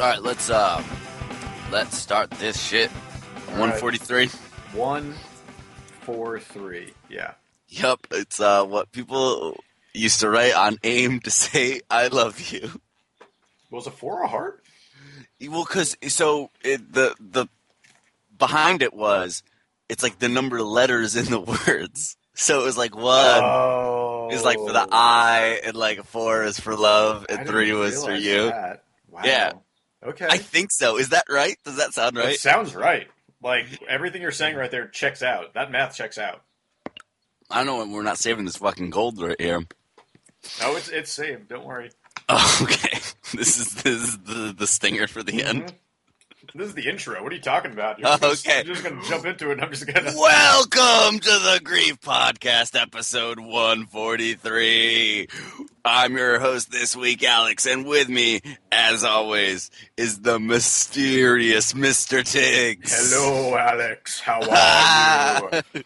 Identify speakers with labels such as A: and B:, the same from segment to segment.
A: All right, let's uh, let's start this shit.
B: right.
A: One forty-three.
B: One, four, three. Yeah.
A: Yep, it's uh, what people used to write on AIM to say "I love you."
B: Was a four a heart?
A: Well, because so it, the the behind it was it's like the number of letters in the words. So it was like one
B: oh.
A: is Um, like for the I, and like four is for love,
B: I
A: and
B: didn't
A: three was for
B: realize
A: you.
B: that. Wow.
A: Yeah.
B: Okay.
A: I think so. Is that right? Does that sound
B: That
A: right?
B: sounds right. Like everything you're saying right there checks out. That math checks out.
A: I know we're not saving this fucking gold right here.
B: No, it's it's saved. Don't worry.
A: Oh, okay, this is this is the the stinger for the
B: Mm-hmm.
A: end.
B: This is the intro. What are you talking about? You're
A: Oh,
B: just,
A: okay.
B: You're just gonna jump into it. and I'm just gonna.
A: Welcome to the Grief Podcast, episode 143. I'm your host this week, Alex, and with me, as always, is the mysterious Mr. Tiggs.
B: Hello, Alex. How are you?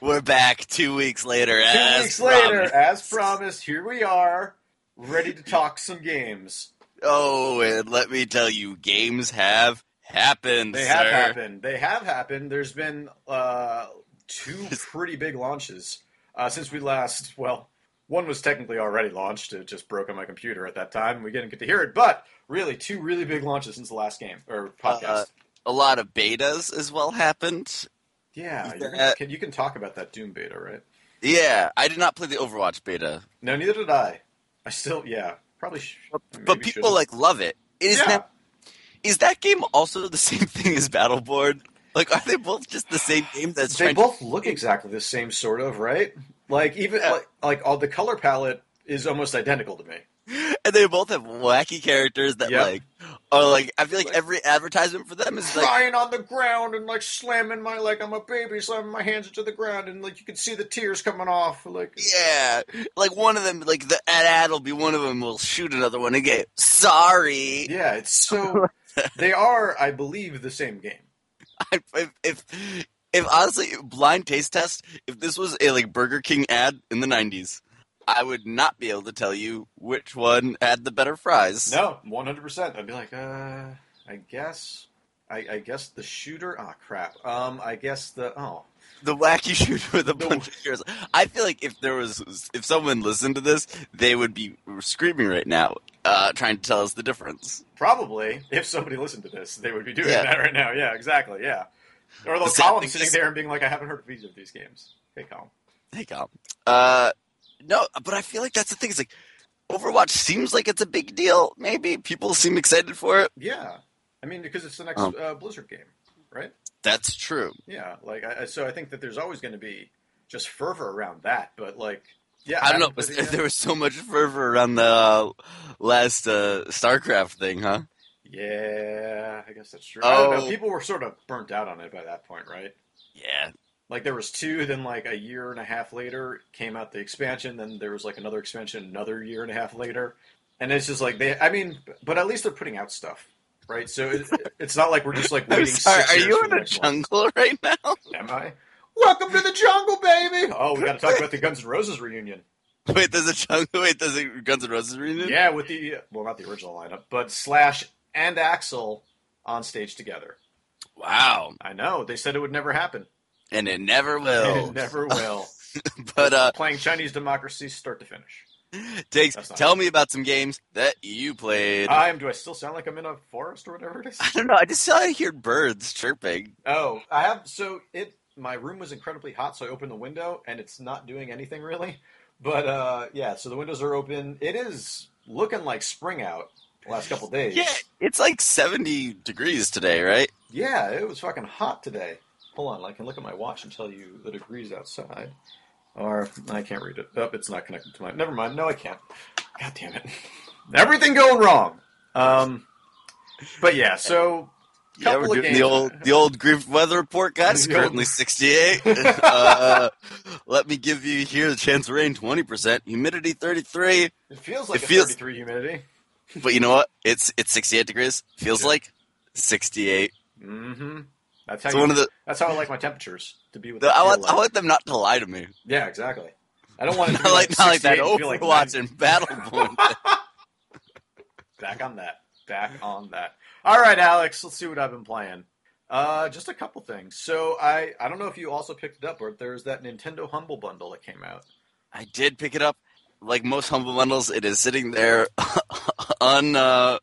A: We're back two weeks later.
B: Two
A: as
B: weeks later,
A: promised.
B: as promised, here we are, ready to talk some games.
A: Oh, and let me tell you, games have happened,
B: They
A: sir.
B: have happened. They have happened. There's been uh, two pretty big launches uh, since we last. Well, one was technically already launched. It just broke on my computer at that time. We didn't get to hear it, but really, two really big launches since the last game or podcast.
A: Uh, A lot of betas as well happened.
B: yeah,
A: uh,
B: you're gonna- can, you can talk about that Doom beta, right?
A: Yeah, I did not play the Overwatch beta,
B: No, neither did I. I still, yeah, probably. Sh-
A: but
B: maybe
A: people
B: shouldn't.
A: like love it. Is
B: yeah.
A: that Is that game also the same thing as Battleborn? Like, are they both just the same game that's
B: they
A: trying
B: both look exactly the same, sort of, right? Like even
A: Yeah.
B: like, like all the color palette is almost identical to me.
A: and they both have wacky characters that
B: Yeah.
A: like are like I feel like
B: Like-
A: every advertisement for them is like
B: crying on the ground and like slamming my like I'm a baby, slamming my hands into the ground, and like you can see the tears coming off. Like
A: yeah, like one of them like the an ad will be one of them will shoot another one and get sorry.
B: yeah, it's so they are, I believe, the same game.
A: I, if, if if honestly blind taste test if this was a like Burger King ad in the nineties. I would not be able to tell you which one had the better fries.
B: No, 100. percent I'd be like, uh, I guess, I, I guess the shooter. Oh crap. Um, I guess the oh
A: the wacky shooter with a
B: The-
A: bunch of tears. I feel like if there was, if someone listened to this, they would be screaming right now, uh, trying to tell us the difference.
B: probably if somebody listened to this, they would be doing
A: Yeah.
B: that right now. Yeah, exactly. Yeah. Or
A: The
B: they'll
A: sad
B: Colin
A: thing
B: sitting
A: is-
B: there and being like, I haven't heard of either of these games. Hey, Colin.
A: Hey, Cal. Uh, no, but I feel like that's the thing. It's like Overwatch seems like it's a big deal. Maybe people seem excited for it.
B: Yeah. I mean, because it's the next
A: Um.
B: uh, Blizzard game, right?
A: That's true.
B: Yeah, like I, I- so, I think that there's always going to be just fervor around that. But like, yeah,
A: I don't know.
B: haven't
A: Was,
B: played it yet.
A: there was so much fervor around the uh, last uh, StarCraft thing, huh?
B: Yeah, I guess that's true. I don't know.
A: Oh.
B: People were sort of burnt out on it by that point, right?
A: Yeah.
B: Like there was two, then like a year and a half later came out the expansion. Then there was like another expansion another year and a half later, and it's just like they. I mean, but at least they're putting out stuff, right? So it, it's not like we're just like
A: I'm
B: waiting.
A: sorry.
B: six
A: Are
B: years
A: you
B: for
A: in
B: the
A: a
B: next one.
A: jungle right now?
B: Am I? Welcome to the jungle, baby. Oh, we got to talk about the Guns N' Roses reunion.
A: Wait, there's a jungle. Wait, there's a Guns N' Roses reunion.
B: Yeah, with the well, not the original lineup, but Slash and Axel on stage together.
A: Wow.
B: I know they said it would never happen,
A: and it never will.
B: and it never will.
A: But uh,
B: Playing Chinese democracy, start to finish.
A: Diggs,
B: That's not Uh,
A: tell me about some games that you played. I,
B: I'm. Do I still sound like I'm in a forest or whatever it is?
A: don't know. I just saw I heard birds chirping.
B: Oh, I have. So it. My room was incredibly hot, so I opened the window, and it's not doing anything really. But uh, yeah, so the windows are open. It is looking like spring out. the Last couple days.
A: Yeah, it's like seventy degrees today, right?
B: Yeah, it was fucking hot today. Hold on, I can look at my watch and tell you the degrees outside. Or I can't read it. Oh, it's not connected to my. Never mind. No, I can't. God damn it! Everything going wrong. Um, but yeah. So
A: yeah,
B: Couple
A: we're
B: of
A: doing
B: games.
A: the old the old grief weather report, guys.
B: The old-
A: Currently sixty eight. uh, let me give you here the chance of rain twenty percent, humidity thirty three.
B: it feels like
A: It
B: a
A: feels-
B: 33 humidity.
A: But you know what? It's it's sixty eight degrees. Feels
B: Yeah.
A: like sixty eight.
B: Mm-hmm. That's how.
A: It's
B: you,
A: one of the.
B: that's how I like my temperatures to be with.
A: the
B: that
A: I
B: feel
A: want I
B: like.
A: want them not to lie to me.
B: Yeah, exactly. I don't want it to
A: Not
B: be
A: like not like that
B: 68 and feel
A: Overwatch and Battleborn.
B: Back on that. back on that. All right, Alex, let's see what I've been playing. Uh, just a couple things. So I I don't know if you also picked it up, but there's that Nintendo Humble Bundle that came out.
A: I did pick it up. Like most humble bundles, it is sitting there unclaimed uh,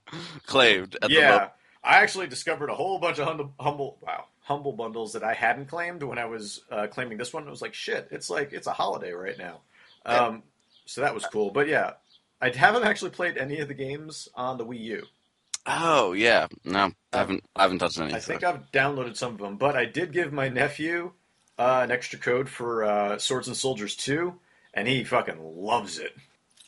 A: claimed at the moment.
B: yeah, I actually discovered a whole bunch of humble, humble wow humble bundles that I hadn't claimed when I was uh, claiming this one. I was like, shit, it's like it's a holiday right now. Um, so that was cool. But yeah, I haven't actually played any of the games on the Wii U.
A: Oh yeah, no, I haven't. I haven't touched anything.
B: I think I've downloaded some of them, but I did give my nephew uh, an extra code for uh, Swords and Soldiers 2, and he fucking loves it.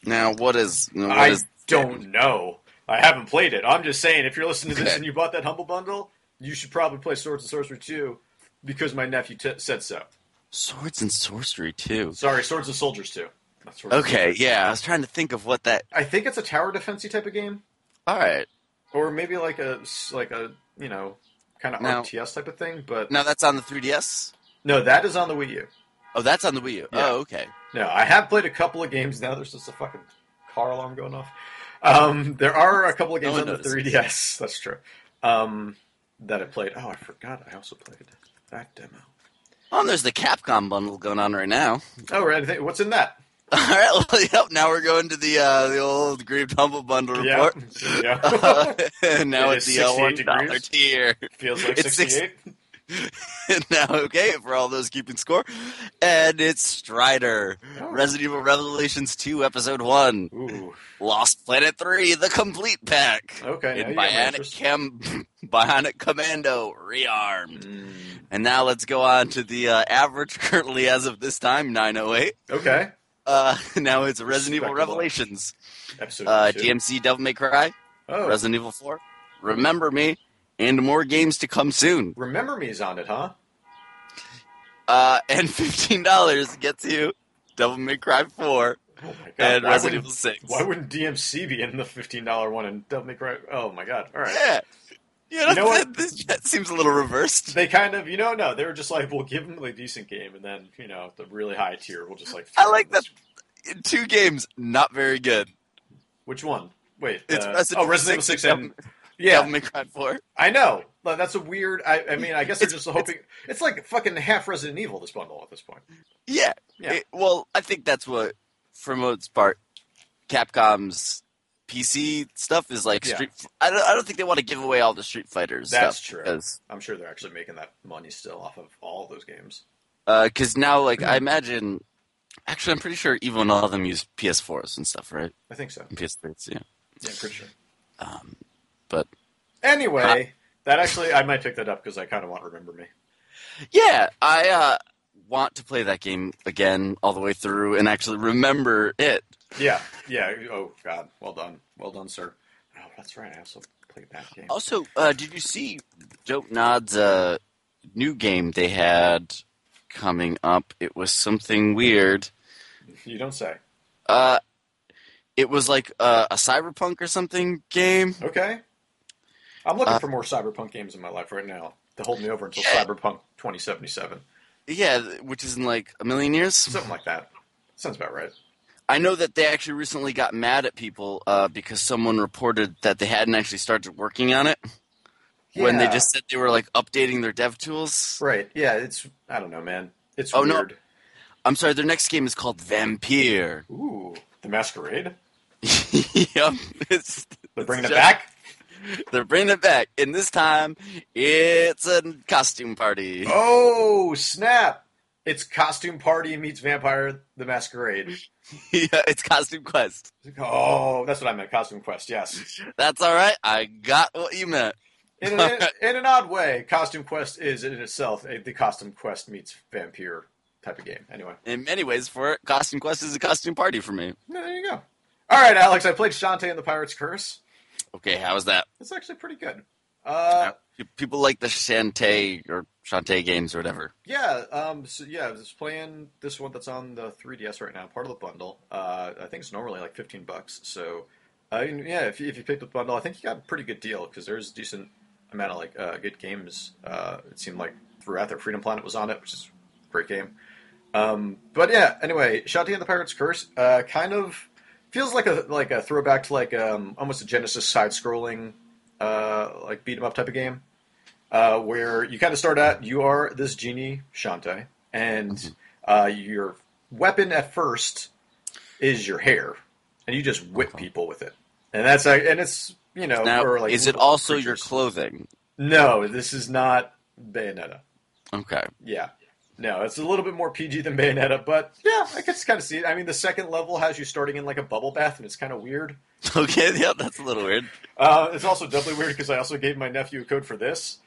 A: now what is? What
B: I
A: is-
B: don't know. I haven't played it. I'm just saying, if you're listening to this
A: Okay.
B: and you bought that Humble Bundle, you should probably play Swords and Sorcery 2 because my nephew t- said so.
A: Swords and sorcery too.
B: Sorry, Swords and Soldiers 2. Not Swords and
A: Okay,
B: Soldiers.
A: yeah, I was trying to think of what that.
B: I think it's a tower defensey type of game,
A: All right,
B: or maybe like a, s- like a you know, kind of
A: Now-
B: RTS type of thing, but
A: now that's on the 3ds.
B: no, that is on the Wii U.
A: Oh, that's on the Wii U.
B: Yeah.
A: Oh, okay.
B: No, I have played a couple of games now. There's just a fucking car alarm going off. Um, there are a couple of
A: No
B: games
A: one
B: on the
A: noticed.
B: 3DS. That's true. Um, that I played. Oh, I forgot. I also played that demo.
A: Oh, and there's the Capcom bundle going on right now.
B: Oh, right. I think- What's in that?
A: All right, well, yep. Now we're going to the uh, the old grieved humble bundle
B: Yeah.
A: report.
B: yeah.
A: and now
B: It
A: it's
B: is
A: the uh, one
B: 68
A: dollar
B: degrees.
A: tier.
B: Feels like
A: It's six-
B: 68.
A: And now, okay, for all those keeping score, and it's Strider,
B: Oh.
A: Resident Evil Revelations Two, Episode One,
B: Ooh.
A: Lost Planet Three, the complete pack,
B: Okay.
A: in
B: now you got my
A: Bionic
B: interest.
A: Chem, Bionic Commando, rearmed.
B: Mm,
A: And now let's go on to the uh, average currently as of this time, nine oh eight.
B: okay.
A: Uh, now it's Resident Evil
B: Respectable.
A: Revelations.
B: Episode
A: uh,
B: two.
A: DMC Devil May Cry,
B: Oh,
A: Resident Evil 4, Remember Me, and more games to come soon.
B: remember me is on it, huh?
A: Uh, and $15 gets you Devil May Cry 4
B: Oh my god.
A: and
B: why,
A: Resident
B: wouldn't,
A: Evil 6.
B: why wouldn't DMC be in the $15 one and Devil May Cry? Oh my god. All right.
A: Yeah. You know,
B: You know what?
A: that, this- that seems a little reversed.
B: they kind of, you know, no, they were just like, we'll give them a decent game, and then you know, the really high tier, we'll just like.
A: I like that. Two games, not very good.
B: Which one? Wait,
A: It's
B: uh,
A: Resident
B: oh, Resident Evil Six,
A: Evil
B: and
A: Devil
B: yeah,
A: May Cry 4.
B: I know. But That's a weird. I, I mean, I guess they're
A: It's-
B: just hoping it's, like fucking half Resident Evil this bundle at this point.
A: Yeah.
B: Yeah.
A: It- well, I think that's what, for most part, Capcom's PC stuff is like
B: Yeah.
A: Street. I don't. I don't think they want to give away all the Street Fighters.
B: That's
A: stuff
B: true.
A: Because
B: I'm sure they're actually making that money still off of all those games.
A: uh 'cause now, like, I imagine. Actually, I'm pretty sure even all of them use PS4s and stuff, right?
B: I think so.
A: And PS3s, yeah.
B: Yeah, I'm pretty sure.
A: Um, but
B: Anyway, that actually, I might pick that up because I kind of want Remember Me.
A: yeah, I uh, want to play that game again all the way through and actually remember it.
B: Yeah, yeah. Oh God, well done, well done, sir. Oh, that's right. I also played that game.
A: Also, uh, did you see Dope Nod's uh, new game they had coming up? It was something weird.
B: You don't say.
A: Uh, it was like uh, a cyberpunk or something game.
B: Okay. I'm looking
A: Uh,
B: for more cyberpunk games in my life right now to hold me over until
A: Yeah.
B: Cyberpunk 2077,
A: Yeah, th- which is in like a million years.
B: something like that. Sounds about right.
A: I know that they actually recently got mad at people uh, because someone reported that they hadn't actually started working on it when they
B: Yeah.
A: just said they were like updating their dev tools.
B: right. Yeah, it's I don't know, man. It's
A: Oh, no.
B: weird.
A: I'm sorry, their next game is called Vampire.
B: Ooh, the Masquerade.
A: yep, it's
B: They're bringing it
A: just-
B: back.
A: They're bringing it back, and this time it's a costume party.
B: Oh snap! It's costume party meets Vampire the Masquerade.
A: yeah, it's Costume Quest.
B: Oh, that's what I meant. Costume Quest. Yes.
A: That's all right. I got what you meant.
B: In an, in an odd way, Costume Quest is in itself a, the Costume Quest meets Vampire type of game. Anyway.
A: In many ways, for it, Costume Quest is a costume party for me.
B: Yeah, there you go. All right, Alex. I played Shantae and the Pirate's Curse.
A: Okay, how is that?
B: It's actually pretty good. Uh,
A: Pe- People like the Shantae or Shantae games or whatever.
B: yeah. Um, so yeah, I was playing this one that's on the 3DS right now, part of the bundle. Uh, I think it's normally like 15 bucks. So, I mean, yeah, if you, if you pick the bundle, I think you got a pretty good deal because there's a decent amount of like uh, good games. Uh, it seemed like throughout their Freedom Planet was on it, which is a great game. Um, but yeah, anyway, Shantae and the Pirate's Curse uh, kind of feels like a like a throwback to like um, almost a Genesis side-scrolling uh, like beat 'em up type of game, uh, where you kind of start out. You are this genie Shantae, and
A: Mm-hmm.
B: uh, your weapon at first is your hair, and you just whip
A: Okay.
B: people with it. And that's like, and it's you know,
A: Uh-huh. Now,
B: or Oh, like
A: is it also your
B: creatures.
A: clothing?
B: No, this is not Bayonetta.
A: Okay.
B: Yeah. No, it's a little bit more PG than Bayonetta, but yeah, I could kind of see it. I mean, the second level has you starting in like a bubble bath, and it's kind of weird.
A: Okay, yeah, that's a little weird.
B: Uh, it's also doubly weird because I also gave my nephew a code for this.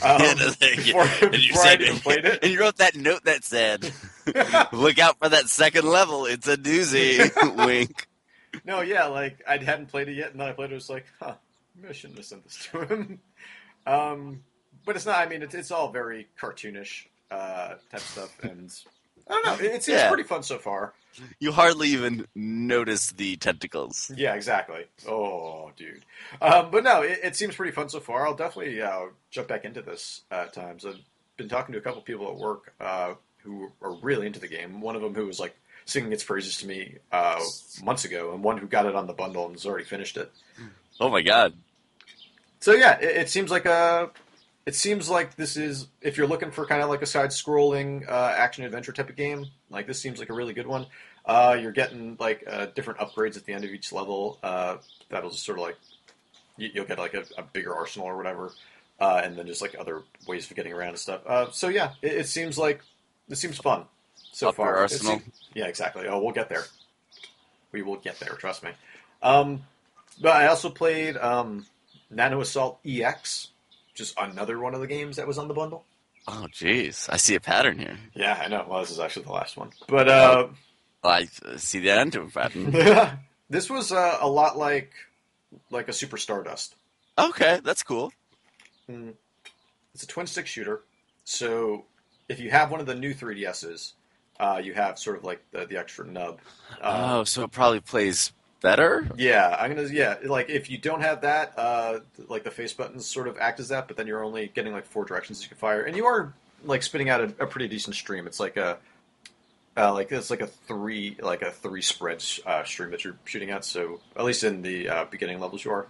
B: Um,
A: Yeah, no, thank you.
B: before before I
A: said-
B: even played it.
A: and you wrote that note that said, "Look out for that second level. It's a doozy." Wink.
B: No, yeah, like I hadn't played it yet, and then I played it. I was like, huh, maybe I shouldn't have sent this to him. Um, but it's not. I mean, it's it's all very cartoonish uh, type stuff, and I don't know. It, it's, it's
A: Yeah.
B: pretty fun so far.
A: You hardly even notice the tentacles.
B: Yeah, exactly. Oh, dude. Um, but no, it, it seems pretty fun so far. I'll definitely uh, jump back into this uh, at times. I've been talking to a couple people at work uh, who are really into the game. One of them who was like singing its praises to me uh, months ago, and one who got it on the bundle and has already finished it.
A: Oh my god.
B: So yeah, it, it seems like a. It seems like this is if you're looking for kind of like a side-scrolling uh, action-adventure type of game, like this seems like a really good one. Uh, you're getting like uh, different upgrades at the end of each level. Uh, that'll just sort of like you, you'll get like a, a bigger arsenal or whatever, uh, and then just like other ways of getting around and stuff. Uh, so yeah, it, it seems like it seems fun so
A: Upper
B: far. It
A: arsenal.
B: seem- yeah, exactly. Oh, we'll get there. We will get there. Trust me. Um, but I also played um, Nano Assault EX, just another one of the games that was on the bundle.
A: Oh jeez, I see a pattern here.
B: Yeah, I know. Well, this is actually the last one. But uh,
A: I see the end to a pattern.
B: Oh. this was uh, a lot like like a Super Stardust.
A: Okay, that's cool.
B: Mm. It's a twin stick shooter. So if you have one of the new 3DSs, uh, you have sort of like the, the extra nub. Uh,
A: oh, so it probably plays better.
B: Yeah, I'm gonna. Yeah, like if you don't have that, uh, like the face buttons sort of act as that, but then you're only getting like four directions you can fire, and you are like spitting out a, a pretty decent stream. It's like a, uh, like it's like a three, like a three spread uh, stream that you're shooting at. So at least in the uh, beginning levels, you are,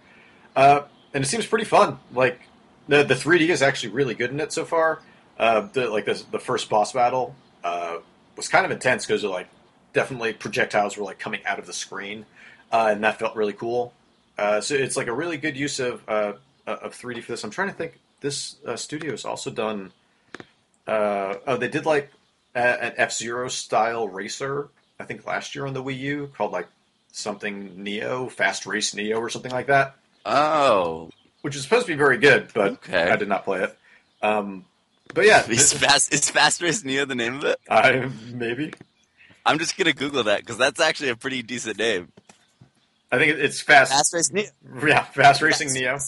B: uh, and it seems pretty fun. Like the the 3D is actually really good in it so far. Uh, the, like the the first boss battle uh, was kind of intense because like definitely projectiles were like coming out of the screen uh, and that felt really cool. Uh, so it's like a really good use of uh, of 3D for this. I'm trying to think. This uh, studio has also done. Uh, oh, they did like a, an F Zero style racer. I think last year on the Wii U called like something Neo Fast Race Neo or something like that,
A: Oh,
B: which is supposed to be very good, but
A: Okay.
B: I did not play it. Um, but yeah,
A: is
B: this,
A: fast is fast race Neo the name of it?
B: I, maybe
A: I'm just gonna Google that because that's actually a pretty decent name.
B: I think it- it's fast.
A: Fast race Neo.
B: yeah, Fast Racing Neo.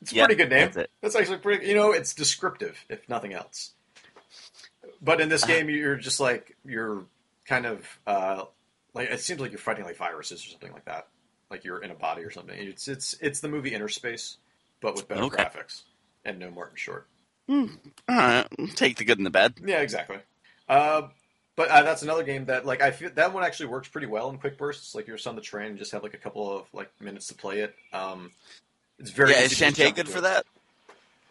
B: It's a
A: Yeah,
B: pretty good name.
A: that's it.
B: That's actually pretty. You know, it's descriptive, if nothing else. But in this
A: Uh-huh.
B: game, you're just like you're kind of uh, like it seems like you're fighting like viruses or something like that. Like you're in a body or something. It's it's it's the movie Inner Space, but with better
A: Okay.
B: graphics and no Martin Short.
A: All right, take the good and the bad.
B: Yeah, exactly. Uh, but uh, that's another game that like I feel that one actually works pretty well in quick bursts. Like you're just on the train and just have like a couple of like minutes to play it. Um, it's very
A: yeah,
B: easy
A: is
B: to just jump
A: Shantae good
B: into
A: for
B: it.
A: that?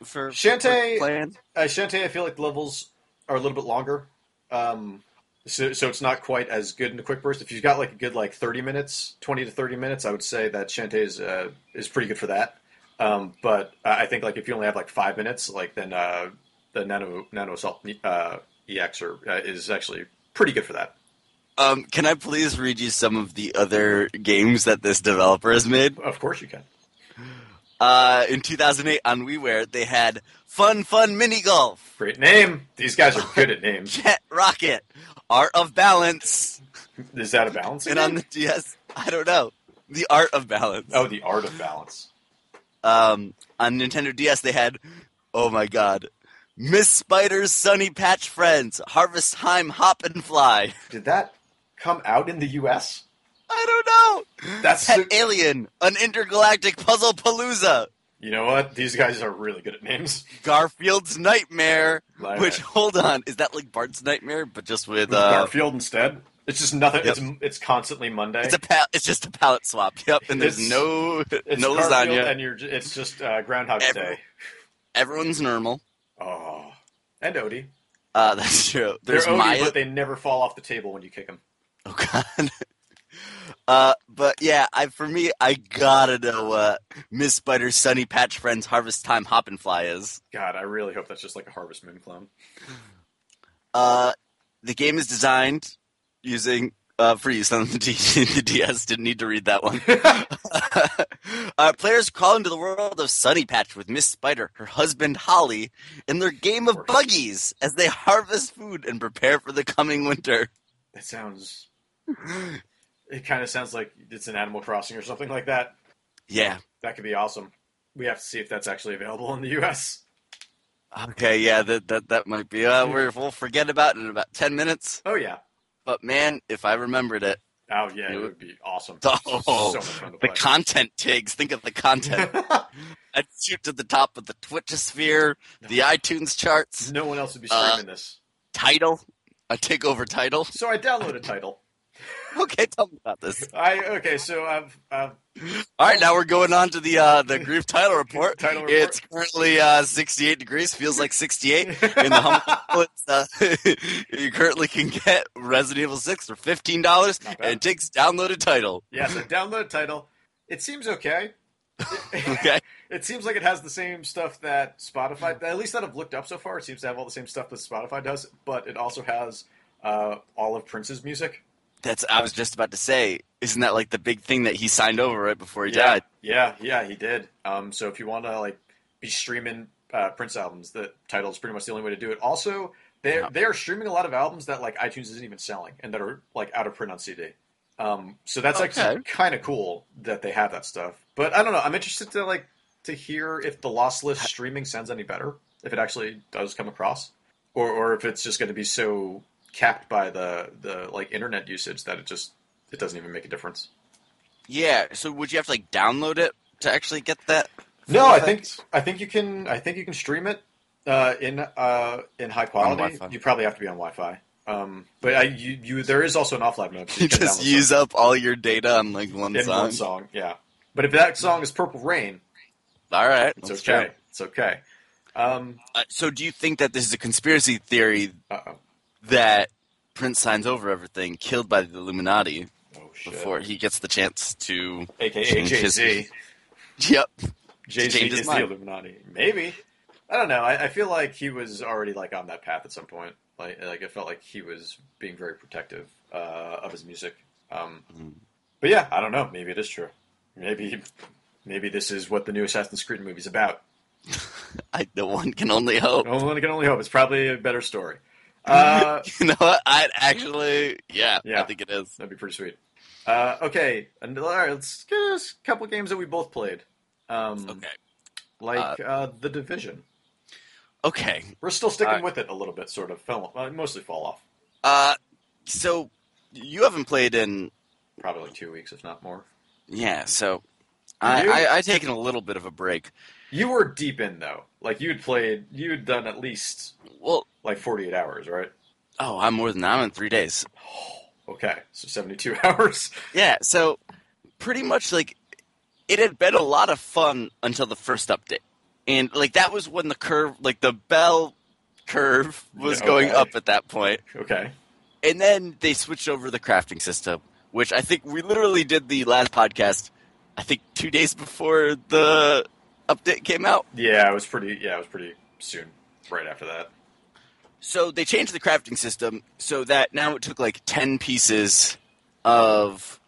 A: For
B: Shantae-
A: for playing?
B: Uh, Shantae, I feel like the levels are a little bit longer, um, so so it's not quite as good in a quick burst. If you've got like a good like thirty minutes, twenty to thirty minutes, I would say that Shantae is uh, is pretty good for that. Um, but uh, I think like if you only have like five minutes, like then uh, the nano nano assault uh, EX or, uh, is actually pretty good for that.
A: Um, can I please read you some of the other games that this developer has made?
B: Of course, you can.
A: Uh, in 2008 on WiiWare, they had Fun Fun Mini Golf,
B: Great name. These guys are good at names.
A: Jet Rocket, Art of Balance,
B: Is that a balance?
A: and on
B: again?
A: the DS, I don't know, The Art of Balance.
B: oh, the art of balance.
A: Um, on Nintendo DS, they had, oh my god, Miss Spider's Sunny Patch Friends, Harvest Time Hop and Fly.
B: Did that come out in the U.S.?
A: I don't know.
B: That's
A: Pet Alien, an intergalactic puzzle palooza,
B: You know what? These guys are really good at names.
A: Garfield's Nightmare.
B: Like,
A: Which hold on, is that like Bart's Nightmare, but just with
B: with
A: uh,
B: Garfield instead. It's just nothing.
A: Yep.
B: It's it's constantly Monday.
A: It's a pal- it's just a palette swap. Yep, and there's
B: It's-
A: no
B: It's
A: no
B: Garfield
A: lasagna.
B: and you're. ju- It's just uh, Groundhog
A: Every-
B: Day.
A: Everyone's normal.
B: Oh, and Odie.
A: Uh, that's true.
B: They're
A: There's
B: Odie,
A: Maya.
B: but they never fall off the table when you kick them.
A: Oh God. Uh, but yeah, I for me, I gotta know what Miss Spider's Sunny Patch Friends Harvest Time Hop and Fly is.
B: God, I really hope that's just like a Harvest Moon clone.
A: Uh, the game is designed using uh, for use on the, D- the DS. Didn't need to read that one. uh, players crawl into the world of Sunny Patch with Miss Spider, her husband Holly, and their game of
B: Of course.
A: buggies as they harvest food and prepare for the coming winter.
B: That sounds. It kind of sounds like it's an Animal Crossing or something like that.
A: Yeah.
B: That could be awesome. We have to see if that's actually available in the U.S.
A: Okay. Yeah. That that that might be. Uh, we're, we'll forget about it in about ten minutes.
B: Oh yeah.
A: But man, if I remembered it,
B: Oh
A: It
B: yeah, it
A: would-
B: would be awesome.
A: Oh,
B: so much fun to
A: the
B: play.
A: content tigs. Think of the content. I'd shoot to the top of the Twitch sphere, the iTunes charts,
B: no one else would be
A: Uh,
B: streaming this.
A: title, a takeover title.
B: So I downloaded title.
A: Okay, tell me about this.
B: I okay, so I've, I've
A: All right, now we're going on to the uh, the grief title report.
B: Title report.
A: It's currently uh, 68 degrees. Feels like 68 in the humble. It's, uh, you currently can get Resident Evil 6 for fifteen dollars
B: Not bad.
A: and it takes downloaded title.
B: yes, I downloaded title. It seems okay.
A: Okay,
B: It seems like it has the same stuff that Spotify, at least that I've looked up so far, it seems to have all the same stuff that Spotify does, but it also has uh, all of Prince's music.
A: that's I was just about to say. Isn't that like the big thing that he signed over right before he
B: yeah,
A: died?
B: yeah, yeah, he did. Um, so if you want to like be streaming uh, Prince albums, the title is pretty much the only way to do it. Also, they
A: Yeah.
B: are they are streaming a lot of albums that like iTunes isn't even selling and that are like out of print on CD. Um, so that's actually kind of cool that they have that stuff. But I don't know. I'm interested to like to hear if the lossless streaming sounds any better, if it actually does come across, or or if it's just going to be so capped by the the like internet usage that it just it doesn't even make a difference.
A: Yeah. So would you have to like download it to actually get that?
B: No, I think
A: effect?
B: I think you can. I think you can stream it uh, in uh, in high quality.
A: Wi-Fi.
B: You probably have to be on Wi-Fi. Um, but I, you, you, there is also an offline mode. So
A: You
B: you can
A: just
B: download
A: use up all your data on like one
B: songs. in
A: song.
B: one song. Yeah, but if that song is Purple Rain,
A: All right.
B: it's
A: let's
B: okay.
A: go.
B: It's okay. Um,
A: Uh, so do you think that this is a conspiracy theory
B: uh-oh.
A: that Prince signs over everything, killed by the Illuminati
B: oh shit!
A: before he gets the chance to?
B: AKA
A: Change
B: Jay
A: his-
B: Z.
A: Yep.
B: Jay Z
A: change his
B: is the
A: mind.
B: Illuminati. Maybe. I don't know. I, I feel like he was already like on that path at some point. Like, like it felt like he was being very protective uh, of his music. Um,
A: Mm.
B: But yeah, I don't know. Maybe it is true. Maybe, maybe this is what the new Assassin's Creed movie is about.
A: I the one can only hope.
B: Only one can only hope. It's probably a better story. Uh,
A: You know what? I'd actually, yeah, I
B: Yeah.
A: think it is.
B: that'd be pretty sweet. Uh, okay, and all right, let's get us a couple games that we both played, um,
A: Okay.
B: like uh, The Division.
A: Okay.
B: We're still sticking
A: Alright.
B: with it a little bit, sort of. Fell, uh, mostly fall off.
A: Uh, so you haven't played in
B: probably like two weeks, if not more.
A: yeah. So I
B: You-
A: I, I taken a little bit of a break.
B: You were deep in though. Like you had played, you had done at least
A: Well,
B: like forty-eight hours, right?
A: Oh, I'm more than that. I'm in three days.
B: Okay, so seventy-two hours.
A: Yeah, so pretty much like it had been a lot of fun until the first update. And like that was when the curve, like the bell curve was
B: Yeah,
A: going
B: okay.
A: up at that point.
B: Okay,
A: And then they switched over the crafting system, which I think we literally did the last podcast, I think two days before the update came out.
B: yeah, it was pretty. Yeah, it was pretty soon. Right after that.
A: So they changed the crafting system so that now it took like 10 pieces of,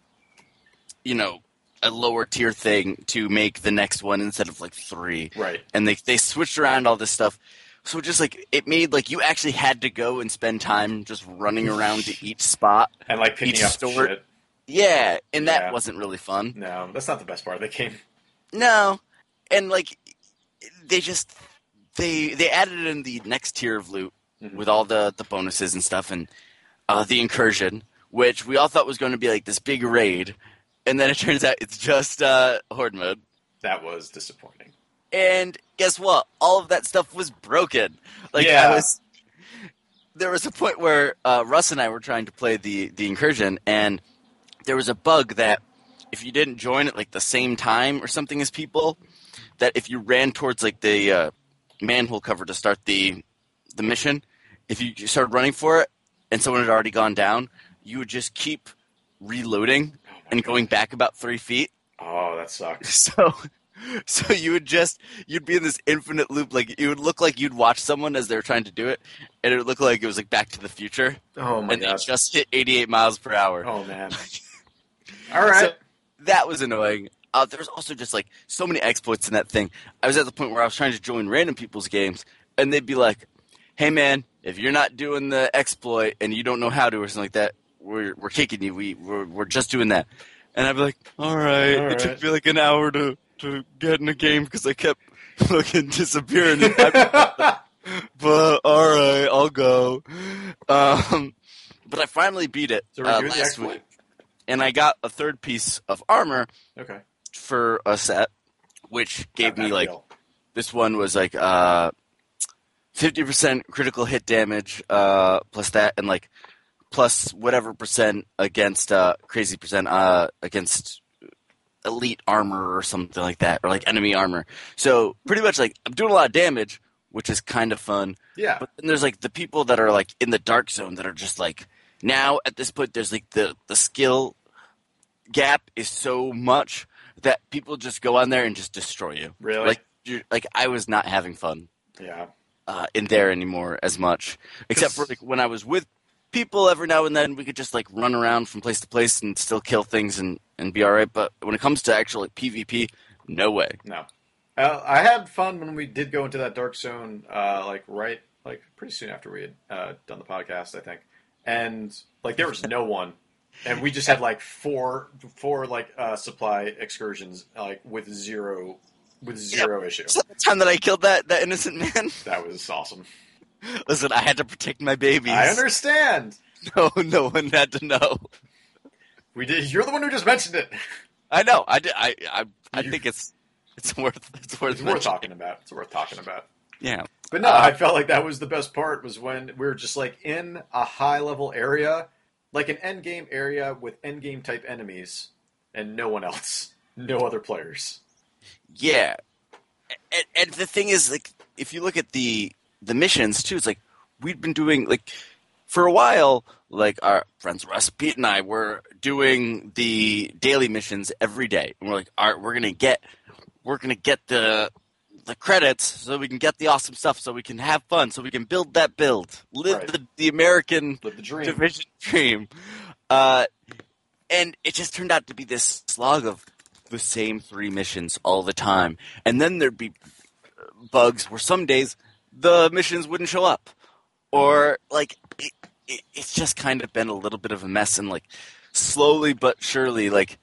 A: you know, a lower tier thing to make the next one instead of like three.
B: Right.
A: And they, they switched around all this stuff. So just like it made like you actually had to go and spend time just running around to each spot.
B: And like picking
A: Each
B: up
A: store-
B: shit.
A: Yeah, and that
B: Yeah.
A: wasn't really fun.
B: No, that's not the best part of the game.
A: No, and like they just they they added in the next tier of loot
B: Mhm.
A: with all the the bonuses and stuff, and uh, the incursion, which we all thought was going to be like this big raid, and then it turns out it's just uh, horde mode.
B: That was disappointing.
A: And guess what? All of that stuff was broken. Like
B: Yeah.
A: I was. there was a point where uh, Russ and I were trying to play the the incursion, and there was a bug that if you didn't join at like the same time or something as people, that if you ran towards like the uh, manhole cover to start the the mission, if you started running for it and someone had already gone down, you would just keep reloading and going back about three feet.
B: Oh, that sucks.
A: So, so you would just you'd be in this infinite loop. Like it would look like you'd watch someone as they were trying to do it, and it would look like it was like Back to the Future,
B: Oh my
A: and they
B: gosh.
A: just hit 88 miles per hour.
B: Oh man. All right.
A: So- that was annoying. Uh, there was also just like so many exploits in that thing. I was at the point where I was trying to join random people's games, and they'd be like, "Hey man, if you're not doing the exploit and you don't know how to or something like that, we're we're kicking you. We we're, we're just doing that." And I'd be like, "All right."
B: All
A: it took
B: right.
A: me like an hour to to get in the game because I kept fucking disappearing. I- but all right, I'll go. Um, but I finally beat it
B: so we're
A: uh,
B: doing the
A: last
B: exploit.
A: week, and I got a third piece of armor
B: Okay.
A: for a set, which gave
B: Not bad
A: me like
B: deal.
A: this one was like uh fifty percent critical hit damage, uh plus that and like plus whatever percent against uh crazy percent uh against elite armor or something like that, or like enemy armor. So pretty much like I'm doing a lot of damage, which is kind of fun.
B: Yeah.
A: But then there's like the people that are like in the dark zone that are just like now at this point there's like the the skill gap is so much that people just go on there and just destroy you.
B: Really?
A: Like you're, like I was not having fun
B: yeah.
A: uh, in there anymore as much, except for
B: Just-
A: like when I was with people every now and then we could just like run around from place to place and still kill things and and be all right. But when it comes to actual like PvP, no way.
B: No. Uh, I had fun when we did go into that dark zone, uh, like right, like pretty soon after we had uh, done the podcast, I think. And like there was no one, and we just had like four, four like uh, supply excursions, like with zero, with zero issue.
A: So the time that I killed that that innocent man,
B: That was awesome.
A: listen, I had to protect my babies.
B: I understand.
A: No, Oh, no one had to know.
B: We did. You're the one who just mentioned it.
A: I know. I did- I I, I
B: You-
A: think it's it's worth it's worth
B: It's worth
A: mentioning.
B: talking about. It's worth talking about.
A: Yeah.
B: But no,
A: Uh,
B: I felt like that was the best part was when we were just like in a high level area, like an end game area with end game type enemies and no one else, no other players.
A: Yeah. And, and the thing is, like, if you look at the the missions too, it's like we'd been doing like for a while. Like our friends Russ, Pete, and I were doing the daily missions every day, and we're like, all right, we're gonna get we're gonna get the the credits so we can get the awesome stuff, so we can have fun, so we can build that build, live
B: Right.
A: the, the American
B: Live the dream.
A: division dream. Uh, and it just turned out to be this slog of the same three missions all the time. And then there'd be bugs where some days the missions wouldn't show up. Or, like, it, it, it's just kind of been a little bit of a mess. And, like, slowly but surely, like,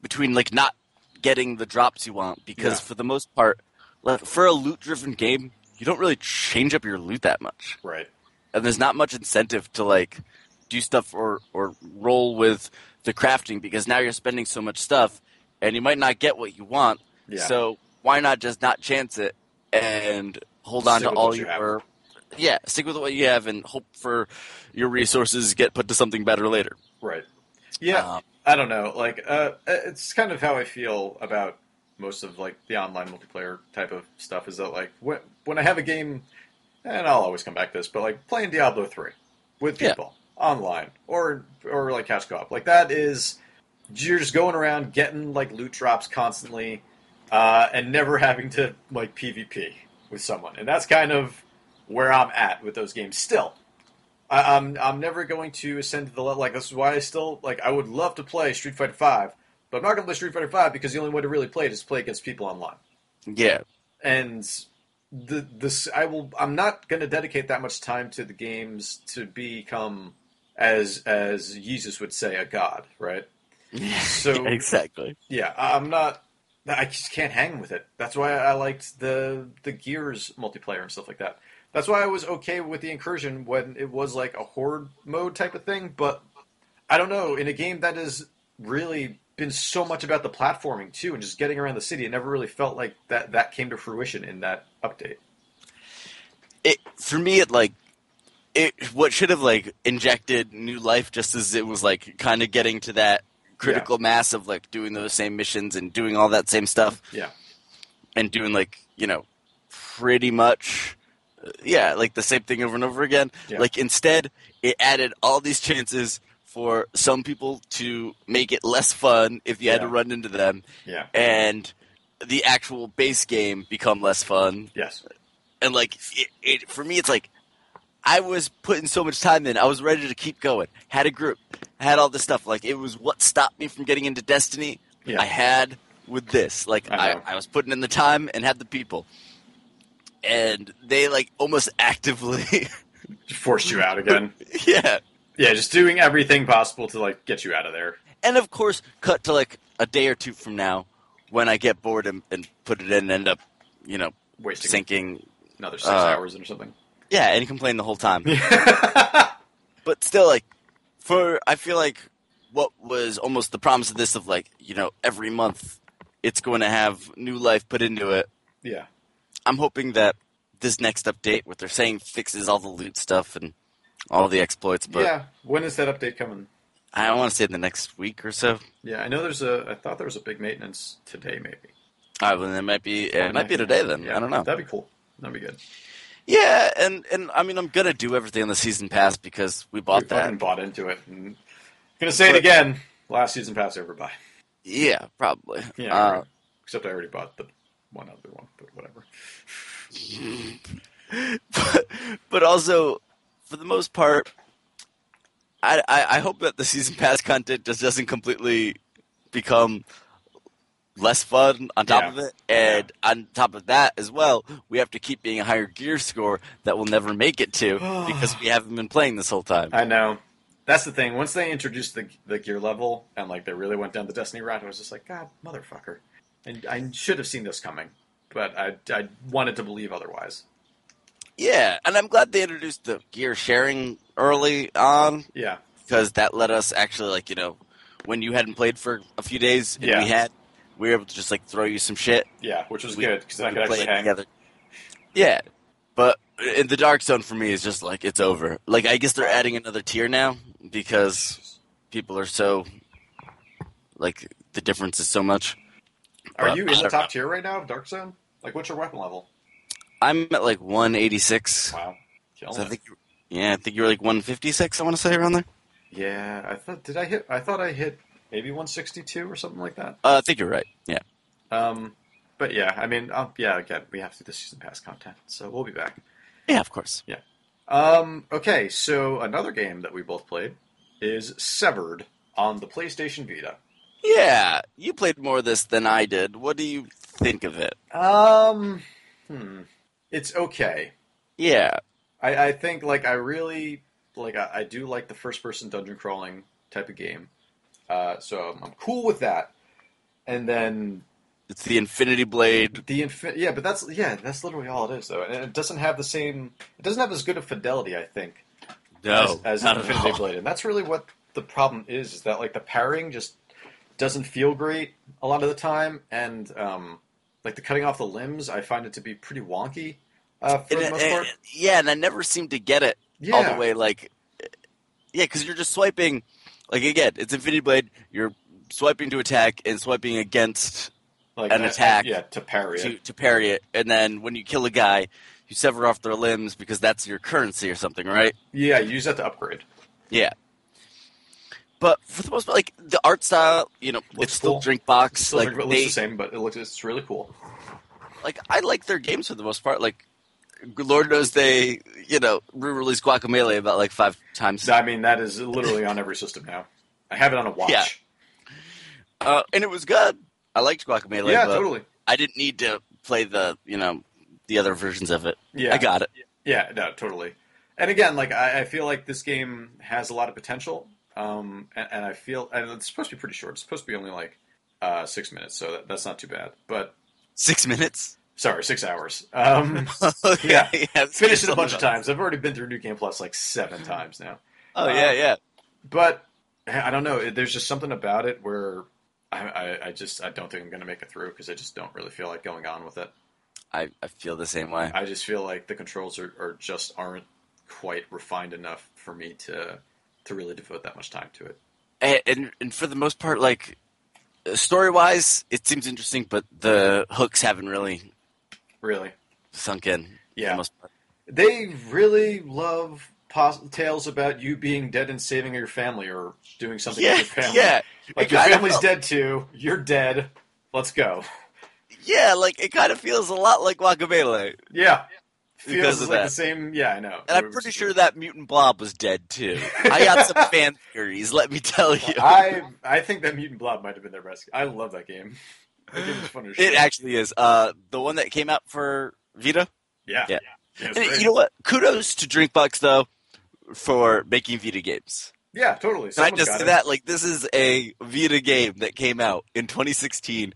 A: between, like, not getting the drops you want, because
B: Yeah.
A: for the most part, like, for a loot driven game, you don't really change up your loot that much
B: Right.
A: and there's not much incentive to like do stuff or or roll with the crafting because now you're spending so much stuff and you might not get what you want.
B: Yeah.
A: So why not just not chance it and hold on
B: Stick
A: to
B: with
A: all
B: what you have.
A: your yeah, stick with what you have and hope for your resources get put to something better later.
B: Right. Yeah.
A: Um,
B: I don't know. Like, uh, it's kind of how I feel about most of like the online multiplayer type of stuff. Is that like when when I have a game, and I'll always come back to this, but like playing Diablo three with
A: Yeah.
B: people online or or like couch co-op, like that is you're just going around getting like loot drops constantly, uh, and never having to like PvP with someone, and that's kind of where I'm at with those games still. I, I'm I'm never going to ascend to the level. Like this is why I still like I would love to play Street Fighter Five, but I'm not going to play Street Fighter Five because the only way to really play it is to play against people online.
A: yeah.
B: And the this I will I'm not going to dedicate that much time to the games to become as as Jesus would say a god, right? So-
A: exactly.
B: Yeah, I- I'm not. I just can't hang with it. That's why I liked the the Gears multiplayer and stuff like that. That's why I was okay with the incursion when it was like a horde mode type of thing. But I don't know in a game that has really been so much about the platforming too, and just getting around the city. It never really felt like that that came to fruition in that update.
A: It for me it like it what should have like injected new life just as it was like kind of getting to that critical mass of like doing those same missions and doing all that same stuff
B: Yeah.
A: and doing like you know pretty much uh, yeah like the same thing over and over again
B: Yeah.
A: like instead it added all these chances for some people to make it less fun if you had to
B: Yeah.
A: run into them
B: Yeah.
A: and the actual base game become less fun
B: Yes.
A: and like it, it for me it's like i was putting so much time in i was ready to keep going had a group had all this stuff like it was what stopped me from getting into destiny
B: Yeah.
A: i had with this like
B: I
A: I,
B: know.
A: I was putting in the time and had the people and they like almost actively
B: Forced you out again.
A: yeah
B: yeah, just doing everything possible to like get you out of there.
A: and of course cut to like a day or two from now when i get bored and, and put it in and end up you know
B: Wasting
A: sinking
B: another six
A: uh,
B: hours or something.
A: yeah and complain the whole time
B: yeah.
A: but still like for i feel like what was almost the promise of this of like you know every month it's going to have new life put into it i'm hoping that this next update what they're saying fixes all the loot stuff and all the exploits but
B: yeah. When is that update coming?
A: i want to say in the next week or so
B: Yeah, I know there's a. I thought there was a big maintenance today, maybe.
A: all right well then it might be it might be today then
B: Yeah,
A: i don't know
B: That'd be cool. That'd be good.
A: yeah and and i mean i'm gonna do everything on the season pass because we bought
B: we
A: that
B: fucking bought into it. And gonna say it
A: But-
B: again. Last season pass over by.
A: yeah probably
B: Yeah.
A: Uh,
B: right. Except I already bought the one other one, but whatever.
A: but, but also, for the most part, I, I, I hope that the season pass content just doesn't completely become less fun on top
B: Yeah.
A: of it. And on top of that as well, we have to keep being a higher gear score that we'll never make it to because we haven't been playing this whole time.
B: I know. That's the thing. Once they introduced the the gear level and like they really went down the Destiny route, I was just like, God, motherfucker. And I should have seen this coming, but I I wanted to believe otherwise.
A: Yeah, and I'm glad they introduced the gear sharing early on
B: Yeah.
A: because that let us actually like you know when you hadn't played for a few days and
B: Yeah.
A: we had we were able to just like throw you some shit
B: Yeah, which was
A: We-
B: good because I
A: we
B: could
A: play
B: actually
A: it
B: hang.
A: together. Yeah, but in the dark zone for me is just like it's over. Like I guess they're adding another tier now because people are so like the difference is so much.
B: Are
A: But
B: you
A: I
B: in the
A: don't
B: top
A: know.
B: tier right now of Dark Zone? Like, what's your weapon level?
A: I'm at like 186.
B: Wow,
A: So
B: killing
A: I
B: it.
A: think you- yeah, I think you're like 156. I want to say around there.
B: Yeah, I thought did I hit? I thought I hit maybe 162 or something like that.
A: Uh, I think you're right. Yeah.
B: Um, but yeah, I mean, i yeah, again, we have to do the season pass content, so we'll be back.
A: Yeah, of course.
B: Um, okay, so another game that we both played is Severed on the PlayStation Vita.
A: Yeah, you played more of this than I did. What do you think of it?
B: Um, hmm, it's okay.
A: Yeah,
B: I, I think like I really like I, I do like the first person dungeon crawling type of game. Uh, so I'm, I'm cool with that. And then
A: it's the Infinity Blade
B: the infin- yeah, but that's yeah, that's literally all it is though. And it doesn't have the same it doesn't have as good of fidelity, I think,
A: No,
B: as, as
A: not at
B: Infinity
A: all.
B: Blade. And that's really what the problem is, is that like the parrying just doesn't feel great a lot of the time, and um, like the cutting off the limbs, I find it to be pretty wonky uh, for
A: And-
B: the most
A: and-
B: part.
A: yeah, and I never seem to get it
B: Yeah,
A: all the way. Like, yeah, because you're just swiping. Like again, it's Infinity Blade. You're swiping to attack and swiping against
B: like
A: an
B: uh,
A: attack
B: Yeah, to parry
A: to,
B: it.
A: to parry it, and then when you kill a guy, you sever off their limbs because that's your currency or something, right?
B: Yeah, you use that to upgrade.
A: Yeah. But for the most part, like the art style, you know,
B: Looks
A: it's still
B: cool.
A: drink box.
B: Still,
A: like
B: it looks
A: they,
B: the same, but it looks it's really cool.
A: like I like their games for the most part. Like, Lord knows they, you know, re-released Guacamelee about like five times.
B: I mean, that is literally on every system now. I have it on a watch.
A: Yeah. Uh, and it was good. I liked Guacamelee,
B: yeah,
A: but
B: totally.
A: I didn't need to play the you know the other versions of it.
B: Yeah,
A: I got it.
B: Yeah, no, totally. And again, like I, I feel like this game has a lot of potential, um, and, and I feel and it's supposed to be pretty short. It's supposed to be only like uh, six minutes, so that, that's not too bad. But
A: Six minutes.
B: sorry, six hours. Um,
A: okay.
B: Yeah.
A: it's-
B: finished it a
A: it's
B: bunch of
A: all done.
B: times. I've already been through New Game Plus like seven times now.
A: Oh yeah, yeah.
B: But I don't know. it- There's just something about it where I, I, I just I don't think I'm going to make it through because I just don't really feel like going on with it.
A: I, I feel the same way.
B: I just feel like the controls are, are just aren't quite refined enough for me to to really devote that much time to it.
A: and, and and for the most part, like story wise, it seems interesting, but the hooks haven't really
B: Really,
A: sunk in. for the
B: Yeah.
A: most part.
B: they really love pos- tales about you being dead and saving your family or doing something
A: yeah,
B: with your family.
A: yeah,
B: like
A: It
B: your
A: kinda
B: family's
A: felt-
B: dead too. You're dead. Let's go.
A: yeah. Like it kind of feels a lot like Guacamole,
B: Yeah. Feels
A: Because of
B: like
A: that.
B: the same. Yeah, I know.
A: and I'm pretty sure that mutant blob was dead too. I got some fan theories. Let me tell you,
B: I I think that Mutant Blob might have been their best. I love that game. That game is fun as shit.
A: it actually is. Uh, the one that came out for Vita.
B: yeah.
A: yeah.
B: Yeah, it's
A: And
B: great.
A: you know what? Kudos to Drinkbox though for making Vita games.
B: yeah, totally.
A: Can I
B: Someone
A: just
B: got
A: say
B: it.
A: that? Like, this is a Vita game that came out in 2016,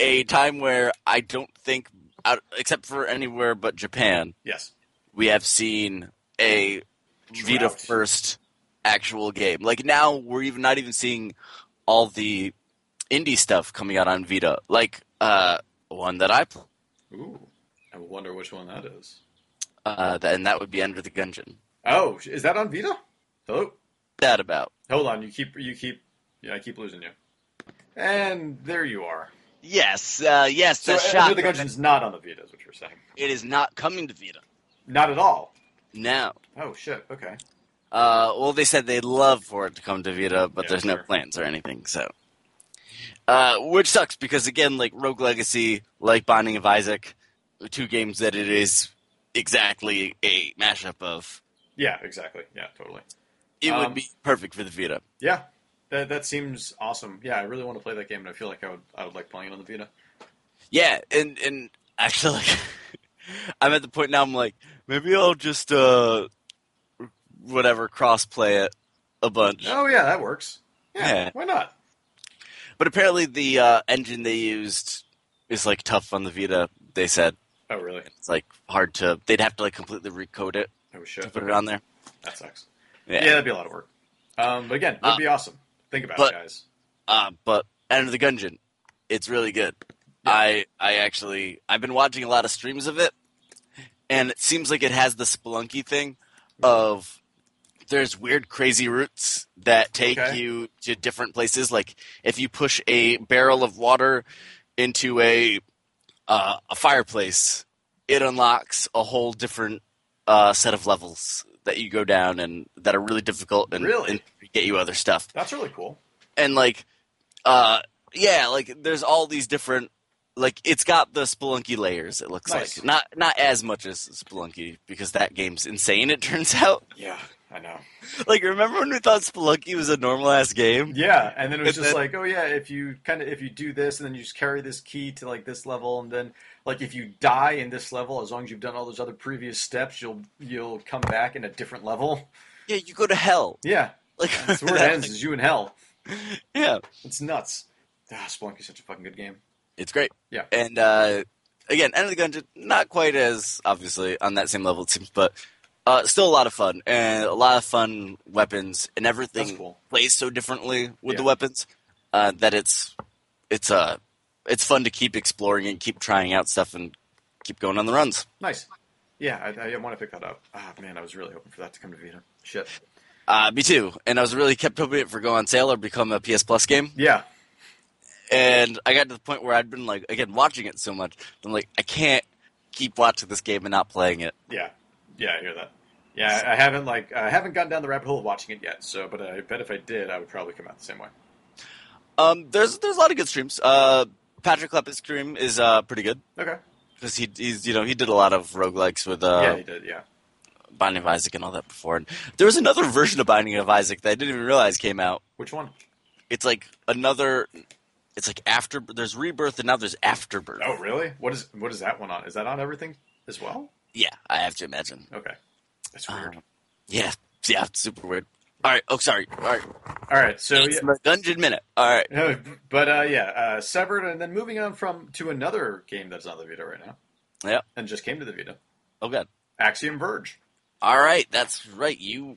A: a time where I don't think, out, except for anywhere but Japan,
B: Yes.
A: we have seen a Vita
B: Drought.
A: first actual game. Like, now we're even not even seeing all the indie stuff coming out on Vita. Like, uh, one that I, pl-
B: Ooh. I wonder which one that is.
A: uh, and that would be Under the Gungeon.
B: Oh, is that on Vita? Hello.
A: That about.
B: Hold on. You keep. You keep. Yeah, I keep losing you. And there you are.
A: Yes, uh, yes,
B: So
A: the
B: Under
A: shot.
B: the Gungeon's not on the Vita, is what you're saying.
A: It is not coming to Vita.
B: Not at all.
A: No.
B: Oh shit. Okay.
A: Uh, well, they said they'd love for it to come to Vita, but
B: Yeah,
A: there's no
B: sure.
A: plans or anything. So, uh, which sucks because again, like Rogue Legacy, like Binding of Isaac, the two games that it is exactly a mashup of.
B: Yeah. Exactly. Yeah. Totally.
A: It
B: Um,
A: would be perfect for the Vita.
B: Yeah. That that seems awesome. Yeah. I really want to play that game, and I feel like I would I would like playing it on the Vita.
A: Yeah, and and actually, like, I'm at the point now. I'm like, maybe I'll just uh, whatever cross-play it a bunch.
B: Oh yeah, that works. Yeah.
A: Yeah.
B: Why not?
A: But apparently, the uh, engine they used is like tough on the Vita. They said.
B: Oh really?
A: it's like hard to they'd have to like completely recode it
B: Oh
A: to
B: shit.
A: put it on there
B: That sucks.
A: yeah,
B: Yeah, that'd be a lot of work. Um, but again, that'd
A: Uh,
B: be awesome. Think about
A: but-
B: it, guys.
A: Uh, but end of the gungeon it's really good
B: Yeah.
A: i i actually i've been watching a lot of streams of it and it seems like it has the spelunky thing
B: Mm-hmm.
A: of there's weird crazy routes that take
B: Okay.
A: you to different places like if you push a barrel of water into a uh, a fireplace it unlocks a whole different uh, set of levels that you go down and that are really difficult and,
B: Really?
A: and get you other stuff
B: That's really cool.
A: and like uh yeah like there's all these different like it's got the spelunky layers it looks
B: Nice.
A: like not not as much as spelunky because that game's insane it turns out
B: Yeah, I know.
A: like remember when we thought spelunky was a normal ass game
B: Yeah, and then it was
A: And
B: just
A: then-
B: like, oh yeah, if you kind of if you do this, and then you just carry this key to like this level, and then like if you die in this level, as long as you've done all those other previous steps, you'll you'll come back in a different level.
A: yeah you go to hell
B: Yeah,
A: like
B: that's where it
A: that-
B: ends is you in hell.
A: yeah
B: It's nuts. Ah, Spelunky's such a fucking good game.
A: it's great
B: Yeah.
A: and uh again end of the gungeon not quite as obviously on that same level it seems but uh, still a lot of fun and a lot of fun weapons and everything
B: That's cool.
A: plays so differently with the
B: Yeah.
A: weapons uh, that it's it's uh it's fun to keep exploring and keep trying out stuff and keep going on the runs.
B: Nice. Yeah, I, I want to pick that up. Ah, man, I was really hoping for that to come to Vita. Shit.
A: Uh, me too. And I was really kept hoping it for go on sale or become a PS Plus game.
B: Yeah,
A: And I got to the point where I'd been like again watching it so much, I'm like I can't keep watching this game and not playing it.
B: Yeah, yeah, I hear that. Yeah, I I haven't like I haven't gotten down the rabbit hole of watching it yet. So, but I bet if I did, I would probably come out the same way.
A: Um, there's there's a lot of good streams. Uh, Patrick Lepper's stream is uh pretty good
B: Okay.
A: because he he's you know he did a lot of roguelikes with uh
B: yeah, he did. Yeah.
A: Binding of Isaac and all that before. And there was another version of Binding of Isaac that I didn't even realize came out.
B: Which one?
A: It's like another. It's like after there's rebirth and now there's afterbirth.
B: Oh, really? What is what is that one on? Is that on everything as well?
A: Yeah, I have to imagine.
B: Okay. That's weird.
A: Um, yeah, yeah, it's super weird. All right. Oh, sorry. All right.
B: All right. So
A: It's
B: yeah.
A: the dungeon minute. All right.
B: No, but uh, yeah, uh, severed, and then moving on from to another game that's on the Vita right now.
A: Yeah.
B: And just came to the Vita.
A: Oh god.
B: Axiom Verge.
A: All right. That's right. You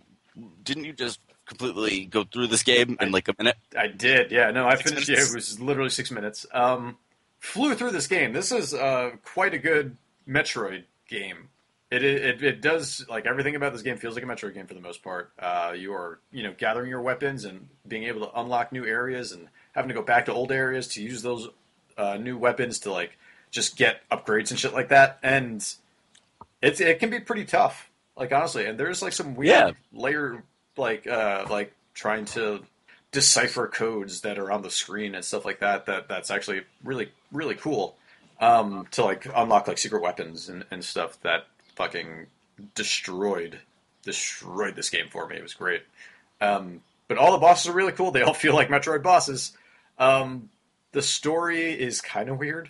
A: didn't you just completely go through this game in like a minute?
B: I did. Yeah. No, I
A: Six
B: finished.
A: minutes.
B: Yeah, it was literally six minutes. Um, flew through this game. This is uh, quite a good Metroid game. It, it it does like everything about this game feels like a Metro game for the most part. Uh, you are you know gathering your weapons and being able to unlock new areas and having to go back to old areas to use those uh, new weapons to like just get upgrades and shit like that. And it's it can be pretty tough, like honestly. And there's like some weird
A: Yeah.
B: layer like uh, like trying to decipher codes that are on the screen and stuff like that. That that's actually really really cool um, to like unlock like secret weapons and, and stuff that fucking destroyed destroyed this game for me. It was great. Um, but all the bosses are really cool. They all feel like Metroid bosses. Um, the story is kind of weird.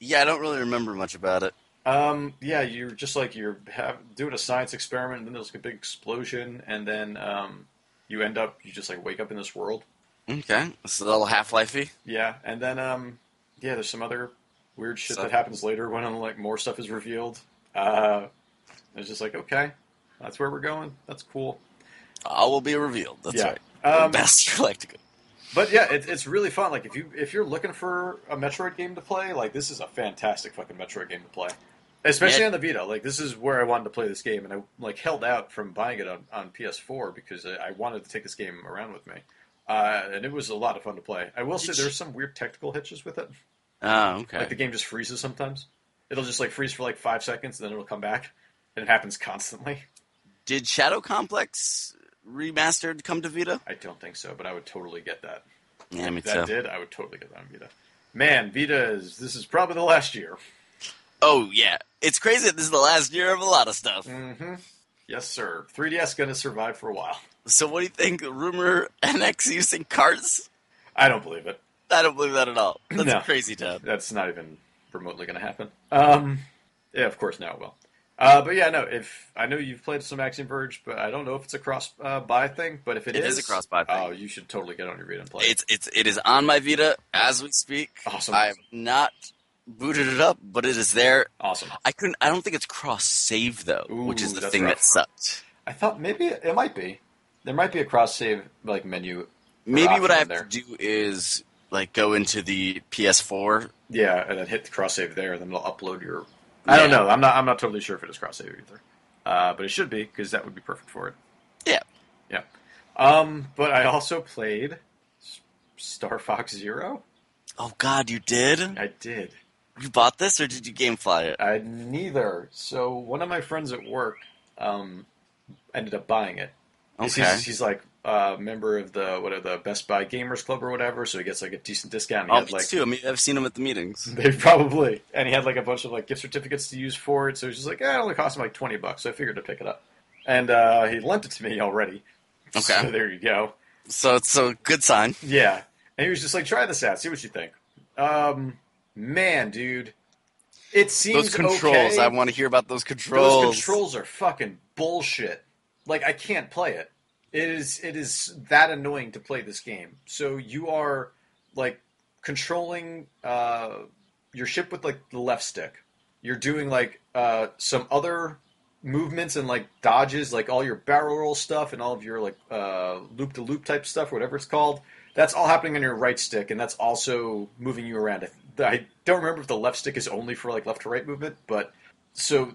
A: Yeah, I don't really remember much about it.
B: Um, yeah, you're just like you're have, doing a science experiment, and then there's like a big explosion, and then um, you end up you just like wake up in this world.
A: Okay, it's a little Half Lifey.
B: Yeah, and then um, yeah, there's some other weird shit
A: So-
B: that happens later when like more stuff is revealed. Uh, it's just like okay, that's where we're going. That's cool.
A: All will be revealed. That's
B: Yeah.
A: right.
B: Um,
A: Best Galactica.
B: But yeah, it, it's really fun. Like if you if you're looking for a Metroid game to play, like this is a fantastic fucking Metroid game to play, especially
A: Yeah.
B: on the Vita. Like this is where I wanted to play this game, and I like held out from buying it on, on PS4 because I, I wanted to take this game around with me, uh, and it was a lot of fun to play. I will say
A: It's-
B: there's some weird technical hitches with it.
A: Oh, okay.
B: Like the game just freezes sometimes. It'll just like freeze for like five seconds, and then it'll come back, and it happens constantly.
A: Did Shadow Complex remastered come to Vita?
B: I don't think so, but I would totally get that.
A: Yeah, me
B: If that
A: too.
B: did, I would totally get that on Vita. Man, Vita is this is probably the last year.
A: Oh yeah, it's crazy. that This is the last year of a lot of stuff.
B: Mm-hmm. Yes, sir. 3DS gonna survive for a while.
A: So what do you think? Rumor NX using carts?
B: I don't believe it.
A: I don't believe that at all. That's
B: No.
A: crazy town.
B: That's not even remotely gonna happen. Um, yeah, of course now it will. Uh, but yeah, no. If I know you've played some Axiom Verge, but I don't know if it's a cross uh, buy thing. But if
A: It is a cross-buy thing.
B: oh, you should totally get on your Vita and play. it.
A: It's it's it is on my Vita as we speak.
B: Awesome.
A: I've not booted it up, but it is there.
B: awesome.
A: I couldn't. I don't think it's cross save though, which is
B: Ooh,
A: the
B: that's
A: thing
B: rough.
A: that sucked.
B: I thought maybe it might be. There might be a cross save like menu.
A: Maybe what
B: option
A: I have
B: there.
A: to do is like go into the PS4.
B: Yeah, and then hit the cross save there, and then it'll upload your. I don't
A: Yeah.
B: know. I'm not. I'm not totally sure if it is cross save either, uh, but it should be because that would be perfect for it.
A: Yeah.
B: Yeah. Um, but I also played S- Star Fox Zero.
A: Oh God, you did?
B: I did.
A: You bought this or did you GameFly it?
B: I neither. So one of my friends at work um, ended up buying it. 'Cause
A: Okay.
B: He's, he's like a member of the what are the Best Buy Gamers Club or whatever, so he gets like a decent discount. He
A: Oh,
B: had,
A: me
B: like,
A: too. I mean, I've seen them at the meetings.
B: They probably. And he had like a bunch of like gift certificates to use for it, so he's just like, eh, it only cost him like twenty bucks, so I figured to pick it up. And uh, he lent it to me already.
A: Okay.
B: So there you go.
A: So it's a good sign.
B: Yeah. And he was just like, try this out, see what you think. Um man, dude. It seems
A: Those controls.
B: okay.
A: I want to hear about those controls.
B: Those controls are fucking bullshit. Like I can't play it. It is it is that annoying to play this game. So you are like controlling uh, your ship with like the left stick. You're doing like uh, some other movements and like dodges, like all your barrel roll stuff and all of your like loop to loop type stuff, whatever it's called. That's all happening on your right stick, and that's also moving you around. I, I don't remember if the left stick is only for like left to right movement, but so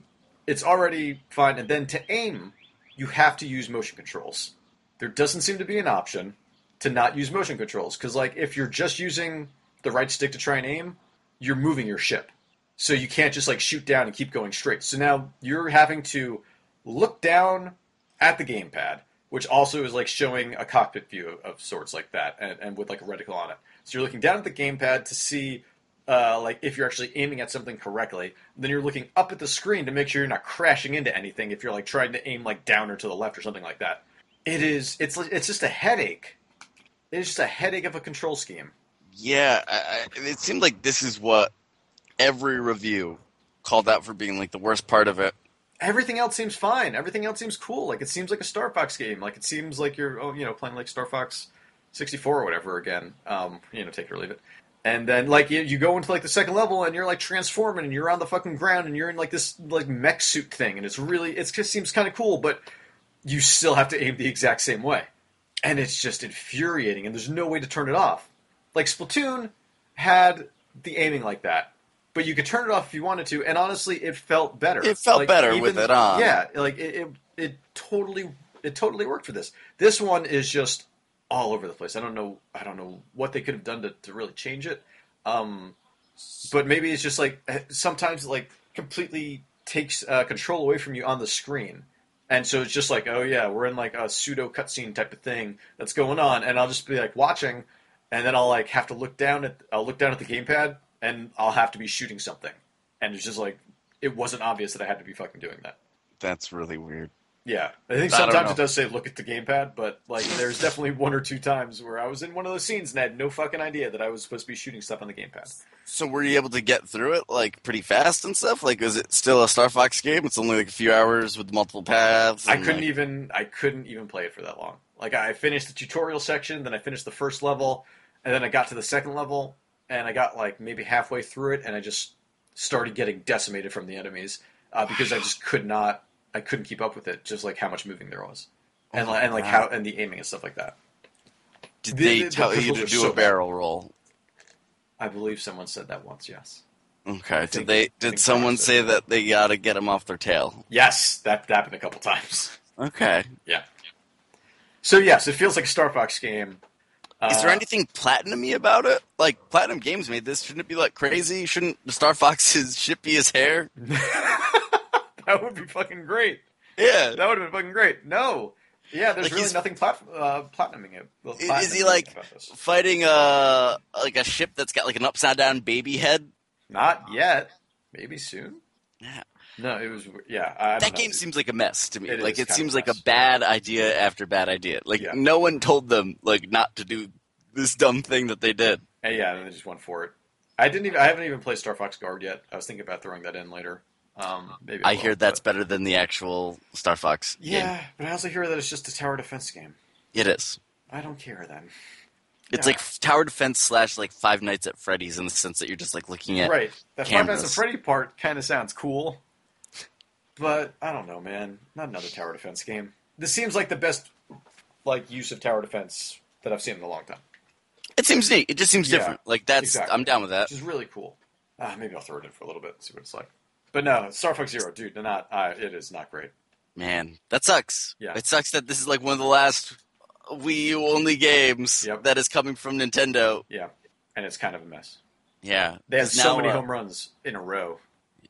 B: it's already fine. And then to aim, you have to use motion controls. There doesn't seem to be an option to not use motion controls because, like, if you're just using the right stick to try and aim, you're moving your ship, so you can't just like shoot down and keep going straight. So now you're having to look down at the gamepad, which also is like showing a cockpit view of, of sorts like that, and, and with like a reticle on it. So you're looking down at the gamepad to see uh, like if you're actually aiming at something correctly. Then you're looking up at the screen to make sure you're not crashing into anything if you're like trying to aim like down or to the left or something like that. It is it's like- it's just a headache. It's just a headache of a control scheme.
A: Yeah, I, I, it seemed like this is what every review called out for being like the worst part of it.
B: everything else seems fine. Everything else seems cool. Like it seems like a Star Fox game. Like it seems like you're oh, you know playing like Star Fox 64 or whatever again. Um, you know, take it or leave it. And then like you, you go into like the second level and you're like transforming and you're on the fucking ground and you're in like this like mech suit thing and it's really it just seems kind of cool, but you still have to aim the exact same way. And it's just infuriating and there's no way to turn it off. Like Splatoon had the aiming like that but you could turn it off if you wanted to. And honestly, it felt better.
A: It felt
B: Like,
A: better
B: even-
A: with it on.
B: Yeah, like it, it, it totally, it totally worked for this. This one is just all over the place. I don't know, I don't know what they could have done to, to really change it. Um, but maybe it's just like eh, sometimes it, like completely takes uh, control away from you on the screen. And so it's just like, oh yeah, we're in like a pseudo cutscene type of thing that's going on, and I'll just be like watching, and then I'll like have to look down at I'll look down at the gamepad, and I'll have to be shooting something, and it's just like it wasn't obvious that I had to be fucking doing that.
A: That's really weird.
B: Yeah, I think
A: I don't
B: sometimes
A: know.
B: it does say look at the gamepad, but like there's definitely one or two times where I was in one of those scenes and I had no fucking idea that I was supposed to be shooting stuff on the gamepad.
A: So were you able to get through it like pretty fast and stuff? Like was it still a Star Fox game? It's only like a few hours with multiple paths.
B: I
A: and,
B: couldn't
A: like-
B: even I couldn't even play it for that long. Like I finished the tutorial section, then I finished the first level, and then I got to the second level, and I got like maybe halfway through it, and I just started getting decimated from the enemies uh, because I just could not I couldn't keep up with it, just like how much moving there was, and
A: Oh
B: like,
A: my
B: and like
A: God.
B: how and the aiming and stuff like that.
A: Did
B: the-
A: they
B: the- the
A: tell you
B: controls
A: to
B: are
A: do
B: so
A: a
B: bad.
A: barrel roll?
B: I believe someone said that once. Yes,
A: Okay. Did
B: think-
A: they?
B: think
A: Did someone
B: Fox did.
A: say that they gotta get him off their tail?
B: yes, that, that happened a couple times.
A: Okay.
B: Yeah. So yes, it feels like a Star Fox game.
A: Is there
B: Uh,
A: anything platinumy about it? Like platinum games made this. Shouldn't it be like crazy? Shouldn't Star Fox's shit be his hair?
B: that would be fucking great.
A: Yeah.
B: That would have been fucking great. No. Yeah, there's
A: Like,
B: really
A: he's-
B: nothing plat- uh, platinuming it. well,
A: Is- is he,
B: platinuming
A: like-
B: about this.
A: Fighting a like a ship that's got like an upside down baby head.
B: Not yet. Maybe soon.
A: Yeah.
B: No, it was. Yeah. I don't
A: That
B: know.
A: game seems like a mess to me.
B: It
A: like
B: is
A: it
B: kind
A: seems
B: of
A: like
B: a
A: a
B: mess.
A: bad idea after bad idea. Like
B: Yeah.
A: no one told them like not to do this dumb thing that they did.
B: And Uh, yeah, and they just went for it. I didn't even. I haven't even played Star Fox Guard yet. I was thinking about throwing that in later. Um, maybe
A: I
B: will,
A: hear that's
B: but-
A: better than the actual Star Fox game.
B: Yeah, but I also hear that it's just a tower defense game.
A: It is.
B: I don't care then.
A: It's
B: Yeah.
A: like tower defense slash like Five Nights at Freddy's in the sense that you're just like looking at
B: Right. That Five Nights at
A: Cameras.
B: Freddy part kind of sounds cool, but I don't know, man. Not another tower defense game. This seems like the best like use of tower defense that I've seen in a long time,
A: It seems neat. It just seems
B: Yeah,
A: different. Like that's
B: exactly.
A: I'm down with that.
B: which is really cool. Uh, maybe I'll throw it in for a little bit, and see what it's like. But no, Star Fox Zero, dude, they're not. Uh, it is not great.
A: Man, that sucks.
B: Yeah.
A: It sucks that this is like one of the last Wii U only games
B: Yep.
A: that is coming from Nintendo.
B: Yeah, and it's kind of a mess.
A: Yeah.
B: They had
A: 'Cause
B: so
A: now,
B: many
A: uh,
B: home runs in a row.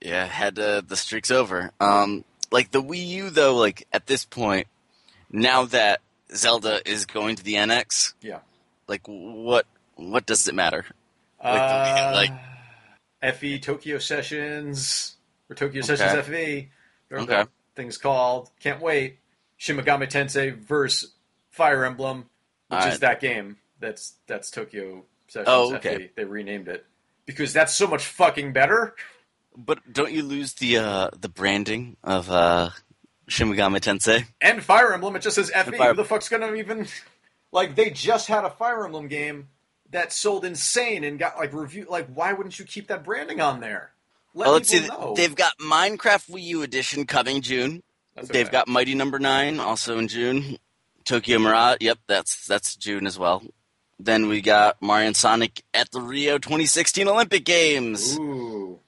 A: Yeah, had uh, the streak's over. Um, like the Wii U though, like at this point, now that Zelda is going to the NX,
B: Yeah.
A: like what what does it matter? Like the Wii had,
B: Uh,
A: like-
B: FE Tokyo Sessions or Tokyo Sessions FE. There are
A: Okay.
B: things called. Can't wait. Shin Megami Tensei verse Fire Emblem,
A: All
B: which is
A: right.
B: that game. That's that's Tokyo Sessions
A: Oh, okay.
B: FE. They renamed it because that's so much fucking better.
A: But don't you lose the uh, the branding of uh, Shin Megami Tensei?
B: And Fire Emblem, it just says FE.
A: Fire-
B: Who the fuck's gonna even like? They just had a Fire Emblem game that sold insane and got like review. Like, why wouldn't you keep that branding on there? Let
A: Oh, let's see.
B: people know.
A: They've got Minecraft Wii U edition coming June.
B: That's
A: They've
B: okay.
A: got Mighty Number Nine also in June. Tokyo Mirage. Yep, that's that's June as well. Then we got Mario and Sonic at the Rio 2016 Olympic Games,
B: Ooh,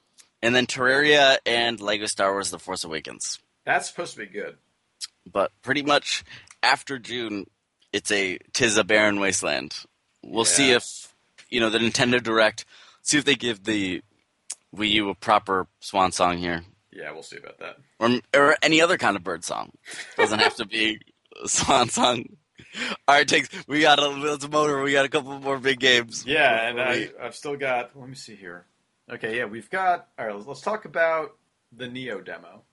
A: and then Terraria and Lego Star Wars: The Force Awakens.
B: that's supposed to be good.
A: But pretty much after June, it's a tis a barren wasteland. We'll see
B: Yeah.
A: if you know the Nintendo Direct. See if they give the Wii U a proper swan song here.
B: Yeah, we'll see about that.
A: or, or any other kind of bird song. Doesn't have to be a swan song. All right, takes. We got a let's motor. We got a couple more big games.
B: Yeah, and uh, I,
A: Wait.
B: I've still got. Let me see here. Okay, yeah, we've got. All right, let's, let's talk about the Neo demo.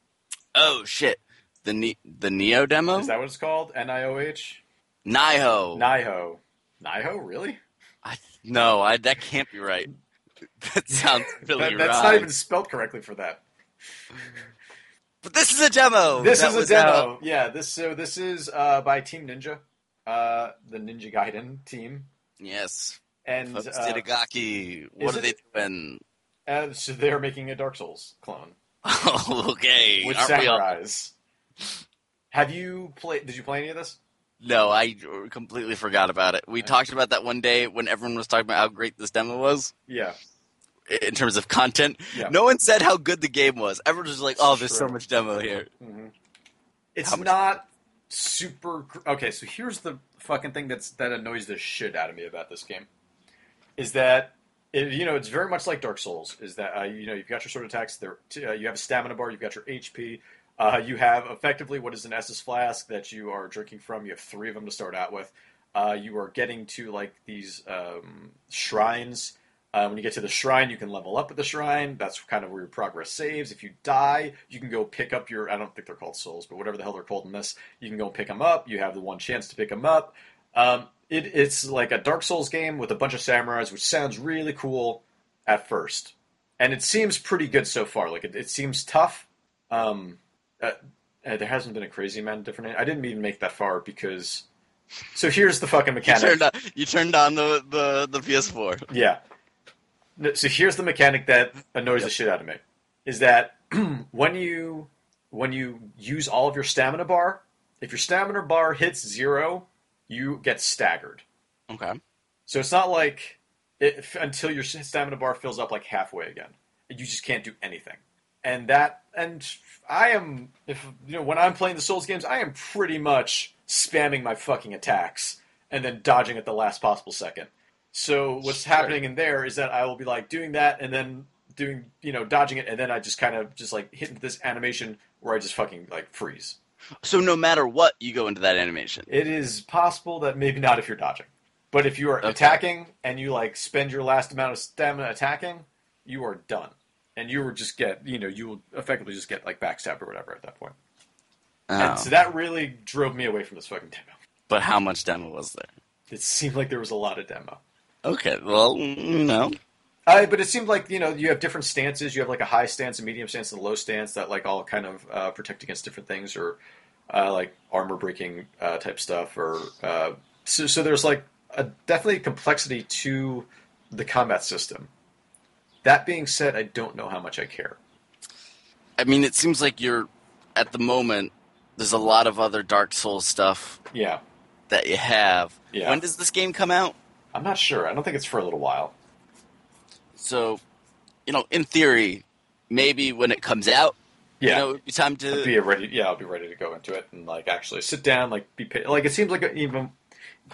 A: Oh shit! The ne- the Neo demo.
B: Is that what it's called? N I O H.
A: Niho.
B: Niho. Niho, really?
A: I, no, I, that can't be right. That sounds really
B: That- that's
A: wrong.
B: not even spelled correctly for that.
A: But this is a demo.
B: This
A: Oh, that
B: is a
A: was
B: demo.
A: out.
B: Yeah. This so this is uh, by Team Ninja, uh, the Ninja Gaiden team,
A: Yes,
B: and
A: folks
B: uh,
A: did a Gaki. What
B: is
A: are they
B: it-
A: doing?
B: uh, so they're making a Dark Souls clone.
A: Oh, okay.
B: with
A: Aren't we all-
B: samurais. Have you played? Did you play any of this?
A: No, I completely forgot about it. We
B: Okay.
A: talked about that one day when everyone was talking about how great this demo was.
B: Yeah,
A: in terms of content.
B: Yeah.
A: No one said how good the game was. Everyone was like, "Oh, there's so
B: True.
A: much demo here."
B: Mhm. It's
A: How much-
B: not super. gr- Okay, so here's the fucking thing that's that annoys the shit out of me about this game, is that it, you know it's very much like Dark Souls. Is that uh, you know you've got your sword attacks, there uh, you have a stamina bar, you've got your HP, uh, you have effectively what is an Estus flask that you are drinking from. You have three of them to start out with. Uh, you are getting to like these um, shrines. Uh, when you get to the shrine, you can level up at the shrine. That's kind of where your progress saves. If you die, you can go pick up your. I don't think they're called souls, but whatever the hell they're called in this, you can go pick them up. You have the one chance to pick them up. Um, it, it's like a Dark Souls game with a bunch of samurais, which sounds really cool at first. And it seems pretty good so far. Like, it, it seems tough. Um, uh, uh, there hasn't been a crazy amount of different. I didn't even make that far because. So here's the fucking
A: You
B: mechanic.
A: turned, on, you turned on the, the, the PS4.
B: Yeah. No, So here's the mechanic that annoys the shit out of me is that when you when you use all of your stamina bar, if your stamina bar hits zero, you get staggered.
A: Okay.
B: So it's not like if, until your stamina bar fills up like halfway again, you just can't do anything. And that, and I am, if you know, when I'm playing the Souls games, I am pretty much spamming my fucking attacks and then dodging at the last possible second. So what's
A: Sure.
B: happening in there is that I will be like doing that and then doing, you know, dodging it, and then I just kind of just like hit this animation where I just fucking like freeze.
A: So no matter what, you go into that animation.
B: It is possible that maybe not if you're dodging, but if you are
A: Okay.
B: attacking and you like spend your last amount of stamina attacking, you are done, and you will just get you know you will effectively just get like backstabbed or whatever at that point.
A: Oh.
B: And so that really drove me away from this fucking demo.
A: but how much demo was there?
B: It seemed like there was a lot of demo.
A: Okay. Well, you know.
B: Uh, but it seemed like you know you have different stances. You have like a high stance, a medium stance, and a low stance that like all kind of uh, protect against different things or uh, like armor breaking uh, type stuff. Or uh, so, so there's like a definitely complexity to the combat system. That being said, I don't know how much I care.
A: I mean, it seems like you're at the moment. There's a lot of other Dark Souls stuff
B: Yeah,
A: that you have.
B: Yeah.
A: When does this game come out?
B: I'm not sure. I don't think it's for a little while.
A: So, you know, in theory, maybe when it comes out,
B: Yeah,
A: you know, it'd be time
B: I'll
A: to.
B: be ready. Yeah, I'll be ready to go into it and like actually sit down, like be pa- like it seems like an even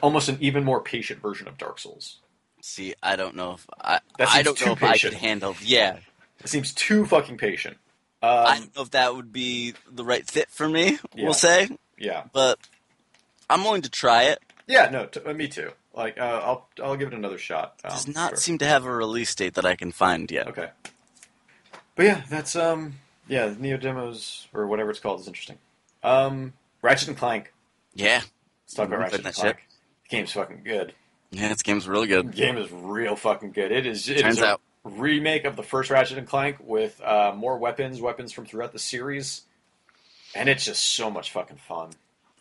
B: almost an even more patient version of Dark Souls.
A: See, I don't know if I.
B: That
A: I
B: seems
A: don't
B: too Um,
A: know if I
B: patient.
A: could handle. Yeah,
B: It seems too fucking patient. Um,
A: I don't know if that would be the right fit for me.
B: Yeah.
A: We'll say,
B: yeah,
A: but I'm willing to try it.
B: yeah, no, t- uh, me too. Like, uh, I'll I'll give it another shot. Um,
A: Does not
B: sure.
A: seem to have a release date that I can find yet.
B: okay. But yeah, that's um, yeah, Neo Demos or whatever it's called is interesting. Um, Ratchet and Clank.
A: Yeah,
B: Let's talk about
A: Mhm,
B: Ratchet
A: but
B: and
A: that's
B: Clank. The game's fucking good.
A: yeah, this game's really
B: The
A: good.
B: game is real fucking good. It is. It is
A: Turns
B: a
A: out.
B: remake of the first Ratchet and Clank with uh, more weapons, weapons from throughout the series, and it's just so much fucking fun.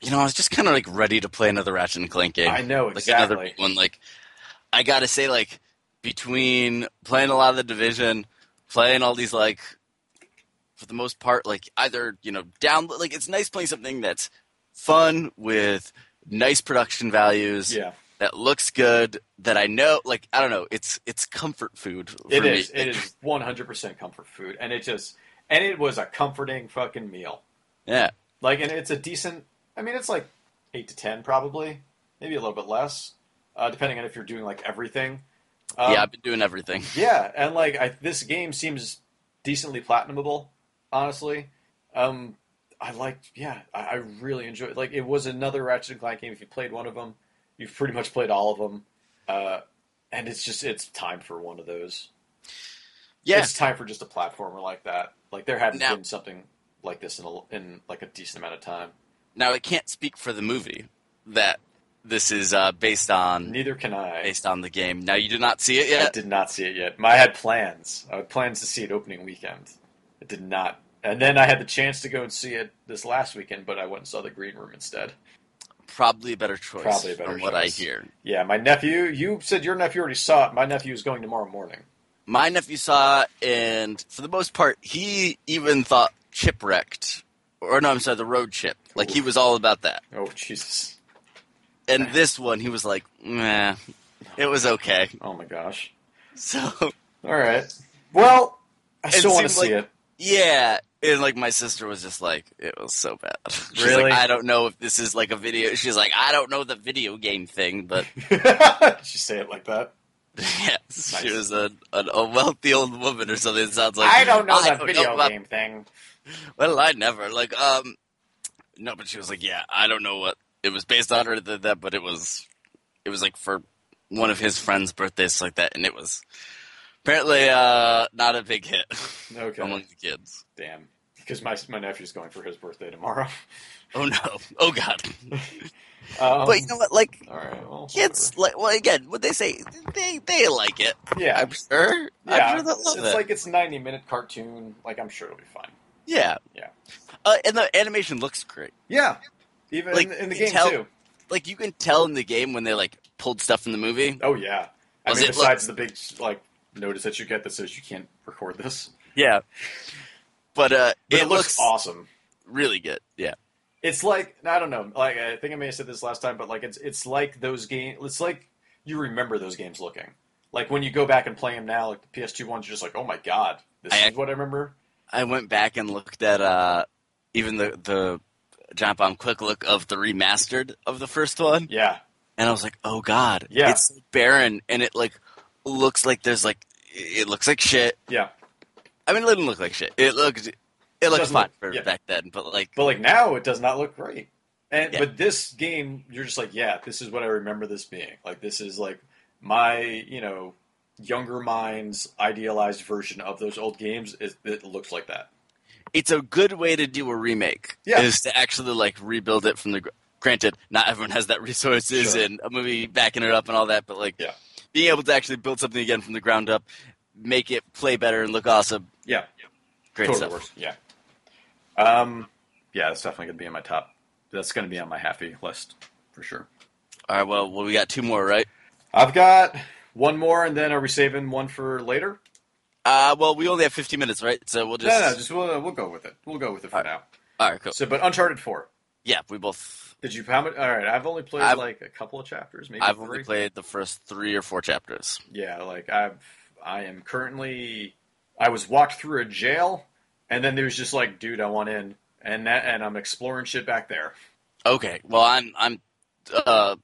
A: You know, I was just kind of like ready to play another Ratchet and Clank game.
B: I know
A: like
B: exactly.
A: another one. Like, I gotta say, like between playing a lot of the Division, playing all these like, for the most part, like either you know down like it's nice playing something that's fun with nice production values
B: yeah.
A: that looks good that I know like I don't know it's it's comfort food. For
B: It
A: me.
B: is. It is 100% comfort food, and it just and it was a comforting fucking meal.
A: Yeah.
B: Like, and it's a decent. I mean, it's like eight to ten, probably, maybe a little bit less, uh, depending on if you're doing like everything. Um,
A: yeah. I've been doing everything.
B: yeah, and like I, this game seems decently platinumable. Honestly, um, I liked. Yeah, I, I really enjoyed. Like, it was another Ratchet and Clank game. If you played one of them, you've pretty much played all of them. Uh, and it's just it's time for one of those
A: Yeah.
B: it's time for just a platformer like that. Like there hadn't
A: Now-
B: been something like this in a, in like a decent amount of time.
A: Now I can't speak for the movie that this is uh, based on.
B: Neither can I.
A: Based on the game. Now you did not see it
B: I
A: yet.
B: did not see it yet. I had plans. I had plans to see it opening weekend. It did not. And then I had the chance to go and see it this last weekend, but I went and saw the green room instead.
A: Probably a better choice.
B: Probably a better
A: from what I
B: choice.
A: hear.
B: Yeah, my nephew. You said your nephew already saw it. My nephew is going tomorrow morning.
A: My nephew saw, and for the most part, he even thought shipwrecked, or no, I'm sorry, the road chip. Like he
B: Oof.
A: was all about that.
B: Oh Jesus!
A: And this one, he was like, nah, it was okay.
B: Oh my gosh!
A: So
B: All right. Well, I
A: It
B: still want to
A: seemed
B: see it.
A: Yeah. And like my sister was just like, it was so bad. She's
B: Really?
A: like, I don't know if this is like a video. She's like, I don't know the video game thing, but
B: Did you say it like that?
A: yeah, she
B: Nice.
A: was a, an, a wealthy old woman or something. It sounds like
C: I don't know that
A: don't
C: video
A: about-
C: game thing.
A: Well, I never like um, no, but she was like, yeah, I don't know what it was based on or th- that, but it was, it was like for one of his friends' birthdays like that, and it was apparently uh not a big hit
B: Okay.
A: among the kids.
B: Damn. Because my my nephew's going for his birthday tomorrow.
A: Oh no! Oh god!
B: Um,
A: but you know what? Like
B: all right. Well,
A: kids, like well, again, what they say, they they like it.
B: whatever. Yeah.
A: I'm sure.
B: yeah.
A: I'm sure they'll
B: it's
A: love
B: it's
A: it.
B: like it's a ninety minute cartoon. Like I'm sure it'll be fine.
A: yeah,
B: Yeah.
A: Uh, and the animation looks great.
B: Yeah. Even
A: Like,
B: in, in the
A: you
B: game
A: tell-
B: too.
A: Like you can tell in the game when they like pulled stuff from the movie.
B: Oh yeah. I
A: Was
B: mean,
A: it
B: besides the big like notice that you get that says you can't record this,
A: Yeah. But uh,
B: but it, looks, awesome.
A: really good. Yeah.
B: It's like I don't know. Like I think I may have said this last time, but like it's it's like those games. It's like you remember those games looking. Like when you go back and play them now, like the PS2 ones, you're just like, oh my god, this
A: I
B: is
A: act-
B: what I remember.
A: I went back and looked at uh, even the the John Bomb quick look of the remastered of the first one,
B: Yeah,
A: and I was like, oh god,
B: Yeah.
A: it's barren, and it like looks like there's like it looks like shit.
B: yeah.
A: I mean, it didn't look like shit. It looked it looked
B: Doesn't
A: fine
B: look-
A: for
B: yeah.
A: back then, but like
B: But like now, it does not look great. And
A: Yeah.
B: but this game, you're just like, yeah, this is what I remember this being. Like this is like my you know younger mind's idealized version of those old games. Is it looks like that?
A: it's a good way to do a remake.
B: Yeah.
A: Is to actually like rebuild it from the. gr- Granted, not everyone has that resources
B: Sure.
A: and a movie backing it up and all that, but like
B: Yeah.
A: being able to actually build something again from the ground up, make it play better and look awesome,
B: Yeah,
A: great
B: totally
A: stuff.
B: works. Yeah. Um. Yeah, that's definitely gonna be in my top. That's gonna be on my happy list for sure.
A: All right, well, well, we got two more, right?
B: I've got one more, and then are we saving one for later?
A: Uh, well, we only have 15 minutes, right? So we'll just.
B: no, no, just we'll, we'll go with it. We'll go with it for
A: All right.
B: now.
A: all right, cool.
B: So, but Uncharted Four.
A: Yeah, we both.
B: Did you how much? All right, I've only played
A: I've-
B: like a couple of chapters, maybe
A: I've
B: three.
A: only played the first three or four chapters.
B: Yeah, like I've I am currently I was walked through a jail, and then there's just like, dude, I want in, and that, and I'm exploring shit back there.
A: Okay, well, I'm I'm uh,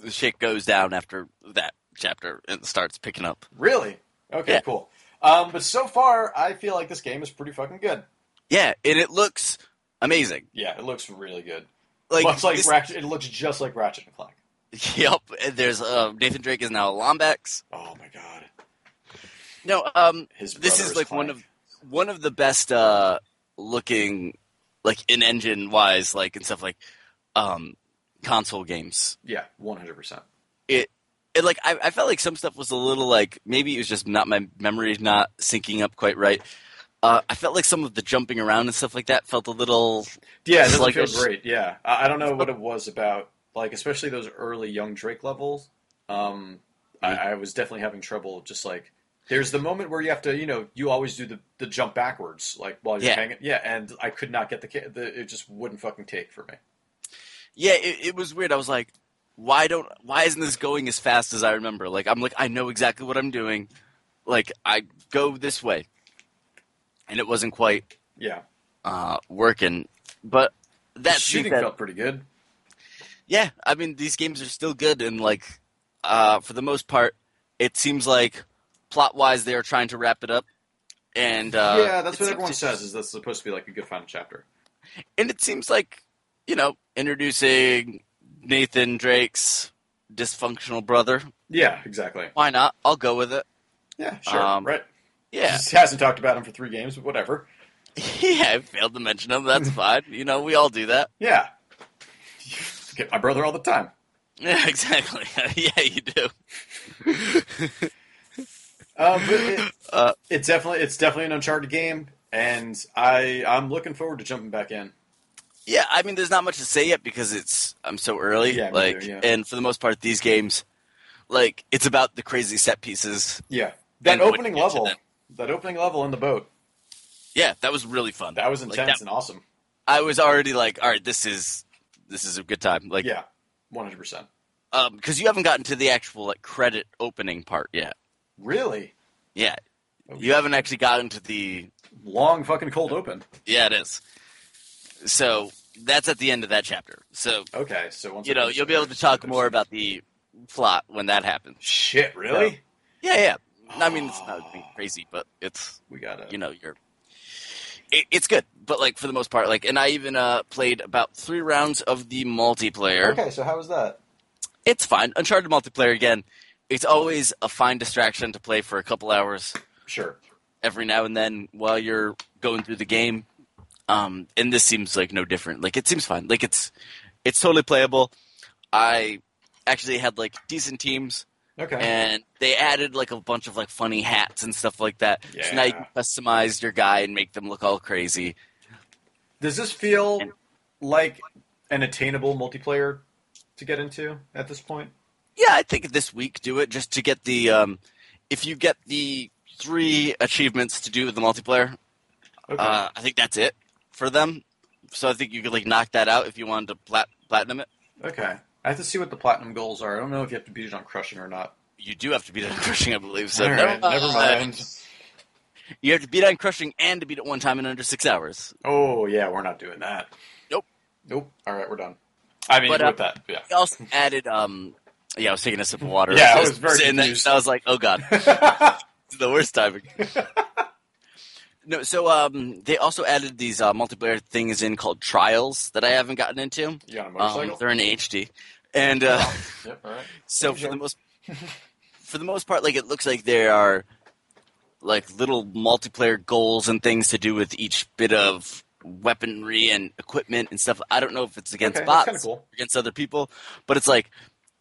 A: the shit goes down after that chapter and starts picking up.
B: Really? Okay,
A: Yeah.
B: cool. Um, but so far, I feel like this game is pretty fucking good.
A: Yeah, and it looks amazing.
B: Yeah, it looks really good.
A: Like,
B: Much like
A: this-
B: Ratchet, it looks just like Ratchet and Clank.
A: yep. and There's uh, Nathan Drake is now a Lombax.
B: Oh my god,
A: No, um,
B: his
A: This
B: brother
A: is like one
B: Clank.
A: one of the best uh looking like in engine wise like and stuff like um console games
B: yeah, one hundred percent.
A: it like I, I felt like some stuff was a little like maybe it was just not my memory's not syncing up quite right uh, I felt like some of the jumping around and stuff like that felt a little
B: Yeah, it doesn't
A: Sluggish.
B: feel great. Yeah, I, I don't know what it was about, like especially those early young Drake levels. Um,
A: Mm-hmm.
B: I, I was definitely having trouble. Just like there's the moment where you have to, you know, you always do the, the jump backwards, like while you're
A: Yeah.
B: hanging. Yeah, and I could not get the, ca- the it just wouldn't fucking take for me.
A: yeah it, it was weird I was like why don't why isn't this going as fast as I remember like I'm like I know exactly what I'm doing like I go this way and it wasn't quite
B: Yeah,
A: uh, working. But
B: The
A: that
B: shooting
A: shooting, that,
B: felt pretty good.
A: yeah, I mean these games are still good, and like uh, for the most part, it seems like plot wise they are trying to wrap it up. And uh,
B: yeah,
A: it
B: that's what
A: seems-
B: everyone says. Is that's supposed to be like a good final chapter?
A: And it seems like you know introducing Nathan Drake's dysfunctional brother.
B: Yeah, exactly.
A: Why not? I'll go with it.
B: Yeah, sure.
A: Um,
B: right.
A: Yeah,
B: Just hasn't talked about him for three games, but whatever.
A: yeah. I failed to mention him. That's fine. You know, we all do that.
B: Yeah, get my brother all the time.
A: Yeah, exactly. yeah, you do.
B: Um, but it,
A: Uh,
B: it definitely it's definitely an Uncharted game, and I I'm looking forward to jumping back in.
A: Yeah, I mean, there's not much to say yet because it's I'm so early.
B: Yeah, me
A: like,
B: too, yeah.
A: and for the most part, these games, like, it's about the crazy set pieces.
B: Yeah, that
A: And when
B: opening
A: you get to
B: level,
A: that-
B: that opening level in the boat,
A: Yeah, that was really fun.
B: that was
A: Like,
B: intense
A: that-
B: and awesome.
A: I was already like, all right, this is this is a good time. Like, um,
B: yeah, 100. percent
A: because you haven't gotten to the actual like credit opening part yet.
B: Really?
A: Yeah.
B: Oh,
A: You haven't actually gotten to the.
B: Long fucking cold open.
A: Yeah, it is. So that's at the end of that chapter. So
B: Okay, so once
A: you
B: I
A: know
B: finish
A: you'll
B: it,
A: be able to
B: there's-
A: talk
B: there's-
A: more about the plot when that happens.
B: Shit, really?
A: Yeah, yeah. I mean, it's not anything crazy, but it's
B: We gotta.
A: you know you're. It, it's good, but like for the most part, like, and I even uh played about three rounds of the multiplayer.
B: Okay, so how was that?
A: It's fine. Uncharted multiplayer again. It's always a fine distraction to play for a couple hours
B: Sure.
A: every now and then while you're going through the game. Um, and this seems like no different. Like it seems fine. Like it's it's totally playable. I actually had like decent teams,
B: Okay.
A: and they added like a bunch of like funny hats and stuff like that. So now you
B: Yeah.
A: can customize your guy and make them look all crazy.
B: Does this feel like an attainable multiplayer to get into at this point?
A: Yeah, I think this week do it just to get the um, if you get the three achievements to do with the multiplayer,
B: Okay.
A: Uh, I think that's it for them. So I think you could like knock that out if you wanted to plat- platinum it.
B: okay. I have to see what the platinum goals are. I don't know if you have to beat it on crushing or not.
A: You do have to beat on crushing, I believe. So
B: All right, never mind.
A: You have to beat on crushing and to beat it one time in under six hours.
B: Oh yeah, we're not doing that.
A: Nope.
B: Nope. All right, we're done. I mean,
A: But, uh,
B: with that, yeah.
A: We also added. um Yeah, I was taking a sip of water.
B: Yeah, I
A: So
B: was very
A: saying that,
B: confused.
A: I was like, oh god, it's the worst timing. no, so um they also added these uh, multiplayer things in called trials that I haven't gotten into.
B: you on a
A: Um,
B: motorcycle? Oh.
A: they're in HD, and. uh
B: yep. All right.
A: So for
B: Sure.
A: the most for the most part, like it looks like there are like little multiplayer goals and things to do with each bit of weaponry and equipment and stuff. I don't know if it's against
B: Okay, that's
A: bots
B: kinda cool.
A: or against other people, but it's like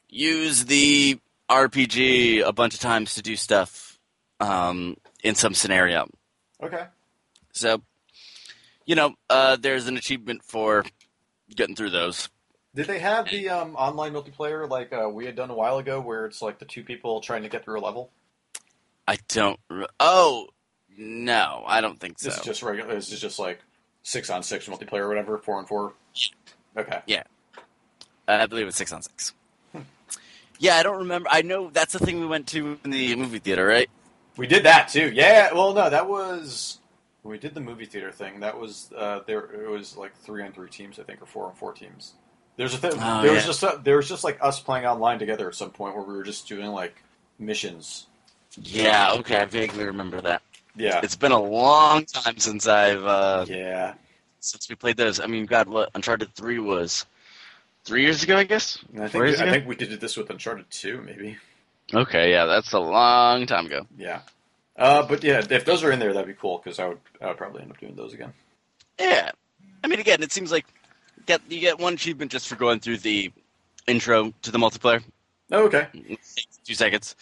A: use the RPG a bunch of times to do stuff um, in some scenario.
B: Okay.
A: So you know, uh, there's an achievement for getting through those.
B: Did they have the um, online multiplayer like uh, we had done a while ago, where it's like the two people trying to get through a level?
A: I don't. Re- oh no, I don't think so.
B: This is just regular. This is just like six on six multiplayer, or whatever, four on four. Okay.
A: Uh, I believe it's six on six. Yeah, I don't remember. I know that's the thing we went to in the movie theater, right?
B: We did that too. Yeah. Well, no, that was when we did the movie theater thing. That was uh, there. It was like three on three teams, I think, or four on four teams. There's a thing.
A: Oh,
B: there was
A: yeah.
B: just a, there was just like us playing online together at some point where we were just doing like missions.
A: Yeah. Okay, I vaguely remember that.
B: Yeah.
A: It's been a long time since I've uh,
B: yeah.
A: since we played those. I mean, God, what Uncharted Three was three years ago, I guess.
B: And I
A: Four
B: think
A: years
B: I
A: ago?
B: think we did this with Uncharted two, maybe.
A: Okay, yeah, that's a long time ago.
B: Yeah. Uh, but yeah, if those are in there, that'd be cool because I would I would probably end up doing those again.
A: Yeah. I mean, again, it seems like get you get one achievement just for going through the intro to the multiplayer.
B: Oh, okay.
A: takes two seconds.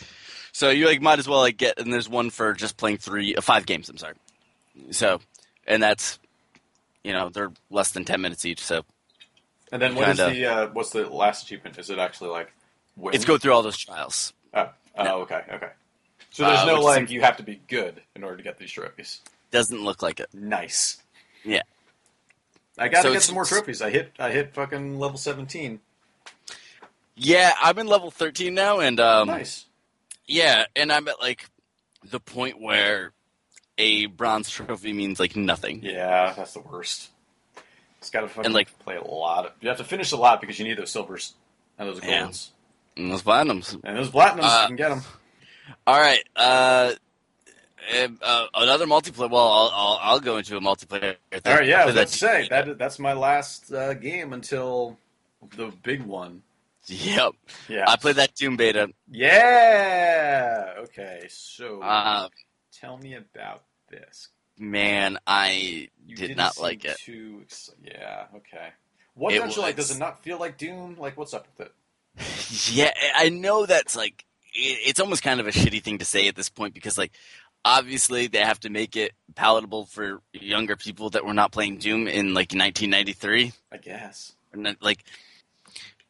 A: So you like might as well like get and there's one for just playing three uh, five games. I'm sorry. So and that's you know they're less than ten minutes each. So
B: And then what is
A: Kinda.
B: the uh, what's the last achievement? Is it actually like win?
A: it's go through all those trials.
B: Oh,
A: No.
B: oh okay, okay. So there's
A: Uh,
B: no
A: which
B: like
A: seems-
B: you have to be good in order to get these trophies.
A: Doesn't look like it.
B: Nice.
A: Yeah.
B: I gotta
A: So
B: get
A: it's-
B: some more trophies. I hit I hit fucking level seventeen.
A: Yeah, I'm in level thirteen now, and um,
B: nice.
A: yeah, and I'm at like the point where a bronze trophy means like nothing.
B: Yeah, that's the worst. It's gotta fucking
A: And, like-
B: play a lot. Of, you have to finish a lot because you need those silvers and those
A: Yeah.
B: golds
A: And those platinums.
B: and those platinums.
A: Uh,
B: you can get them.
A: All right. Uh, eh, uh, another multiplayer. Well, I'll, I'll I'll go into a multiplayer.
B: All right, yeah. I was
A: That-
B: about to say that that's my last uh, game until the big one.
A: Yep.
B: Yeah.
A: I played that Doom beta.
B: yeah. Okay. So
A: Uh,
B: tell me about this.
A: man, I
B: You
A: did
B: didn't
A: not
B: seem
A: like it.
B: Too ex- yeah, okay. What
A: It
B: don't you like?
A: was-
B: Does it not feel like Doom? Like, what's up with it?
A: Yeah, I know that's like it, it's almost kind of a shitty thing to say at this point because like obviously they have to make it palatable for younger people that were not playing Doom in like 1993
B: I guess.
A: and then, like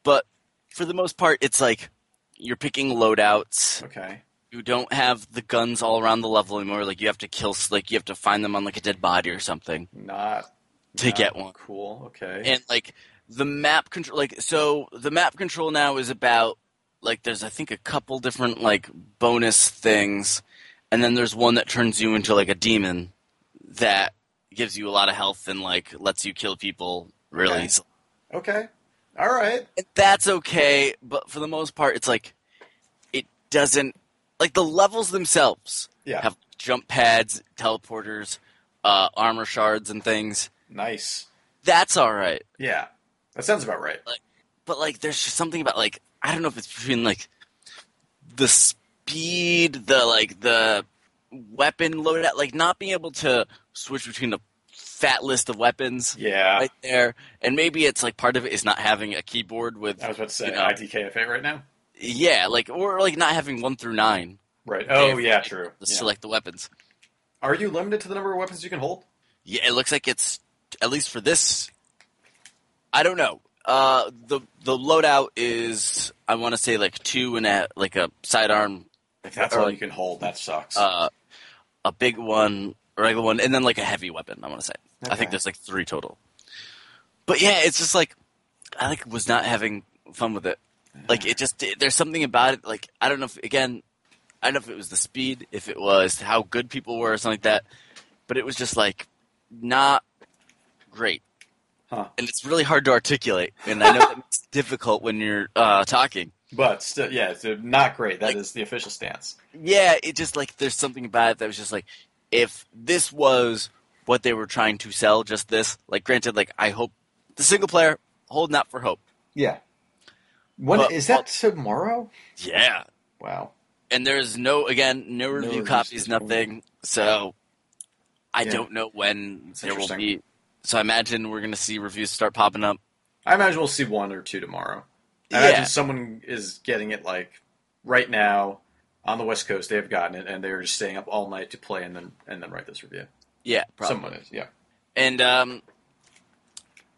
A: but for the most part it's like you're picking loadouts.
B: Okay.
A: You don't have the guns all around the level anymore. Like you have to kill like you have to find them on like a dead body or something
B: Not.
A: to
B: not
A: get one.
B: Cool. Okay.
A: and like the map control like so the map control now is about like there's i think a couple different like bonus things and then there's one that turns you into like a demon that gives you a lot of health and like lets you kill people really
B: Okay. Okay. All right.
A: and that's okay but for the most part it's like it doesn't like the levels themselves
B: Yeah.
A: have jump pads teleporters uh, armor shards and things
B: nice.
A: that's all right
B: Yeah. That sounds about right.
A: but like there's just something about like i don't know if it's between like the speed the like the weapon loadout like not being able to switch between the fat list of weapons
B: Yeah.
A: right there and maybe it's like part of it is not having a keyboard with
B: I was about to say
A: you know.
B: IDKFA right now.
A: yeah like or like not having one through nine
B: Right. Oh
A: If-
B: yeah, true.
A: to
B: Yeah.
A: select the weapons
B: Are you limited to the number of weapons you can hold?
A: yeah it looks like it's at least for this i don't know uh the the loadout is i want to say like two and a like a sidearm
B: If that's
A: Or
B: all
A: like-
B: you can hold, that sucks.
A: uh, a big one, a regular one, and then like a heavy weapon. I want to say. I
B: Okay.
A: think there's like three total. But yeah, it's just like I like was not having fun with it. Like it just there's something about it. Like I don't know if again, I don't know if it was the speed, if it was how good people were or something like that. But it was just like not great.
B: Huh.
A: And it's really hard to articulate, and I know that makes it difficult when you're uh, talking.
B: but still, yeah, it's uh, not great. That is
A: Like-
B: the official stance.
A: yeah, it just like there's something about it that was just like if this was what they were trying to sell, just this. Like, granted, like I hope the single player holding out for hope.
B: Yeah. When is
A: But-
B: that tomorrow?
A: Yeah,
B: Wow.
A: and there's no again no review
B: reviews
A: copies,
B: this morning.
A: nothing. So I
B: Yeah.
A: don't know when
B: That's
A: there will
B: interesting.
A: be. So I imagine we're gonna see reviews start popping up.
B: I imagine we'll see one or two tomorrow. I
A: Yeah.
B: imagine someone is getting it like right now on the West Coast. They've gotten it, and they're just staying up all night to play and then and then write this review.
A: Yeah, probably.
B: Someone is, yeah.
A: and um,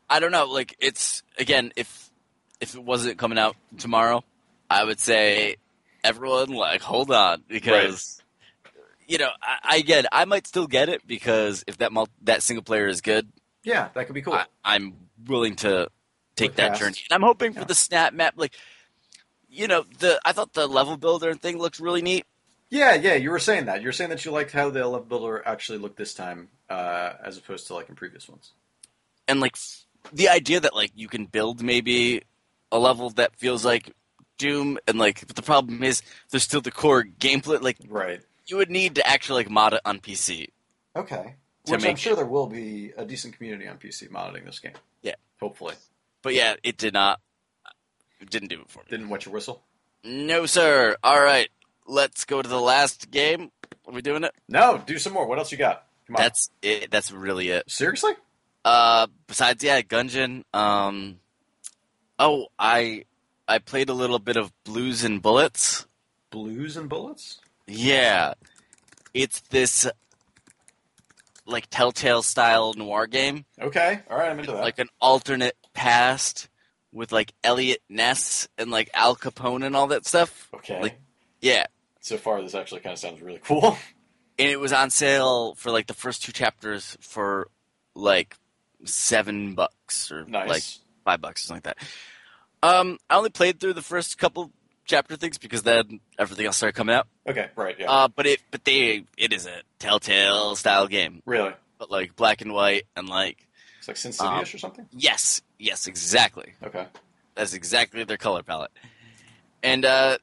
A: I don't know. Like it's again, if if it wasn't coming out tomorrow, I would say everyone like hold on because you know I, I get it. I might still get it because if that mul- that single player is good,
B: Yeah, that could be cool.
A: I, I'm willing to take
B: Look
A: that
B: past.
A: journey. And I'm hoping
B: Yeah.
A: for the snap map, like. You know, the I thought the level builder thing looked really neat.
B: Yeah, yeah, you were saying that. You were saying that you liked how the level builder actually looked this time, uh, as opposed to like in previous ones.
A: and like f- the idea that like you can build maybe a level that feels like Doom, and like but the problem is there's still the core gameplay. Like
B: Right.
A: you would need to actually like mod it on PC.
B: Okay.
A: To
B: Which I'm
A: make-
B: sure there will be a decent community on PC monitoring this game.
A: Yeah.
B: Hopefully.
A: But yeah, it did not. uh, It didn't do it for me.
B: Didn't wet your whistle?
A: No, sir. All right, let's go to the last game. Are we doing it?
B: No, do some more. What else you got? Come on.
A: That's it. That's really it.
B: Seriously?
A: Uh, besides, yeah, Gungeon. Um, oh, I I played a little bit of Blues and Bullets.
B: Blues and bullets?
A: Yeah. It's this like telltale style noir game.
B: Okay. All right, I'm into that.
A: Like an alternate past with like Elliot Ness and like Al Capone and all that stuff.
B: okay.
A: like- Yeah.
B: so far, this actually kind of sounds really cool.
A: And it was on sale for like the first two chapters for like seven bucks or
B: nice.
A: like five bucks or something like that. Um I only played through the first couple chapter things because then everything else started coming out.
B: okay, right, yeah.
A: Uh but it but they it is a telltale style game.
B: really?
A: But like black and white and like
B: It's like Sin City
A: uh-huh.
B: ish or something?
A: Yes, yes, exactly.
B: Okay.
A: That's exactly their color palette. And uh,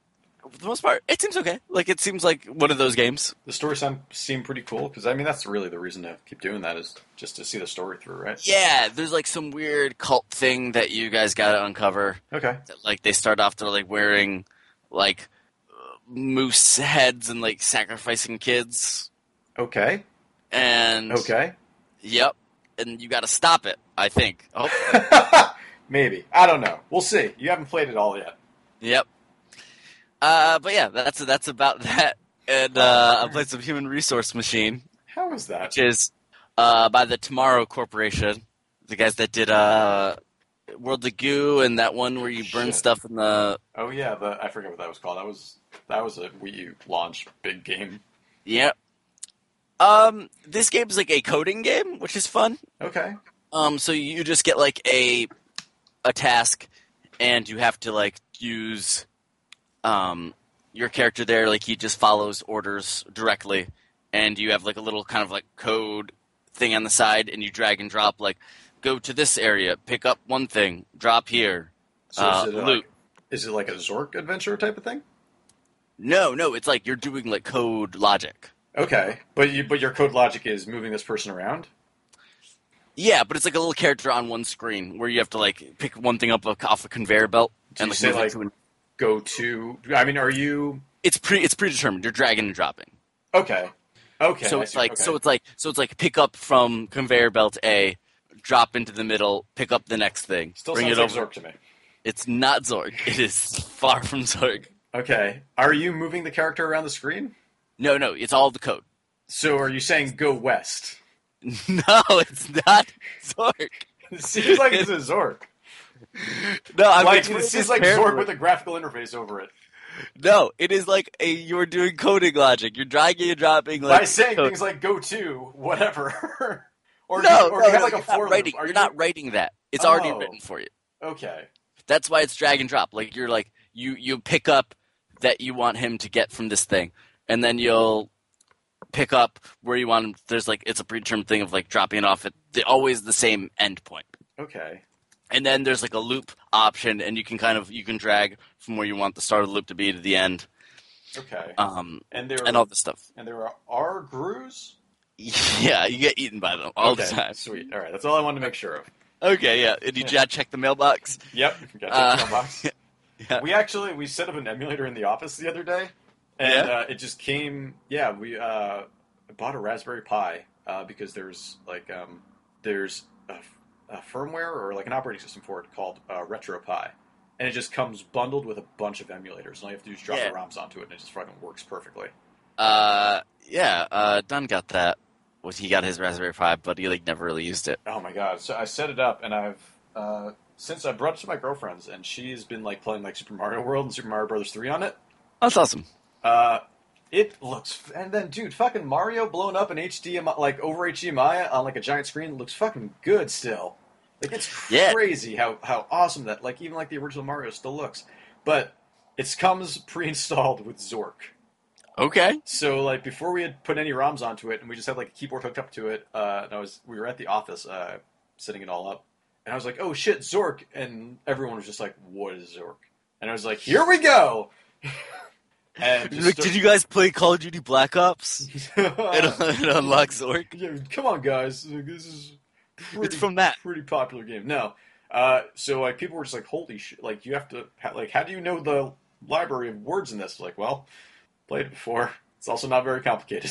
A: for the most part, it seems okay. Like it seems like one of those games.
B: The story sound, seemed pretty cool because, I mean, that's really the reason to keep doing that is just to see the story through, right?
A: Yeah, there's like some weird cult thing that you guys got to uncover.
B: Okay.
A: That, like they start off to like wearing like uh, moose heads and like sacrificing kids.
B: Okay.
A: And
B: Okay.
A: yep. And you got to stop it. I think. Oh,
B: Maybe. I don't know. We'll see. You haven't played it all yet.
A: Yep. Uh, but yeah, that's that's about that. And uh, I played some Human Resource Machine,
B: How is that?
A: which is uh, by the Tomorrow Corporation, the guys that did uh, World of Goo and that one where you burn
B: Shit.
A: stuff in the
B: Oh yeah, the I forget what that was called. That was that was a Wii U launch big game.
A: yep. Um, this game's like a coding game, which is fun.
B: Okay.
A: Um, so you just get like a a task, and you have to like use um your character there, like he just follows orders directly, and you have like a little kind of like code thing on the side, and you drag and drop like go to this area, pick up one thing, drop here.
B: So
A: Uh,
B: is, it like,
A: loot.
B: is it like a Zork adventure type of thing?
A: No, no, it's like you're doing like code logic.
B: Okay, but you but your code logic is moving this person around.
A: Yeah, but it's like a little character on one screen where you have to like pick one thing up off a conveyor belt
B: Do you
A: and like,
B: say,
A: move
B: like-
A: it to an...
B: Go to. I mean, are you
A: it's pre it's predetermined. You're dragging and dropping.
B: okay? Okay.
A: so
B: I
A: it's
B: see.
A: like
B: Okay.
A: so it's like so it's like pick up from conveyor belt A, drop into the middle, pick up the next thing,
B: still
A: bring
B: sounds
A: it
B: like
A: over.
B: Zork to me.
A: It's not Zorg. It is far from Zorg.
B: Okay. Are you moving the character around the screen?
A: No, no, it's all the code.
B: So are you saying go west?
A: No, it's not Zorg.
B: It seems like it's a Zork.
A: No, I'm
B: like
A: explaining
B: it
A: this
B: seems like
A: parallel.
B: Zork with a graphical interface over it.
A: No, it is like a you're doing coding logic. You're dragging and dropping like
B: By saying
A: code.
B: things like go to whatever, or do
A: no,
B: you, or
A: no,
B: do you have
A: no,
B: like a
A: you're
B: for
A: not writing.
B: loop? Are
A: You're
B: you
A: not writing that. It's already
B: Oh.
A: written for you.
B: okay?
A: That's why it's drag and drop. Like you're like you you pick up that you want him to get from this thing, and then you'll pick up where you want him. There's like it's a predetermined thing of like dropping it off at the, always the same end point.
B: Okay.
A: And then there's like a loop option, and you can kind of you can drag from where you want the start of the loop to be to the end,
B: Okay.
A: um,
B: And there
A: and all this stuff.
B: and there are R Grews.
A: Yeah, you get eaten by them all
B: okay,
A: the time.
B: Sweet. All right, that's all I wanted to make sure of.
A: Okay, yeah. And you
B: Yeah.
A: check the mailbox.
B: Yep. Got
A: Uh,
B: that mailbox.
A: yeah.
B: We actually we set up an emulator in the office the other day, and
A: Yeah?
B: uh, it just came. Yeah, we uh, bought a Raspberry Pi uh, because there's like um, there's a, a firmware or like an operating system for it called uh, RetroPie, and it just comes bundled with a bunch of emulators. And all you have to do is drop
A: Yeah.
B: the ROMs onto it, and it just fucking works perfectly.
A: Uh, yeah, uh, Dunn got that. Well, he got his Raspberry Pi, but he like never really used it.
B: Oh my god! So I set it up, and I've uh, since I brought it to my girlfriend's, and she's been like playing like Super Mario World and Super Mario Brothers three on it.
A: That's awesome.
B: Uh, it looks, and then dude, fucking Mario blown up in HDMI, like over HDMI on like a giant screen, looks fucking good still. Like it's
A: Yeah.
B: crazy how how awesome that like even like the original Mario still looks, but it comes pre-installed with Zork.
A: Okay.
B: So like before we had put any ROMs onto it, and we just had like a keyboard hooked up to it. Uh, and I was we were at the office uh, setting it all up, and I was like, "Oh shit, Zork!" And everyone was just like, "What is Zork?" And I was like, "Here we go." and just
A: Look,
B: start-
A: did you guys play Call of Duty Black Ops? It, it unlocks Zork.
B: Yeah, come on, guys. Like, This is pretty,
A: It's from that.
B: pretty popular game. No, uh, so like people were just like, "Holy shit!" Like you have to ha- like, how do you know the library of words in this? Like, well, played it before. It's also not very complicated.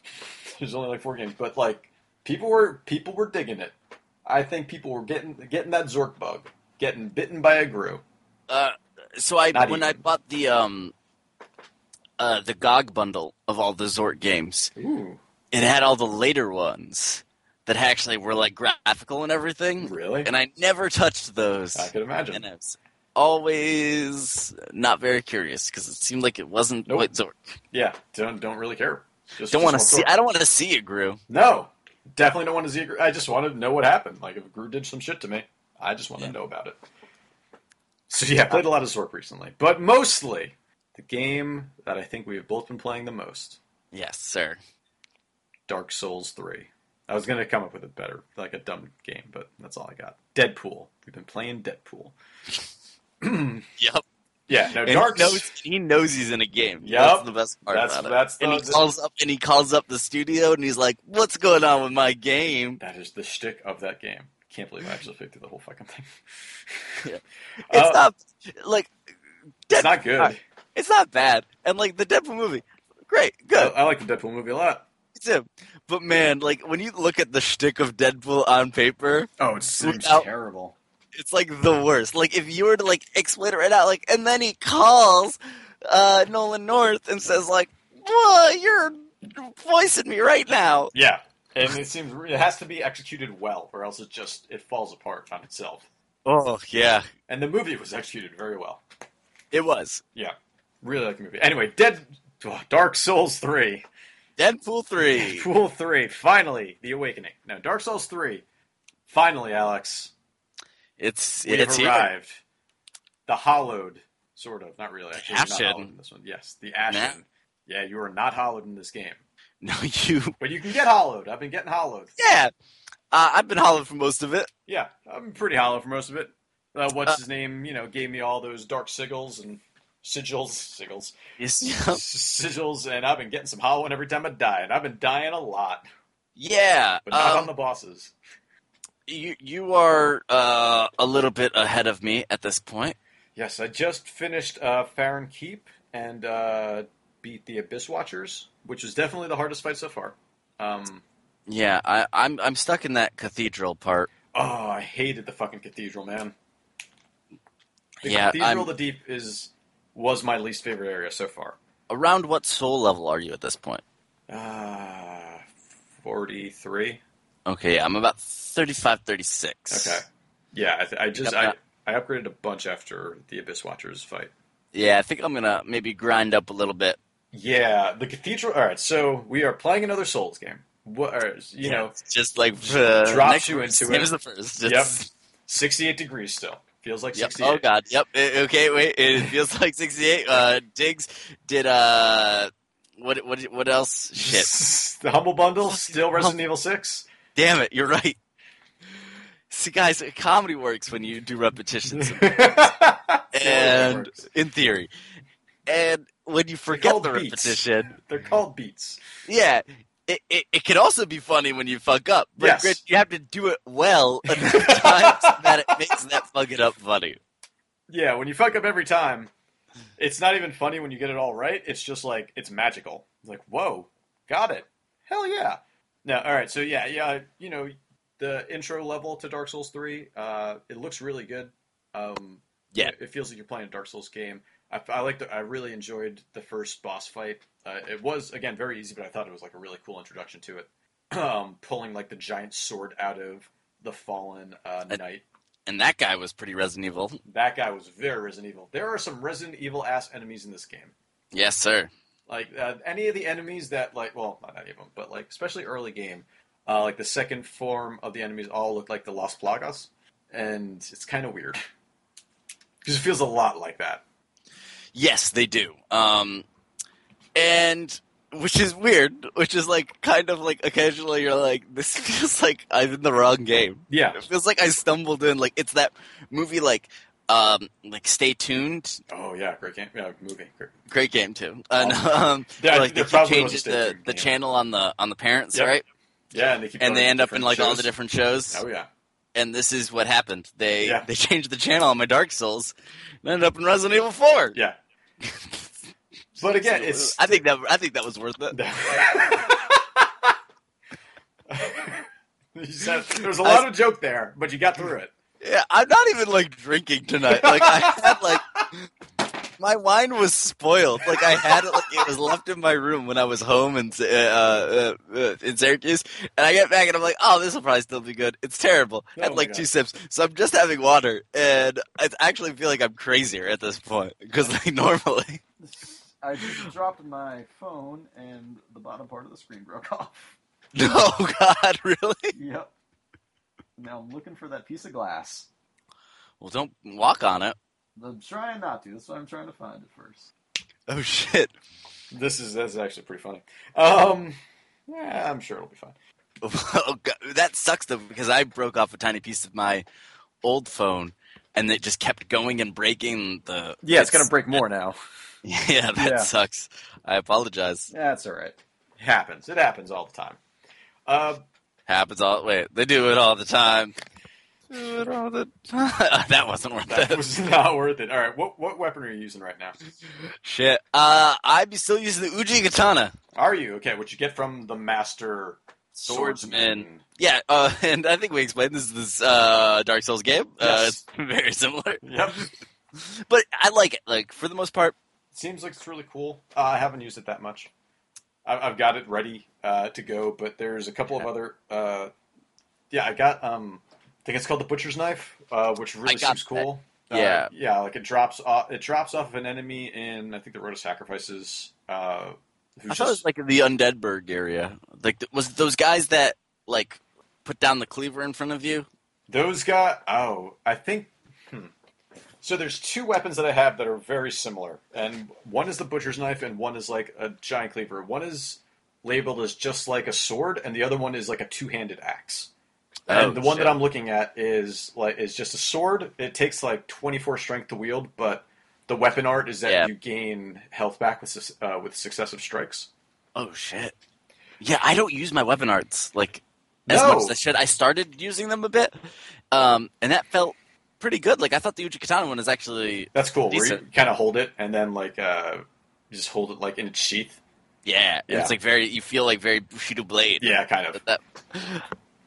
B: There's only like four games, but like people were people were digging it. I think people were getting getting that Zork bug, getting bitten by a Gru.
A: Uh, so I
B: Not
A: when
B: even.
A: I bought the um, uh, the GOG bundle of all the Zork games,
B: Ooh,
A: it had all the later ones that actually were like graphical and everything,
B: really?
A: and I never touched those.
B: I could imagine.
A: and I was always not very curious because it seemed like it wasn't
B: Nope.
A: what Zork.
B: yeah, don't don't really care. Just
A: Don't want
B: just
A: to
B: want
A: see.
B: Zork.
A: I don't want to see it, Gru.
B: No, definitely don't want to see. I just want to know what happened. Like if Gru did some shit to me, I just want
A: Yeah.
B: to know about it. So yeah, I played a lot of Zork recently, but mostly the game that I think we've both been playing the most,
A: Yes, sir.
B: Dark Souls Three. I was gonna come up with a better, like a dumb game, but that's all I got. Deadpool. We've been playing Deadpool.
A: Yep.
B: Yeah, no,
A: And he
B: Dark.
A: knows. He knows he's in a game.
B: Yep.
A: That's the best part
B: That's
A: about it.
B: that's
A: And
B: the,
A: he calls up and he calls up the studio and he's like, "What's going on with my game?"
B: that is the shtick of that game. Can't believe I actually played through the whole fucking thing.
A: Yeah.
B: Uh,
A: It's not like
B: it's not good.
A: Alright, it's not bad. And like the Deadpool movie, great,
B: I,
A: good.
B: I like the Deadpool movie a lot.
A: It's him. But man, like when you look at the shtick of Deadpool on paper,
B: Oh, it
A: seems
B: terrible.
A: It's like the worst. Like if you were to like explain it right out, like and then he calls uh Nolan North and says like, "Whoa, you're voicing me right now."
B: Yeah, and it seems it has to be executed well, or else it just it falls apart on itself.
A: Oh yeah,
B: And the movie was executed very well.
A: it was
B: Really like the movie. Anyway, Dead oh, Dark Souls three,
A: Deadpool three.
B: Pool three, finally the Awakening. No, Dark Souls three, finally, Alex,
A: It's
B: we
A: it's
B: have
A: here.
B: arrived. The Hollowed Sort of, not really. Actually,
A: Ashen.
B: You're not hollowed in this one. Yes, the Ashen. Yeah, you are not hollowed in this game,
A: No, you.
B: but you can get hollowed. I've been getting hollowed.
A: Yeah. Uh, I've been hollowed for most of it.
B: Yeah, I'm pretty hollow for most of it. Uh, what's his name? You know, gave me all those dark sigils and sigils, sigils,
A: Yes.
B: sigils, and I've been getting some hollowing every time I die, and I've been dying a lot,
A: Yeah.
B: but not
A: um,
B: on the bosses.
A: you you are uh, a little bit ahead of me at this point.
B: Yes, I just finished uh, Farron Keep and uh, beat the Abyss Watchers, which was definitely the hardest fight so far. Um,
A: Yeah, I, I'm I'm stuck in that cathedral part.
B: oh, I hated the fucking cathedral, man. The
A: yeah,
B: cathedral,
A: I'm,
B: the deep is was my least favorite area so far.
A: around what soul level are you at this point?
B: Uh, forty-three.
A: Okay, yeah, I'm about 35, 36.
B: Okay. Yeah, I, th- I just I,
A: Yep.
B: I upgraded a bunch after the Abyss Watchers fight.
A: Yeah, I think I'm gonna maybe grind up a little bit.
B: Yeah, the cathedral. All right, so we are playing another Souls game. What are,
A: Yeah,
B: you know,
A: it's just like uh,
B: drops
A: next
B: you
A: verse,
B: into
A: same
B: it.
A: as the first.
B: Yep.
A: It's-
B: sixty-eight degrees still feels like
A: Yep.
B: sixty-eight.
A: Oh God. Yep. It- okay. Wait. It feels like sixty-eight. Uh, Diggs did. Uh, what? What? What else? Shit.
B: the Humble Bundle
A: Fucking
B: still Resident Evil Six.
A: Damn it. You're right. See, guys, comedy works when you do repetitions, and in theory, and when you forget
B: called
A: the
B: beats.
A: repetition,
B: they're called beats.
A: yeah. It, it, it can also be funny when you fuck up, but
B: Yes.
A: granted, you have to do it well enough times that it makes that fucking up funny.
B: Yeah, when you fuck up every time, it's not even funny when you get it all right. It's just like it's magical. It's like, whoa, got it. Hell yeah. No, all right. So yeah, yeah. You know, the intro level to Dark Souls three, uh, it looks really good. Um,
A: Yeah.
B: it feels like you're playing a Dark Souls game. I, I like. I really enjoyed the first boss fight. Uh, it was again very easy, but I thought it was like a really cool introduction to it. um, pulling like the giant sword out of the fallen uh,
A: Uh,
B: knight.
A: And that guy was pretty Resident Evil.
B: That guy was very Resident Evil. There are some Resident Evil ass enemies in this game.
A: Yes, sir.
B: Like uh, any of the enemies that like, well, not any of them, but like especially early game, uh, like the second form of the enemies all look like the Las Plagas, and it's kind of weird because it feels a lot like that.
A: Yes, they do. Um, and which is weird, which is like kind of like occasionally you're like, this feels like I'm in the wrong game.
B: Yeah.
A: It feels like I stumbled in. Like it's that movie, like um, like Stay Tuned,
B: Oh yeah, great game. Yeah, movie. Great.
A: great game too. And um,
B: Oh, Yeah,
A: like
B: there
A: they keep
B: probably was a
A: changing
B: Stay
A: the,
B: Tuned
A: the
B: game.
A: channel on the on the parents,
B: Yep.
A: right?
B: Yeah, and they keep
A: And they
B: going
A: end
B: to
A: up in like all the
B: shows.
A: different shows.
B: Oh yeah.
A: And this is what happened. They
B: Yeah.
A: they changed the channel on my Dark Souls, and ended up in Resident Evil Four.
B: Yeah. But again, it's
A: I think that I think that was worth it.
B: You said- There's a lot of joke there, but you got through it.
A: Yeah, I'm not even like drinking tonight. Like I had like my wine was spoiled. Like I had it like it was left in my room when I was home in uh, uh, uh, in Syracuse, and I get back and I'm like, oh, this will probably still be good. It's terrible. I
B: Oh
A: had
B: my
A: like
B: God.
A: two sips, so I'm just having water, and I actually feel like I'm crazier at this point because like normally.
C: I just dropped my phone and the bottom part of the screen broke off.
A: No Oh, God, really?
C: Yep. Now I'm looking for that piece of glass.
A: Well, don't walk on it.
C: I'm trying not to. That's why I'm trying to find it first.
A: Oh shit!
B: This is this is actually pretty funny. Um, yeah, I'm sure it'll be fine.
A: Oh, God. That sucks though because I broke off a tiny piece of my old phone, and it just kept going and breaking the.
B: break more now.
A: Yeah, that
B: Yeah.
A: sucks. I apologize.
B: That's all right. It happens. It happens all the time. Uh,
A: Happens all. Wait, they do it all the time. Do it all the time. that wasn't worth
B: that
A: it.
B: was not worth it. All right, what what weapon are you using right now?
A: Shit. Uh, I'd be still using the Uji Katana.
B: Are you okay? What you get from the master swordsman?
A: Yeah, uh, and I think we explained this is this uh, Dark Souls game. Uh,
B: Yes.
A: it's very similar,
B: Yep.
A: but I like it. Like for the most part,
B: Seems like it's really cool. Uh, I haven't used it that much. I- I've got it ready uh, to go, but there's a couple of other. Uh, yeah, I got. Um, I think it's called the butcher's knife, uh, which really
A: I got
B: seems cool.
A: that.
B: Uh,
A: Yeah.
B: yeah, like it drops off. It drops off of an enemy in I think the Road of Sacrifices. Uh, who's
A: I thought it was like the undead burg area. Like th- was it those guys that like put down the cleaver in front of you?
B: those got. Oh, I think. Hmm. So there's two weapons that I have that are very similar, and one is the butcher's knife, and one is like a giant cleaver. One is labeled as just like a sword, and the other one is like a two-handed axe. And
A: Oh,
B: the one
A: shit.
B: that I'm looking at is like is just a sword. It takes like 24 strength to wield, but the weapon art is that
A: Yeah.
B: you gain health back with sus- uh, with successive strikes.
A: Oh shit. Yeah, I don't use my weapon arts like as
B: No.
A: much as I should. I started using them a bit, um, and that felt pretty good. Like I thought the Uji Katana one is actually
B: That's cool. Where you
A: Decent.
B: kind of hold it and then like uh, just hold it like in its sheath.
A: yeah, and
B: Yeah.
A: It's like very you feel like very Bushido blade.
B: Yeah, kind of.
A: But that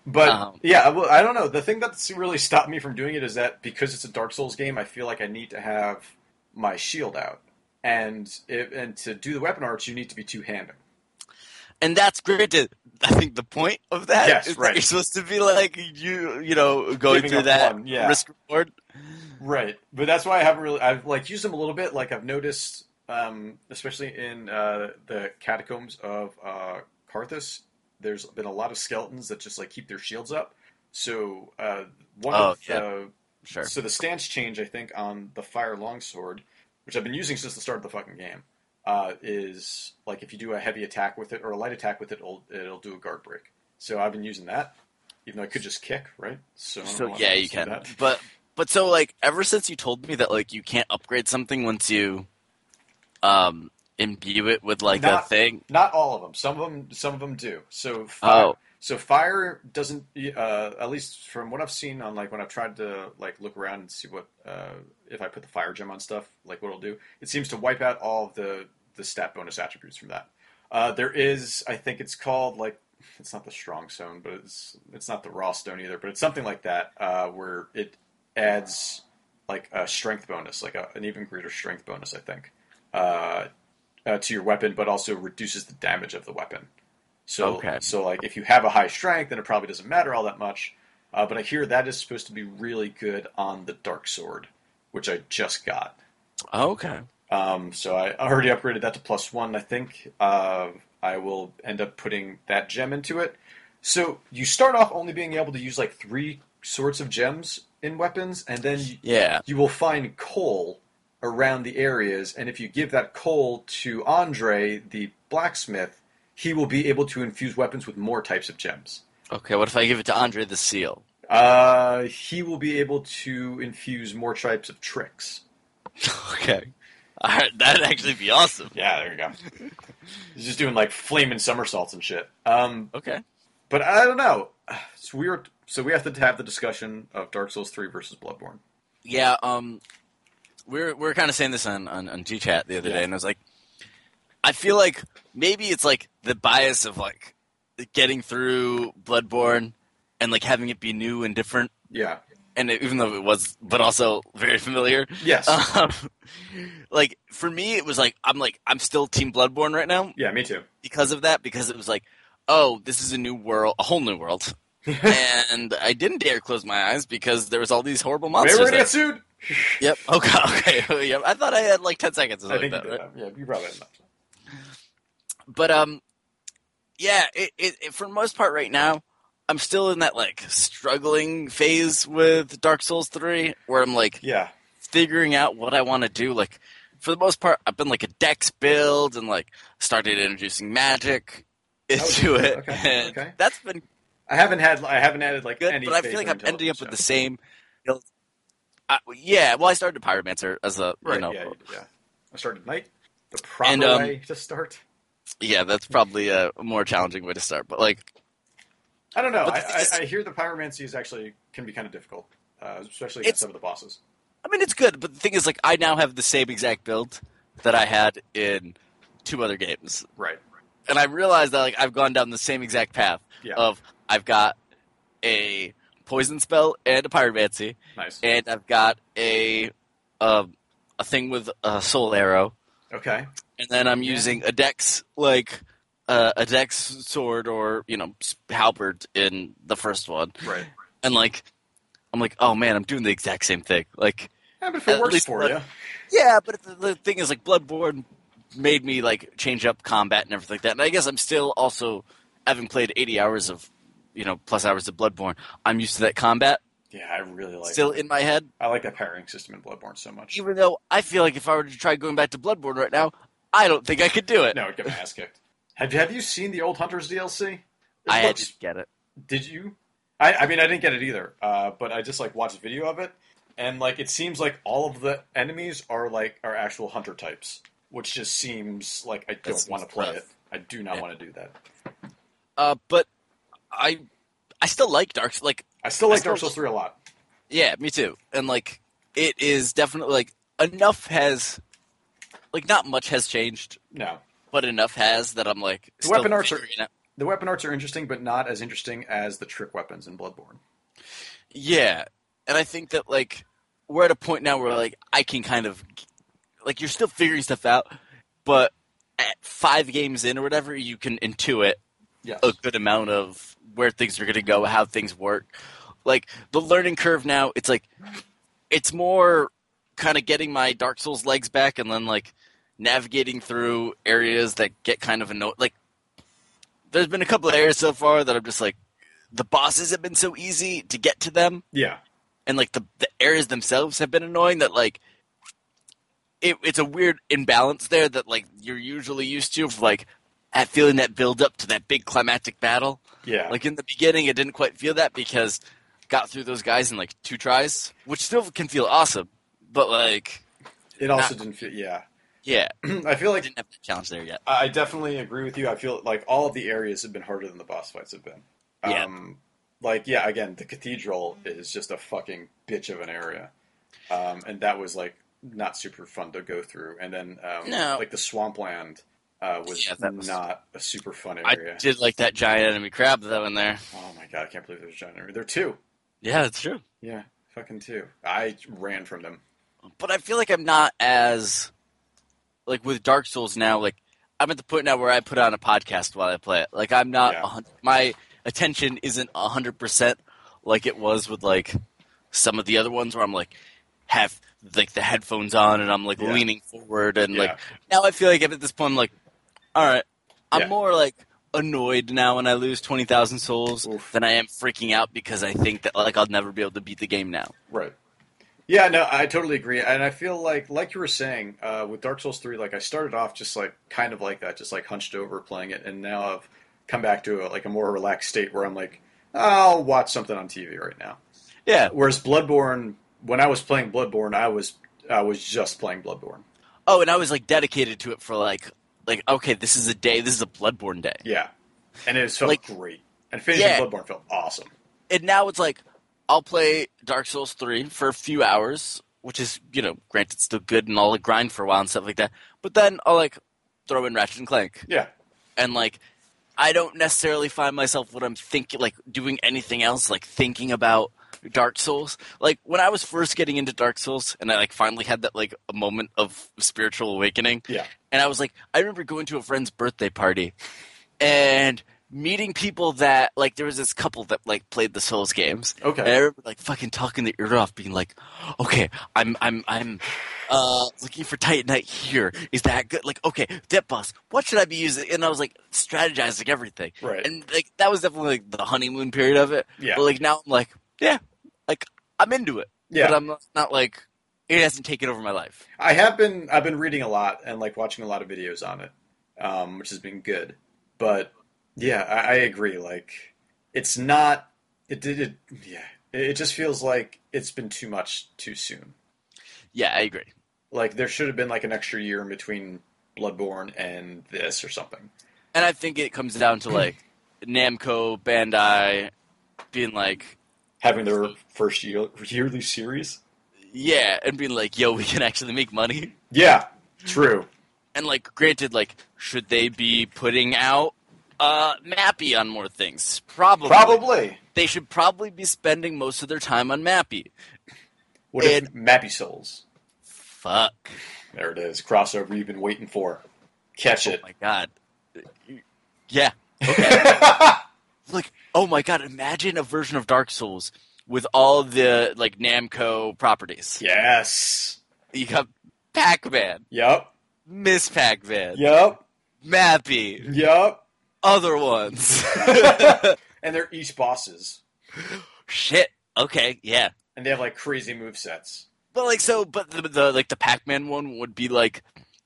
B: But
A: Um,
B: yeah, well, I don't know. The thing that's really stopped me from doing it is that because it's a Dark Souls game, I feel like I need to have my shield out, and it, and to do the weapon arts, you need to be two handed.
A: and that's great. To, I think the point of that
B: Yes,
A: is that
B: right.
A: you're supposed to be like you you know going
B: Giving
A: through
B: up
A: that
B: one, yeah.
A: risk reward.
B: Right, but that's why I haven't really. I've like used them a little bit. Like I've noticed, um, especially in uh, the catacombs of uh, Carthus, there's been a lot of skeletons that just like keep their shields up. So uh, one
A: Oh,
B: of uh,
A: yeah.
B: the
A: Sure.
B: So the stance change, I think, on the fire longsword, which I've been using since the start of the fucking game, uh, is like if you do a heavy attack with it or a light attack with it, it'll, it'll do a guard break. So I've been using that, even though I could just kick, right? So, I don't know
A: So
B: why
A: yeah,
B: I
A: you
B: said
A: can.
B: that.
A: But but so like ever since you told me that like you can't upgrade something once you um imbue it with like a
B: Not-
A: thing.
B: Not all of them. Some of them. Some of them do. So fire,
A: Oh,
B: so fire doesn't. Uh, at least from what I've seen on like when I've tried to like look around and see what uh, if I put the fire gem on stuff, like what it'll do. It seems to wipe out all of the the stat bonus attributes from that. Uh, there is, I think it's called like it's not the strong stone, but it's it's not the raw stone either, but it's something like that uh, where it adds like a strength bonus, like a, an even greater strength bonus, I think, uh, uh, to your weapon, but also reduces the damage of the weapon. So,
A: Okay.
B: so like if you have a high strength, then it probably doesn't matter all that much. Uh, but I hear that is supposed to be really good on the dark sword, which I just got.
A: oh, okay.
B: Um, so I I already upgraded that to plus one. I think uh, I will end up putting that gem into it. So you start off only being able to use like three sorts of gems in weapons, and then you,
A: Yeah.
B: you will find coal around the areas. And if you give that coal to Andre, the blacksmith, he will be able to infuse weapons with more types of gems.
A: Okay, what if I give it to Andre the Seal?
B: Uh, he will be able to infuse more types of tricks.
A: Okay. All right, that'd actually be awesome.
B: Yeah, there you go. He's just doing like flaming somersaults and shit. Um,
A: Okay.
B: but I don't know. It's weird. So we have to have the discussion of Dark Souls three versus Bloodborne.
A: Yeah, um we're we're kind of saying this on on, on G Chat the other
B: Yeah.
A: day and I was like I feel like maybe it's like the bias of like getting through Bloodborne and like having it be new and different
B: Yeah.
A: and it, even though it was but also very familiar
B: Yes.
A: um, like for me it was like i'm like i'm still team bloodborne right now
B: yeah. Me too.
A: because of that because it was like oh this is a new world a whole new world and i didn't dare close my eyes because there was all these horrible
B: Wait,
A: monsters
B: we're gonna
A: there.
B: get sued.
A: yep okay okay yep. i thought i had like 10 seconds or
B: I
A: something
B: think
A: like
B: you
A: that
B: did
A: right?
B: that. Yeah, you probably had enough.
A: but um yeah it, it, it for the most part right now i'm still in that like struggling phase with dark souls 3 where i'm like
B: Yeah.
A: figuring out what I want to do. Like for the most part, I've been like a dex build and like started introducing magic into
B: okay.
A: it.
B: Oh, Okay,
A: and
B: okay.
A: That's been
B: I haven't had. I haven't added like
A: good,
B: any.
A: but I
B: faith
A: feel like
B: or
A: I'm ending up
B: intelligence
A: with the same. build. I, yeah, well, I started pyromancer as a
B: yet. Right.
A: you know
B: yeah, you did, yeah. I started at night. The proper
A: And, um,
B: way to start.
A: yeah that's probably a more challenging way to start. But like
B: I don't know.
A: but
B: I,
A: the thing is-
B: I, I hear the pyromancy is actually can be kind of difficult, uh, especially
A: It's-
B: against some of the bosses.
A: I mean, it's good, but the thing is, like, I now have the same exact build that I had in two other games,
B: Right.
A: and I realized that like I've gone down the same exact path
B: Yeah.
A: of I've got a poison spell and a pyromancy,
B: nice.
A: and I've got a um, a thing with a soul arrow,
B: Okay.
A: and then I'm
B: Yeah.
A: using a dex like uh, a dex sword or you know s- halberd in the first one,
B: Right.
A: and like I'm like, oh man, I'm doing the exact same thing, like.
B: Yeah, but if it
A: At
B: works
A: least
B: for
A: let-
B: you,
A: Yeah, but the, the thing is, like, Bloodborne made me like change up combat and everything like that. And I guess I'm still also having played 80 hours of, you know, plus hours of Bloodborne. I'm used to that combat,
B: Oh, Yeah, I really like.
A: still in my head.
B: I like that powering system in Bloodborne so much.
A: Even though I feel like if I were to try going back to Bloodborne right now, I don't think I could do it.
B: No, I'd get my ass kicked. Have you Have you seen the old Hunters DLC? It
A: I had
B: looks-
A: to get it.
B: Did you? I, I mean, I didn't get it either, uh, but I just like watched video of it, and like it seems like all of the enemies are like are actual hunter types, which just seems like I don't
A: seems
B: want to play
A: rough.
B: it. I do not
A: Yeah.
B: want to do that.
A: Uh, but I, I still like Dark. Like
B: I still like
A: still-
B: Dark Souls three a lot.
A: Yeah, me too. And like, it is definitely like enough has, like, not much has changed,
B: No,
A: but enough has that I'm like,
B: The weapon
A: still
B: arts are-
A: figuring it out.
B: the weapon arts are interesting, but not as interesting as the trick weapons in Bloodborne.
A: Yeah, and I think that like we're at a point now where like I can kind of like you're still figuring stuff out, but at five games in or whatever, you can intuit
B: Yes,
A: a good amount of where things are going to go, how things work. Like the learning curve now, it's like it's more kind of getting my Dark Souls legs back and then like navigating through areas that get kind of annoying. Like there's been a couple of areas so far that I'm just like the bosses have been so easy to get to them
B: yeah,
A: and like the, the areas themselves have been annoying that like it, it's a weird imbalance there that like you're usually used to of like at feeling that build up to that big climactic battle
B: yeah.
A: like in the beginning, I didn't quite feel that because got through those guys in like two tries, which still can feel awesome. But like,
B: it also didn't feel. Yeah,
A: yeah,
B: I feel
A: I
B: like
A: didn't have the challenge there yet.
B: I I definitely agree with you. I feel like all of the areas have been harder than the boss fights have been.
A: Yeah.
B: Um, like, yeah, again, the cathedral is just a fucking bitch of an area. Um, and that was, like, not super fun to go through. And then, um,
A: No.
B: like, the swampland uh, was,
A: Yeah, that was-
B: not a super fun
A: I
B: area.
A: did like that giant enemy crab though in there.
B: Oh, my God, I can't believe there's a giant area. There are two.
A: Yeah, that's true.
B: Yeah, fucking two. I ran from them.
A: But I feel like I'm not as like with Dark Souls now. Like I'm at the point now where I put on a podcast while I play it. Like I'm not
B: Yeah.
A: a hun- my attention isn't hundred percent like it was with like some of the other ones where I'm like have like the headphones on and I'm like
B: Yeah.
A: leaning forward and
B: Yeah.
A: like now I feel like I'm at this point I'm like, all right, I'm
B: Yeah.
A: more like annoyed now when I lose twenty thousand souls
B: Oof.
A: than I am freaking out because I think that like I'll never be able to beat the game now.
B: Right. Yeah, no, I totally agree, and I feel like, like you were saying, uh, with Dark Souls three, like I started off just like kind of like that, just like hunched over playing it, and now I've come back to a, like a more relaxed state where I'm like, I'll watch something on TV right now.
A: Yeah.
B: Whereas Bloodborne, when I was playing Bloodborne, I was I was just playing Bloodborne.
A: Oh, and I was like dedicated to it for like like okay, this is a day, this is a Bloodborne day.
B: Yeah, and it felt
A: Like-
B: great, and finishing
A: Yeah.
B: Bloodborne felt awesome.
A: And now it's like I'll play Dark Souls 3 for a few hours, which is, you know, granted still good and I'll like, grind for a while and stuff like that. But then I'll like throw in Ratchet and Clank.
B: Yeah,
A: and like I don't necessarily find myself when I'm thinking like doing anything else like thinking about Dark Souls. Like when I was first getting into Dark Souls and I like finally had that like a moment of spiritual awakening
B: yeah,
A: and I was like I remember going to a friend's birthday party and meeting people that like there was this couple that like played the Souls games and I
B: okay,
A: remember like fucking talking the ear off, being like, "Okay, I'm I'm I'm uh, looking for Titanite here. Is that good? Like, okay, Dip Boss, what should I be using?" And I was like strategizing everything,
B: right,
A: and like that was definitely like the honeymoon period of it.
B: yeah,
A: But like now, I'm like, yeah, like I'm into it,
B: yeah.
A: but I'm not, not like it hasn't taken over my life.
B: I have been I've been reading a lot and like watching a lot of videos on it, um, which has been good. But yeah, I, I agree. Like it's not it did it yeah it, it just feels like it's been too much too soon.
A: Yeah, I agree.
B: Like there should have been like an extra year in between Bloodborne and this or something.
A: And I think it comes down to like Namco, Bandai, being like,
B: Having their first year, yearly series.
A: yeah, and being like, yo, we can actually make money.
B: Yeah, true.
A: and like granted like should they be putting out uh mappy on more things probably
B: Probably.
A: they should probably be spending most of their time on mappy
B: What if Mappy Souls?
A: fuck Oh
B: There it is. Crossover you've been waiting for. Catch
A: oh
B: it.
A: my god yeah like oh my god imagine a version of dark souls with all the like namco properties
B: yes.
A: you got pac-man
B: Yep.
A: miss pac-man
B: Yep.
A: mappy
B: Yep.
A: other ones
B: and they're each bosses.
A: shit Okay, yeah.
B: and they have like crazy move sets.
A: But like so, but the, the like the Pac-Man one would be like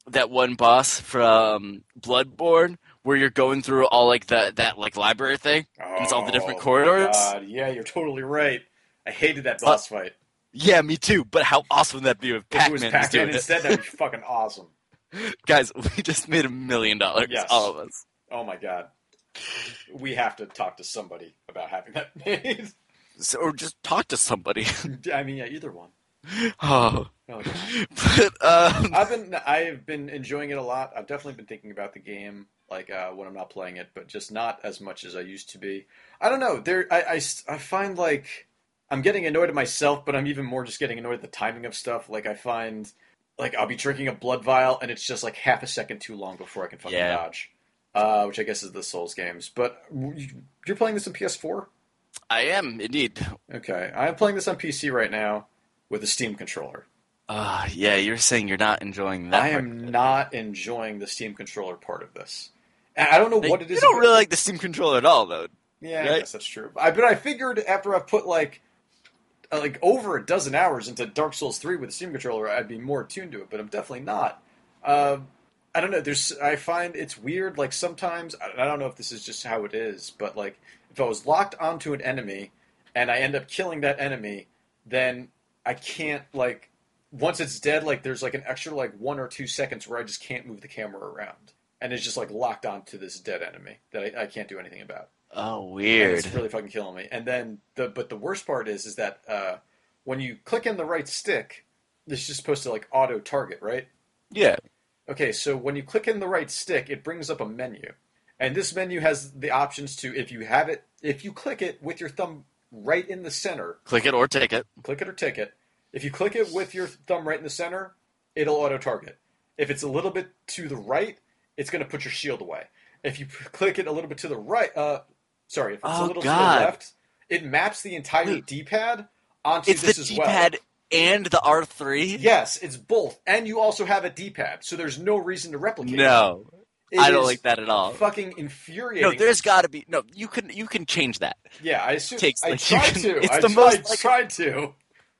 A: that one boss from Bloodborne where you're going through all like the that like library thing.
B: Oh,
A: It's all the different
B: my
A: corridors? Uh,
B: God. Yeah, you're totally right. I hated that boss fight.
A: Yeah, me too. But how awesome would that be if
B: If it
A: Pac-Man
B: was
A: was,
B: Pac-Man
A: doing it?
B: instead, that'd be fucking awesome.
A: Guys, we just made a million dollars,
B: Yes.
A: all of us.
B: Oh my god. We have to talk to somebody about having that made.
A: So, or just talk to somebody.
B: I mean, yeah, either one.
A: oh,
B: Oh, God.
A: but um,
B: I've been I've been enjoying it a lot. I've definitely been thinking about the game, like uh, when I'm not playing it, but just not as much as I used to be. I don't know. There, I, I s- I find like I'm getting annoyed at myself, but I'm even more just getting annoyed at the timing of stuff. Like I find like I'll be drinking a blood vial, and it's just like half a second too long before I can fucking
A: Yeah.
B: dodge. Uh, which I guess is the Souls games. But you- you're playing this on PS4?
A: I am indeed.
B: Okay, I'm playing this on PC right now with a Steam controller.
A: Uh, yeah, you're saying you're not enjoying that.
B: I
A: part.
B: am not enjoying the Steam controller part of this. And I don't know
A: Like,
B: what it is.
A: You don't
B: about-
A: really like the Steam controller at all, though.
B: yeah, I
A: right?
B: guess that's true. I, but I figured after I put like uh, like over a dozen hours into Dark Souls three with the Steam controller, I'd be more attuned to it. But I'm definitely not. Um I don't know. There's I find it's weird. Like sometimes I, I don't know if this is just how it is, but like if I was locked onto an enemy and I end up killing that enemy, then I can't like once it's dead, like there's like an extra like one or two seconds where I just can't move the camera around, and it's just like locked onto this dead enemy that I, I can't do anything about.
A: Oh,
B: And
A: weird.
B: It's really fucking killing me. And then the but the worst part is is that uh, when you click in the right stick, it's just supposed to like auto target, right?
A: Yeah.
B: Okay, so when you click in the right stick, it brings up a menu. And this menu has the options to if you have it if you click it with your thumb right in the center,
A: Click it or take it.
B: click it or tick it. If you click it with your thumb right in the center, it'll auto target. If it's a little bit to the right, it's going to put your shield away. If you p- click it a little bit to the right, uh, sorry, if it's
A: Oh,
B: a little to
A: God.
B: the left, it maps the entire
A: Wait.
B: D-pad onto
A: It's
B: this
A: the
B: as
A: D-pad and the
B: well.
A: R3.
B: Yes, it's both, and you also have a D-pad, so there's no reason to replicate.
A: No,
B: it
A: I don't
B: is
A: like that at all.
B: Fucking infuriating.
A: No, there's got to be no. You can you can change that.
B: Yeah, I assume.
A: takes,
B: I
A: like, you
B: tried
A: can-
B: to.
A: it's
B: I
A: the
B: tried,
A: most, like-
B: tried to.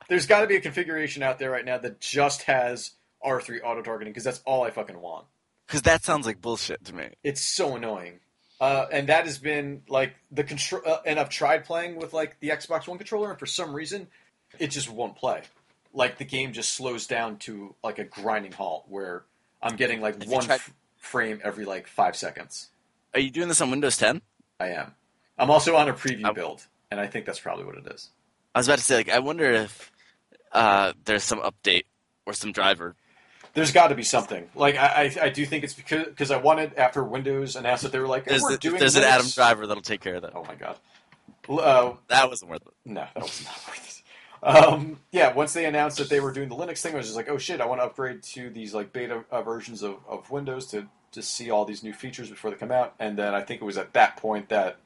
B: There's got to be a configuration out there right now that just has R3 auto targeting because that's all I fucking want.
A: Because that sounds like bullshit to me.
B: It's so annoying. Uh, and that has been like the control. Uh, and I've tried playing with like the Xbox One controller, and for some reason, it just won't play. Like the game just slows down to like a grinding halt where I'm getting like
A: Have you
B: one
A: tried-
B: f- frame every like five seconds.
A: Are you doing this on Windows 10?
B: I am. I'm also on a preview
A: I'm-
B: build, and I think that's probably what it is.
A: I was about to say, like, I wonder if uh, there's some update or some driver.
B: There's got to be something. Like I, I, I do think it's because because I wanted after Windows announced that they were like "Oh,
A: There's,
B: we're
A: a-
B: doing
A: there's an
B: this."
A: Atom driver that'll take care of that.
B: Oh my god. L- Uh,
A: That wasn't worth it.
B: no, that was not worth it. Um, yeah, once they announced that they were doing the Linux thing, I was just like, oh shit, I want to upgrade to these like beta uh, versions of, of Windows to to see all these new features before they come out. And then I think it was at that point that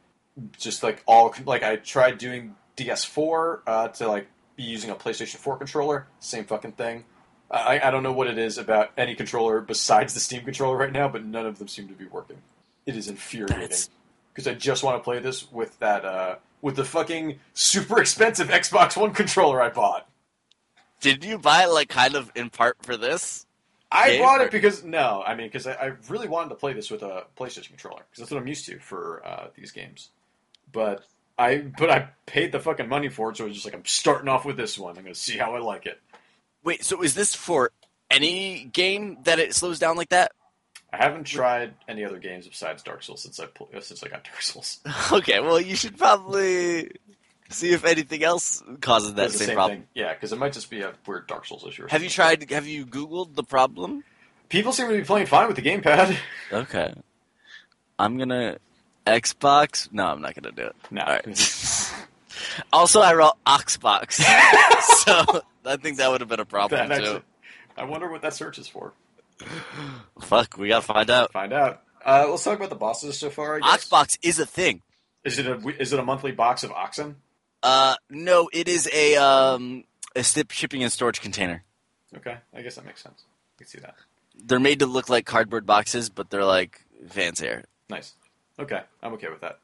B: just like all like I tried doing DS4 uh, to like be using a PlayStation 4 controller, same fucking thing. I, I don't know what it is about any controller besides the Steam controller right now, but none of them seem to be working. It is infuriating
A: That's-
B: because I just want to play this with that uh, with the fucking super expensive Xbox One controller I bought.
A: Did you buy it, like, kind of in part for this?
B: I
A: Yeah,
B: bought
A: or-
B: it because no, I mean because I, I really wanted to play this with a PlayStation controller because that's what I'm used to for uh, these games. But I but I paid the fucking money for it, so I was just like I'm starting off with this one. I'm gonna see how I like it.
A: Wait, so is this for any game that it slows down like that?
B: I haven't tried any other games besides Dark Souls since I pl- uh, since I got Dark Souls.
A: Okay, well, you should probably see if anything else causes that
B: That's the
A: same,
B: same
A: problem.
B: thing, yeah, because it might just be a weird Dark Souls issue. or
A: Have you
B: something.
A: tried? Have you Googled the problem?
B: People seem to be playing fine with the gamepad.
A: Okay, I'm gonna Xbox. No, I'm not gonna do it.
B: no,
A: All right. also, I wrote Oxbox, so I think that would have been a problem
B: that
A: too.
B: actually, I wonder what that search is for.
A: Fuck, we gotta find out.
B: Find out. Uh, let's talk about the bosses so far. I guess.
A: Oxbox is a thing.
B: Is it a is it a monthly box of oxen?
A: Uh, no, it is a um a ship- shipping and storage container.
B: Okay, I guess that makes sense. I can see that.
A: They're made to look like cardboard boxes, but they're like fancier.
B: Nice. Okay, I'm okay with that.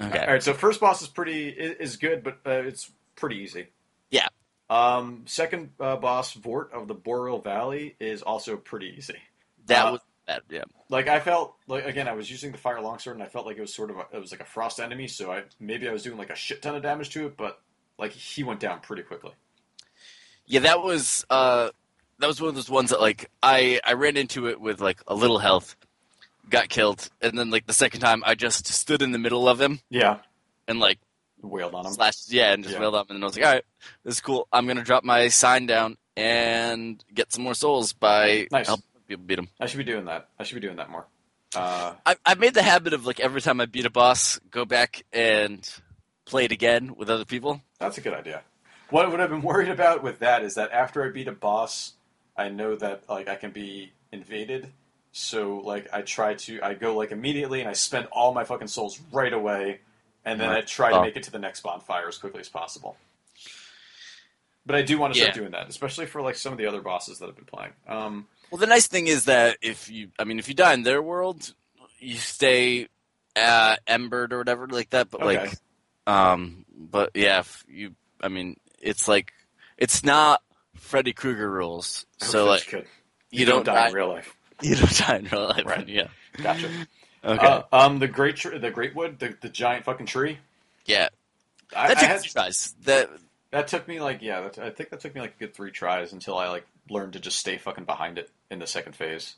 A: Okay.
B: All right, so first boss is pretty i- is good, but uh, it's pretty easy.
A: Yeah.
B: Um, second uh, boss, Vort of the Boreal Valley, is also pretty easy.
A: That
B: Uh,
A: was bad. Yeah.
B: Like I felt like again, I was using the fire longsword, and I felt like it was sort of a, it was like a frost enemy, so I maybe I was doing like a shit ton of damage to it, but like he went down pretty quickly.
A: Yeah, that was uh, that was one of those ones that like I I ran into it with like a little health, got killed, and then like the second time I just stood in the middle of him
B: Yeah,
A: and like
B: wailed on him.
A: slashed yeah and just
B: Yeah.
A: wailed up and then I was like, all right, this is cool. I'm gonna drop my sign down and get some more souls by
B: Nice.
A: helping people beat them.
B: I should be doing that. I should be doing that more. Uh,
A: I I made the habit of like every time I beat a boss, go back and play it again with other people.
B: That's a good idea. What I would have been worried about with that is that after I beat a boss, I know that like I can be invaded. So like I try to I go like immediately and I spend all my fucking souls right away, and then I
A: Right.
B: try
A: Oh.
B: to make it to the next bonfire as quickly as possible. But I do want to start
A: Yeah.
B: doing that, especially for like some of the other bosses that I've been playing. Um,
A: Well, the nice thing is that if you, I mean, if you die in their world, you stay uh, embered or whatever like that. But
B: Okay.
A: like, um, but yeah, if you, I mean, it's like it's not Freddy Krueger rules.
B: Oh,
A: So like,
B: good.
A: you, don't, die.
B: in real life.
A: you don't die in real life.
B: Right.
A: Yeah.
B: Gotcha.
A: Okay.
B: Uh, um, the great tr- the great wood, the, the giant fucking tree.
A: yeah.
B: I,
A: That
B: I
A: took
B: had-
A: two tries. That
B: That took me like yeah, that, I think that took me like a good three tries until I like learned to just stay fucking behind it in the second phase.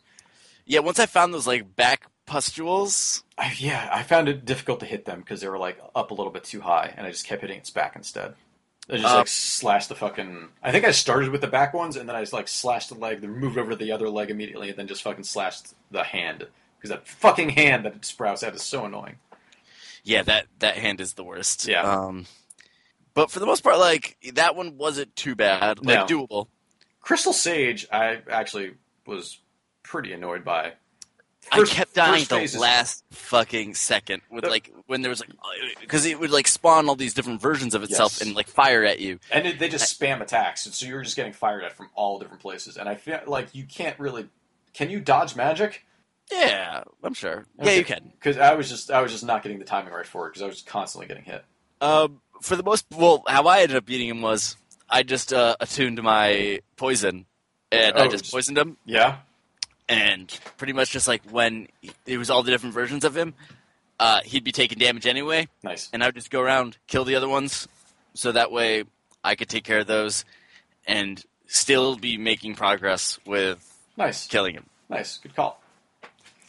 A: yeah. Once I found those like back pustules.
B: I, yeah, I found it difficult to hit them because they were like up a little bit too high, and I just kept hitting its back instead. I just
A: Uh,
B: like slashed the fucking. I think I started with the back ones, and then I just like slashed the leg, then moved over to the other leg immediately, and then just fucking slashed the hand because that fucking hand that it sprouts out is so annoying.
A: Yeah, that that hand is the worst.
B: Yeah.
A: Um, but for the most part, like that one wasn't too bad. Like doable.
B: Crystal Sage, I actually was pretty annoyed by.
A: I kept dying
B: first
A: at the
B: phase is-
A: last fucking second with
B: The-
A: like when there was like because it would like spawn all these different versions of itself
B: Yes.
A: and like fire at you.
B: And it, they just spam attacks, and so you're just getting fired at from all different places. And I feel like you can't really. Can you dodge magic?
A: Yeah, I'm sure. Yeah,
B: Okay.
A: you can.
B: Because I was just I was just not getting the timing right for it because I was constantly getting hit.
A: Um, for the most well, how I ended up beating him was I just uh, attuned my poison and I
B: Oh,
A: just
B: just-
A: poisoned him
B: Yeah,
A: and pretty much just like when it was all the different versions of him, uh, he'd be taking damage anyway.
B: nice.
A: and I would just go around kill the other ones, so that way I could take care of those, and still be making progress with
B: Nice,
A: killing him.
B: nice. Good call.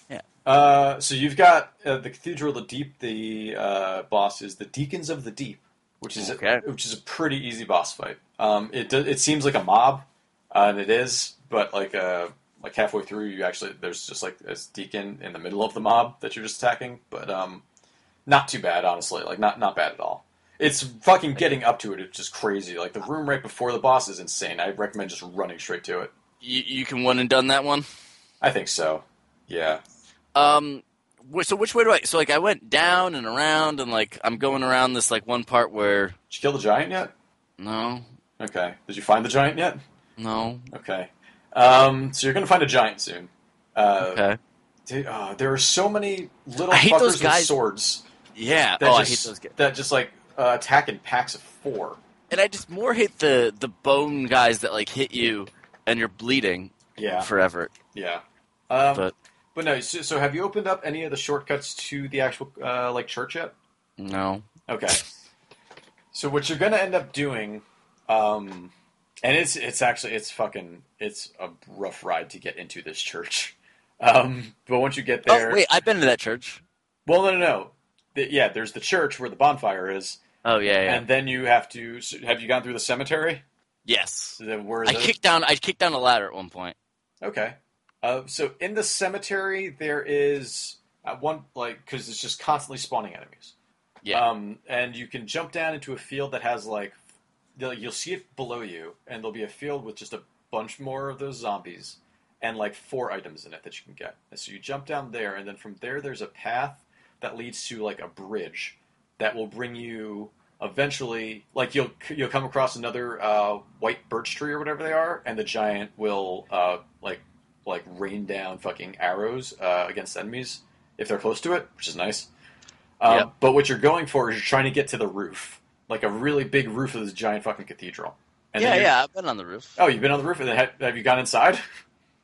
A: Yeah.
B: Uh, so you've got uh, the Cathedral of the Deep. The uh, boss is the Deacons of the Deep, which is
A: Okay.
B: a, which is a pretty easy boss fight. Um, it do, it seems like a mob, uh, and it is, but like uh, like halfway through, you actually there's just like this deacon in the middle of the mob that you're just attacking. But um, not too bad, honestly. Like not not bad at all. It's fucking getting up to it. It's just crazy. Like the room right before the boss is insane. I recommend just running straight to it.
A: You, you can one and done that one.
B: I think so. Yeah.
A: Um, wh- so which way do I? So like I went down and around, and like I'm going around this like one part where
B: Did you kill the giant yet?
A: no,
B: Okay. Did you find the giant yet?
A: no,
B: Okay. Um, so you're gonna find a giant soon. Uh,
A: okay,
B: dude, uh, there are so many little
A: I hate
B: fuckers
A: those
B: with
A: guys.
B: swords
A: yeah.
B: that
A: oh,
B: just
A: I hate those guys,
B: that just like uh, attack in packs of four.
A: and I just more hate the the bone guys that like hit you and you're bleeding
B: Yeah,
A: forever.
B: yeah. Um, but,
A: But-
B: no. So, so have you opened up any of the shortcuts to the actual uh, like church yet?
A: No,
B: Okay. So what you're gonna end up doing, um, and it's it's actually it's fucking it's a rough ride to get into this church. Um, but once you get there,
A: oh wait, I've been to that church.
B: Well, no, no, no. The- yeah, there's the church where the bonfire is,
A: Oh yeah, yeah.
B: and then you have to. so Have you gone through the cemetery?
A: yes.
B: So then where
A: I
B: the-
A: kicked down. I kicked down a ladder at one point.
B: Okay. Uh, so in the cemetery, there is at one like because it's just constantly spawning enemies.
A: Yeah.
B: Um, and you can jump down into a field that has like they'll- you'll see it below you, and there'll be a field with just a bunch more of those zombies and like four items in it that you can get. And so you jump down there, and then from there, there's a path that leads to like a bridge that will bring you eventually like you'll you'll come across another uh, white birch tree or whatever they are and the giant will uh, like like rain down fucking arrows uh, against enemies if they're close to it which is nice Um,
A: Yep.
B: But what you're going for is you're trying to get to the roof, like a really big roof of this giant fucking cathedral. And
A: yeah,
B: then you're-
A: yeah, I've been on the roof.
B: Oh, you've been on the roof, and have, have you gone inside?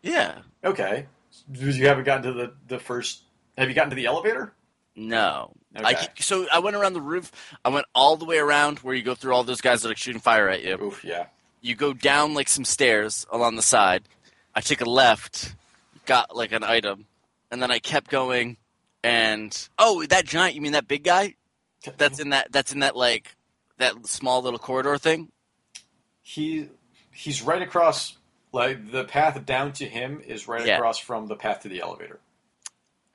A: Yeah.
B: Okay. You haven't gotten to the, the first. Have you gotten to the elevator?
A: No. I
B: Okay.
A: keep- so I went around the roof. I went all the way around where you go through all those guys that are shooting fire at you.
B: Oof, yeah.
A: You go down like some stairs along the side. I took a left, got like an item, and then I kept going. And oh, that giant! You mean that big guy? That's in that. That's in that like that small little corridor thing.
B: he he's right across. Like the path down to him is right
A: Yeah.
B: across from the path to the elevator.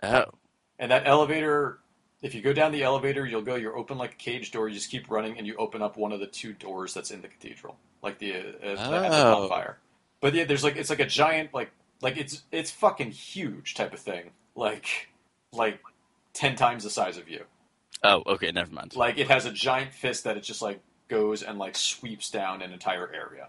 A: Oh,
B: And that elevator, if you go down the elevator, you'll go. You're open like a cage door. You just keep running, and you open up one of the two doors that's in the cathedral, like the uh, uh, that had the
A: Oh.
B: bonfire. But yeah, there's like it's like a giant like like it's it's fucking huge type of thing. Like like ten times the size of you.
A: oh, okay, never mind.
B: Like it has a giant fist that it just like goes and like sweeps down an entire area.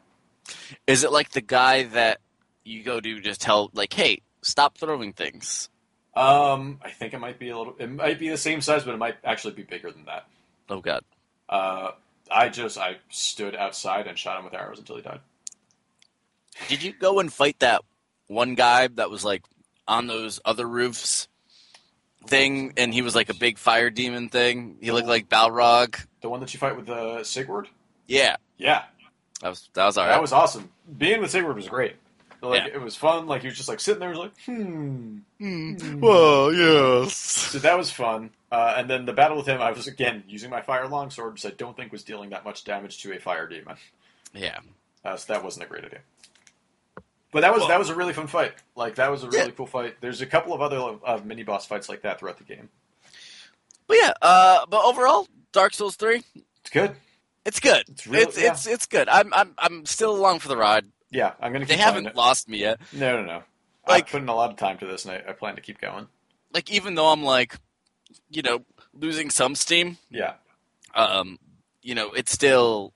A: Is it like the guy that you go to just tell like, hey, stop throwing things?
B: Um, I think it might be a little. It might be the same size, but it might actually be bigger than that.
A: Oh God.
B: Uh, I just I stood outside and shot him with arrows until he died.
A: Did you go and fight that one guy that was like on those other roofs thing and he was like a big fire demon thing? He looked like Balrog.
B: The one that you fight with uh, Sigward?
A: Yeah.
B: Yeah,
A: That was that was all
B: that
A: right.
B: was awesome. Being with Sigward was great. Like
A: Oh, Yeah.
B: it was fun. Like he was just like sitting there, was like hmm.
A: well, yes.
B: So that was fun. Uh, and then the battle with him, I was again using my fire longsword, which I don't think was dealing that much damage to a fire demon.
A: Yeah.
B: Uh, so that wasn't a great idea. But that was
A: Well-
B: that was a really fun fight. Like that was a really
A: Yeah.
B: cool fight. There's a couple of other uh, mini boss fights like that throughout the game.
A: But yeah, uh but overall, Dark Souls three,
B: It's good.
A: it's good.
B: It's
A: It's
B: real-
A: it's, it's it's good. I'm I'm I'm still along for the ride.
B: Yeah, I'm gonna. Keep
A: They
B: playing
A: haven't
B: it.
A: lost me yet.
B: No, no, no. Like,
A: Like-
B: I'm putting a lot of time to this, and I, I plan to keep going.
A: Like even though I'm like, you know, losing some steam,
B: Yeah,
A: um, you know, it's still,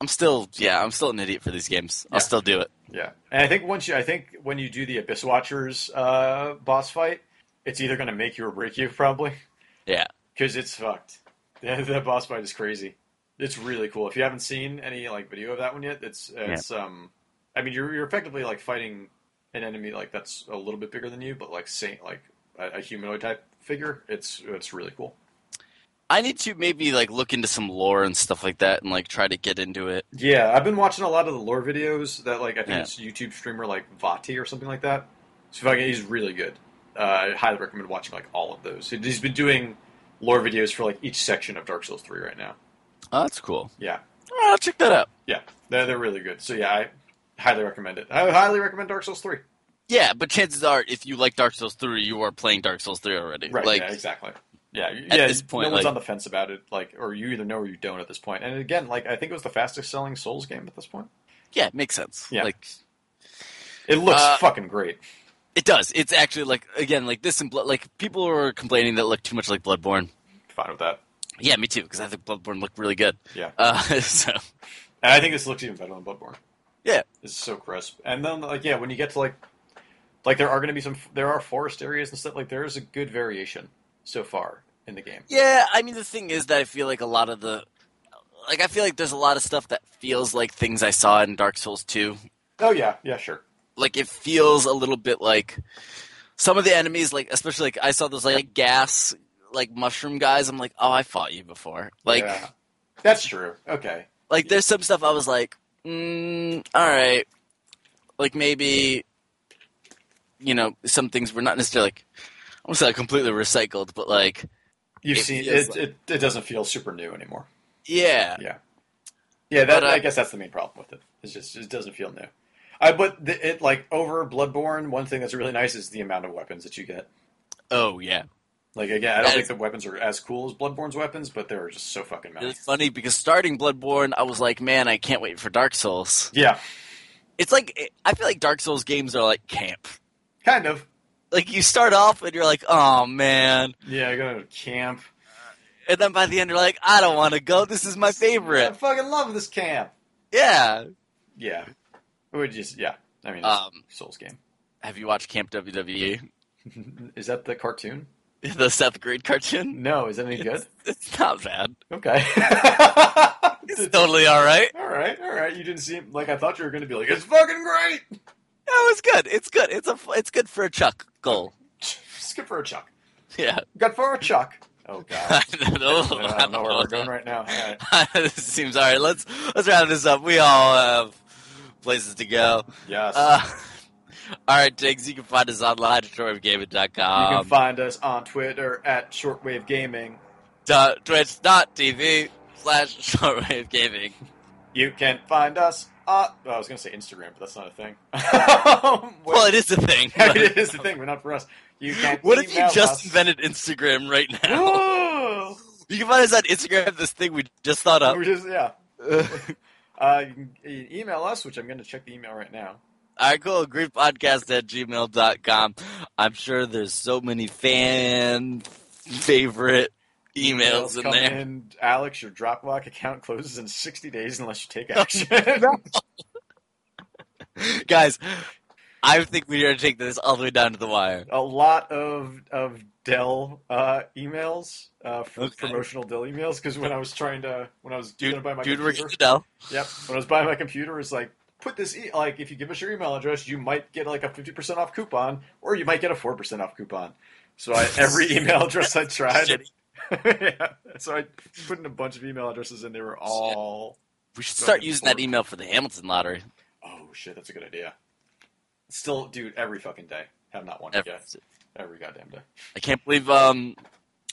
A: I'm still, yeah, I'm still an idiot for these games.
B: Yeah.
A: I'll still do it.
B: yeah. And I think once you, I think when you do the Abyss Watchers uh, boss fight, it's either gonna make you or break you, probably.
A: Yeah.
B: Because it's fucked. Yeah, that boss fight is crazy. It's really cool. If you haven't seen any like video of that one yet, it's it's um, I mean, you're you're effectively like fighting an enemy like that's a little bit bigger than you, but like saint like a, a humanoid type figure. It's it's really cool.
A: I need to maybe like look into some lore and stuff like that and like try to get into it.
B: Yeah, I've been watching a lot of the lore videos that like I think
A: Yeah.
B: it's YouTube streamer like Vati or something like that. So if I can, he's really good. Uh, I highly recommend watching like all of those. He's been doing lore videos for like each section of Dark Souls three right now.
A: Oh, that's cool.
B: Yeah,
A: All right, I'll check that out.
B: yeah, they're they're really good. So yeah, I highly recommend it. I highly recommend Dark Souls three.
A: Yeah, but chances are, if you like Dark Souls three, you are playing Dark Souls three already.
B: Right?
A: Like,
B: yeah, exactly. Yeah,
A: At
B: yeah.
A: this point,
B: no one's
A: like-
B: on the fence about it. Like, or you either know or you don't at this point. And again, like I think it was the fastest selling Souls game at this point.
A: yeah, it makes sense.
B: Yeah.
A: Like,
B: It looks
A: Uh,
B: fucking great.
A: it does. It's actually like again, like this and Blood- like people were complaining that it looked too much like Bloodborne.
B: Fine with that.
A: Yeah, me too, because I think Bloodborne looked really good.
B: Yeah.
A: Uh, so
B: And I think this looks even better than Bloodborne.
A: Yeah.
B: it's so crisp. And then, like, yeah, when you get to like, like there are going to be some, there are forest areas and stuff. Like, there is a good variation so far in the game.
A: Yeah, I mean the thing is that I feel like a lot of the like I feel like there's a lot of stuff that feels like things I saw in Dark Souls 2.
B: Oh yeah, yeah, sure.
A: Like it feels a little bit like some of the enemies like especially like I saw those like gas like mushroom guys I'm like, "Oh, I fought you before." Like
B: Yeah. that's true. Okay,
A: like there's some stuff I was like, mm, all right, like maybe, you know, some things were not necessarily like, I won't say like completely recycled, but like,
B: you've
A: It
B: seen
A: feels
B: it,
A: like-
B: it. It doesn't feel super new anymore.
A: yeah,
B: Yeah, that,
A: But, uh,
B: I guess that's the main problem with it. It's just it doesn't feel new. I but the, it like over Bloodborne. One thing that's really nice is the amount of weapons that you get.
A: oh yeah,
B: Like again, I don't
A: That
B: think
A: is-
B: the weapons are as cool as Bloodborne's weapons, but they're just so fucking many.
A: It's funny because starting Bloodborne, I was like, man, I can't wait for Dark Souls.
B: Yeah,
A: It's like I feel like Dark Souls games are like camp.
B: kind of.
A: Like you start off and you're like, oh man,
B: Yeah, I go to camp.
A: and then by the end you're like, I don't want to go. This is my
B: I
A: favorite.
B: fucking love this camp.
A: Yeah.
B: Yeah. We just yeah. I mean, it's
A: Um,
B: Souls game.
A: Have you watched Camp WWE?
B: Is that the cartoon?
A: E, The Seth Green cartoon.
B: No, is it any good?
A: It's not bad.
B: Okay.
A: It's totally all right.
B: all right, all right. You didn't seem like I thought you were going to be like, it's fucking great.
A: No, it's good. It's good. It's a. It's good for a chuck goal.
B: Skip for a chuck.
A: Yeah.
B: Got for a chuck. Oh
A: I
B: god.
A: don't know.
B: I don't know where we're going right now. All right.
A: this seems all right. Let's let's wrap this up. We all have places to go.
B: Yes.
A: Uh, all right, Diggs, you can find us online at
B: you
A: shortwavegaming.com,
B: can find us on Twitter at Shortwave Gaming.
A: dot- twitch.tv slash shortwavegaming.
B: You can find us. Uh, I was going to say Instagram, but that's not a thing. well,
A: Well, it is a thing. but-
B: it is the thing, but not for us. You can.
A: What if you
B: email
A: just
B: us.
A: invented Instagram right now?
B: Whoa!
A: you can find us on Instagram, this thing we just thought up.
B: We're just yeah. Uh, you can you can email us, which I'm going to check the email right now.
A: All right, cool. Griefpodcast at gmail.com. I'm sure there's so many fan favorite emails in
B: come
A: there.
B: in. Alex, your Dropbox account closes in 60 days unless you take
A: Oh,
B: action.
A: Guys, I think we are to take this all the way down to the wire.
B: a lot of of Dell uh, emails, uh, for
A: Okay.
B: promotional Dell emails, because when I was trying to when I was
A: Dude,
B: gonna buy my
A: dude, we're
B: computer,
A: good now.
B: yep, when I was buying my computer, it's like put this e- like if you give us your email address, you might get like a 50% off coupon, or you might get a 4% off coupon. So I, every email address I tried,
A: Shitty.
B: yeah. So I put in a bunch of email addresses, and they were all.
A: We should
B: Go
A: start
B: ahead,
A: using
B: forward.
A: that email for the Hamilton lottery.
B: Oh shit, that's a good idea. Still, dude, every fucking day. Have not won it
A: Every-
B: yet. Every goddamn day.
A: I can't believe um,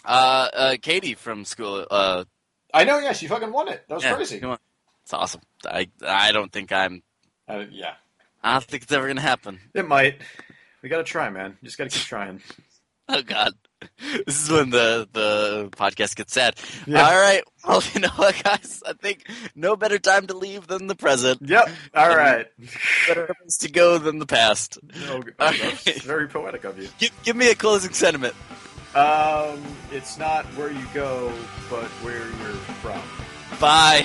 A: uh, uh, Katie from school. Uh,
B: I know. Yeah, she fucking won it. That was
A: yeah,
B: crazy.
A: come on. It's awesome. I I don't think I'm.
B: Uh, yeah,
A: I don't think it's ever gonna happen.
B: it might. We gotta try, man. Just gotta keep trying.
A: Oh God, this is when the the podcast gets sad.
B: Yeah.
A: All right. Well, you know what, guys? I think no better time to leave than the present.
B: Yep. All right.
A: Better place to go than the past.
B: No,
A: All
B: that's
A: right.
B: very poetic of you.
A: Give, give me a closing sentiment.
B: Um, it's not where you go, but where you're from.
A: Bye.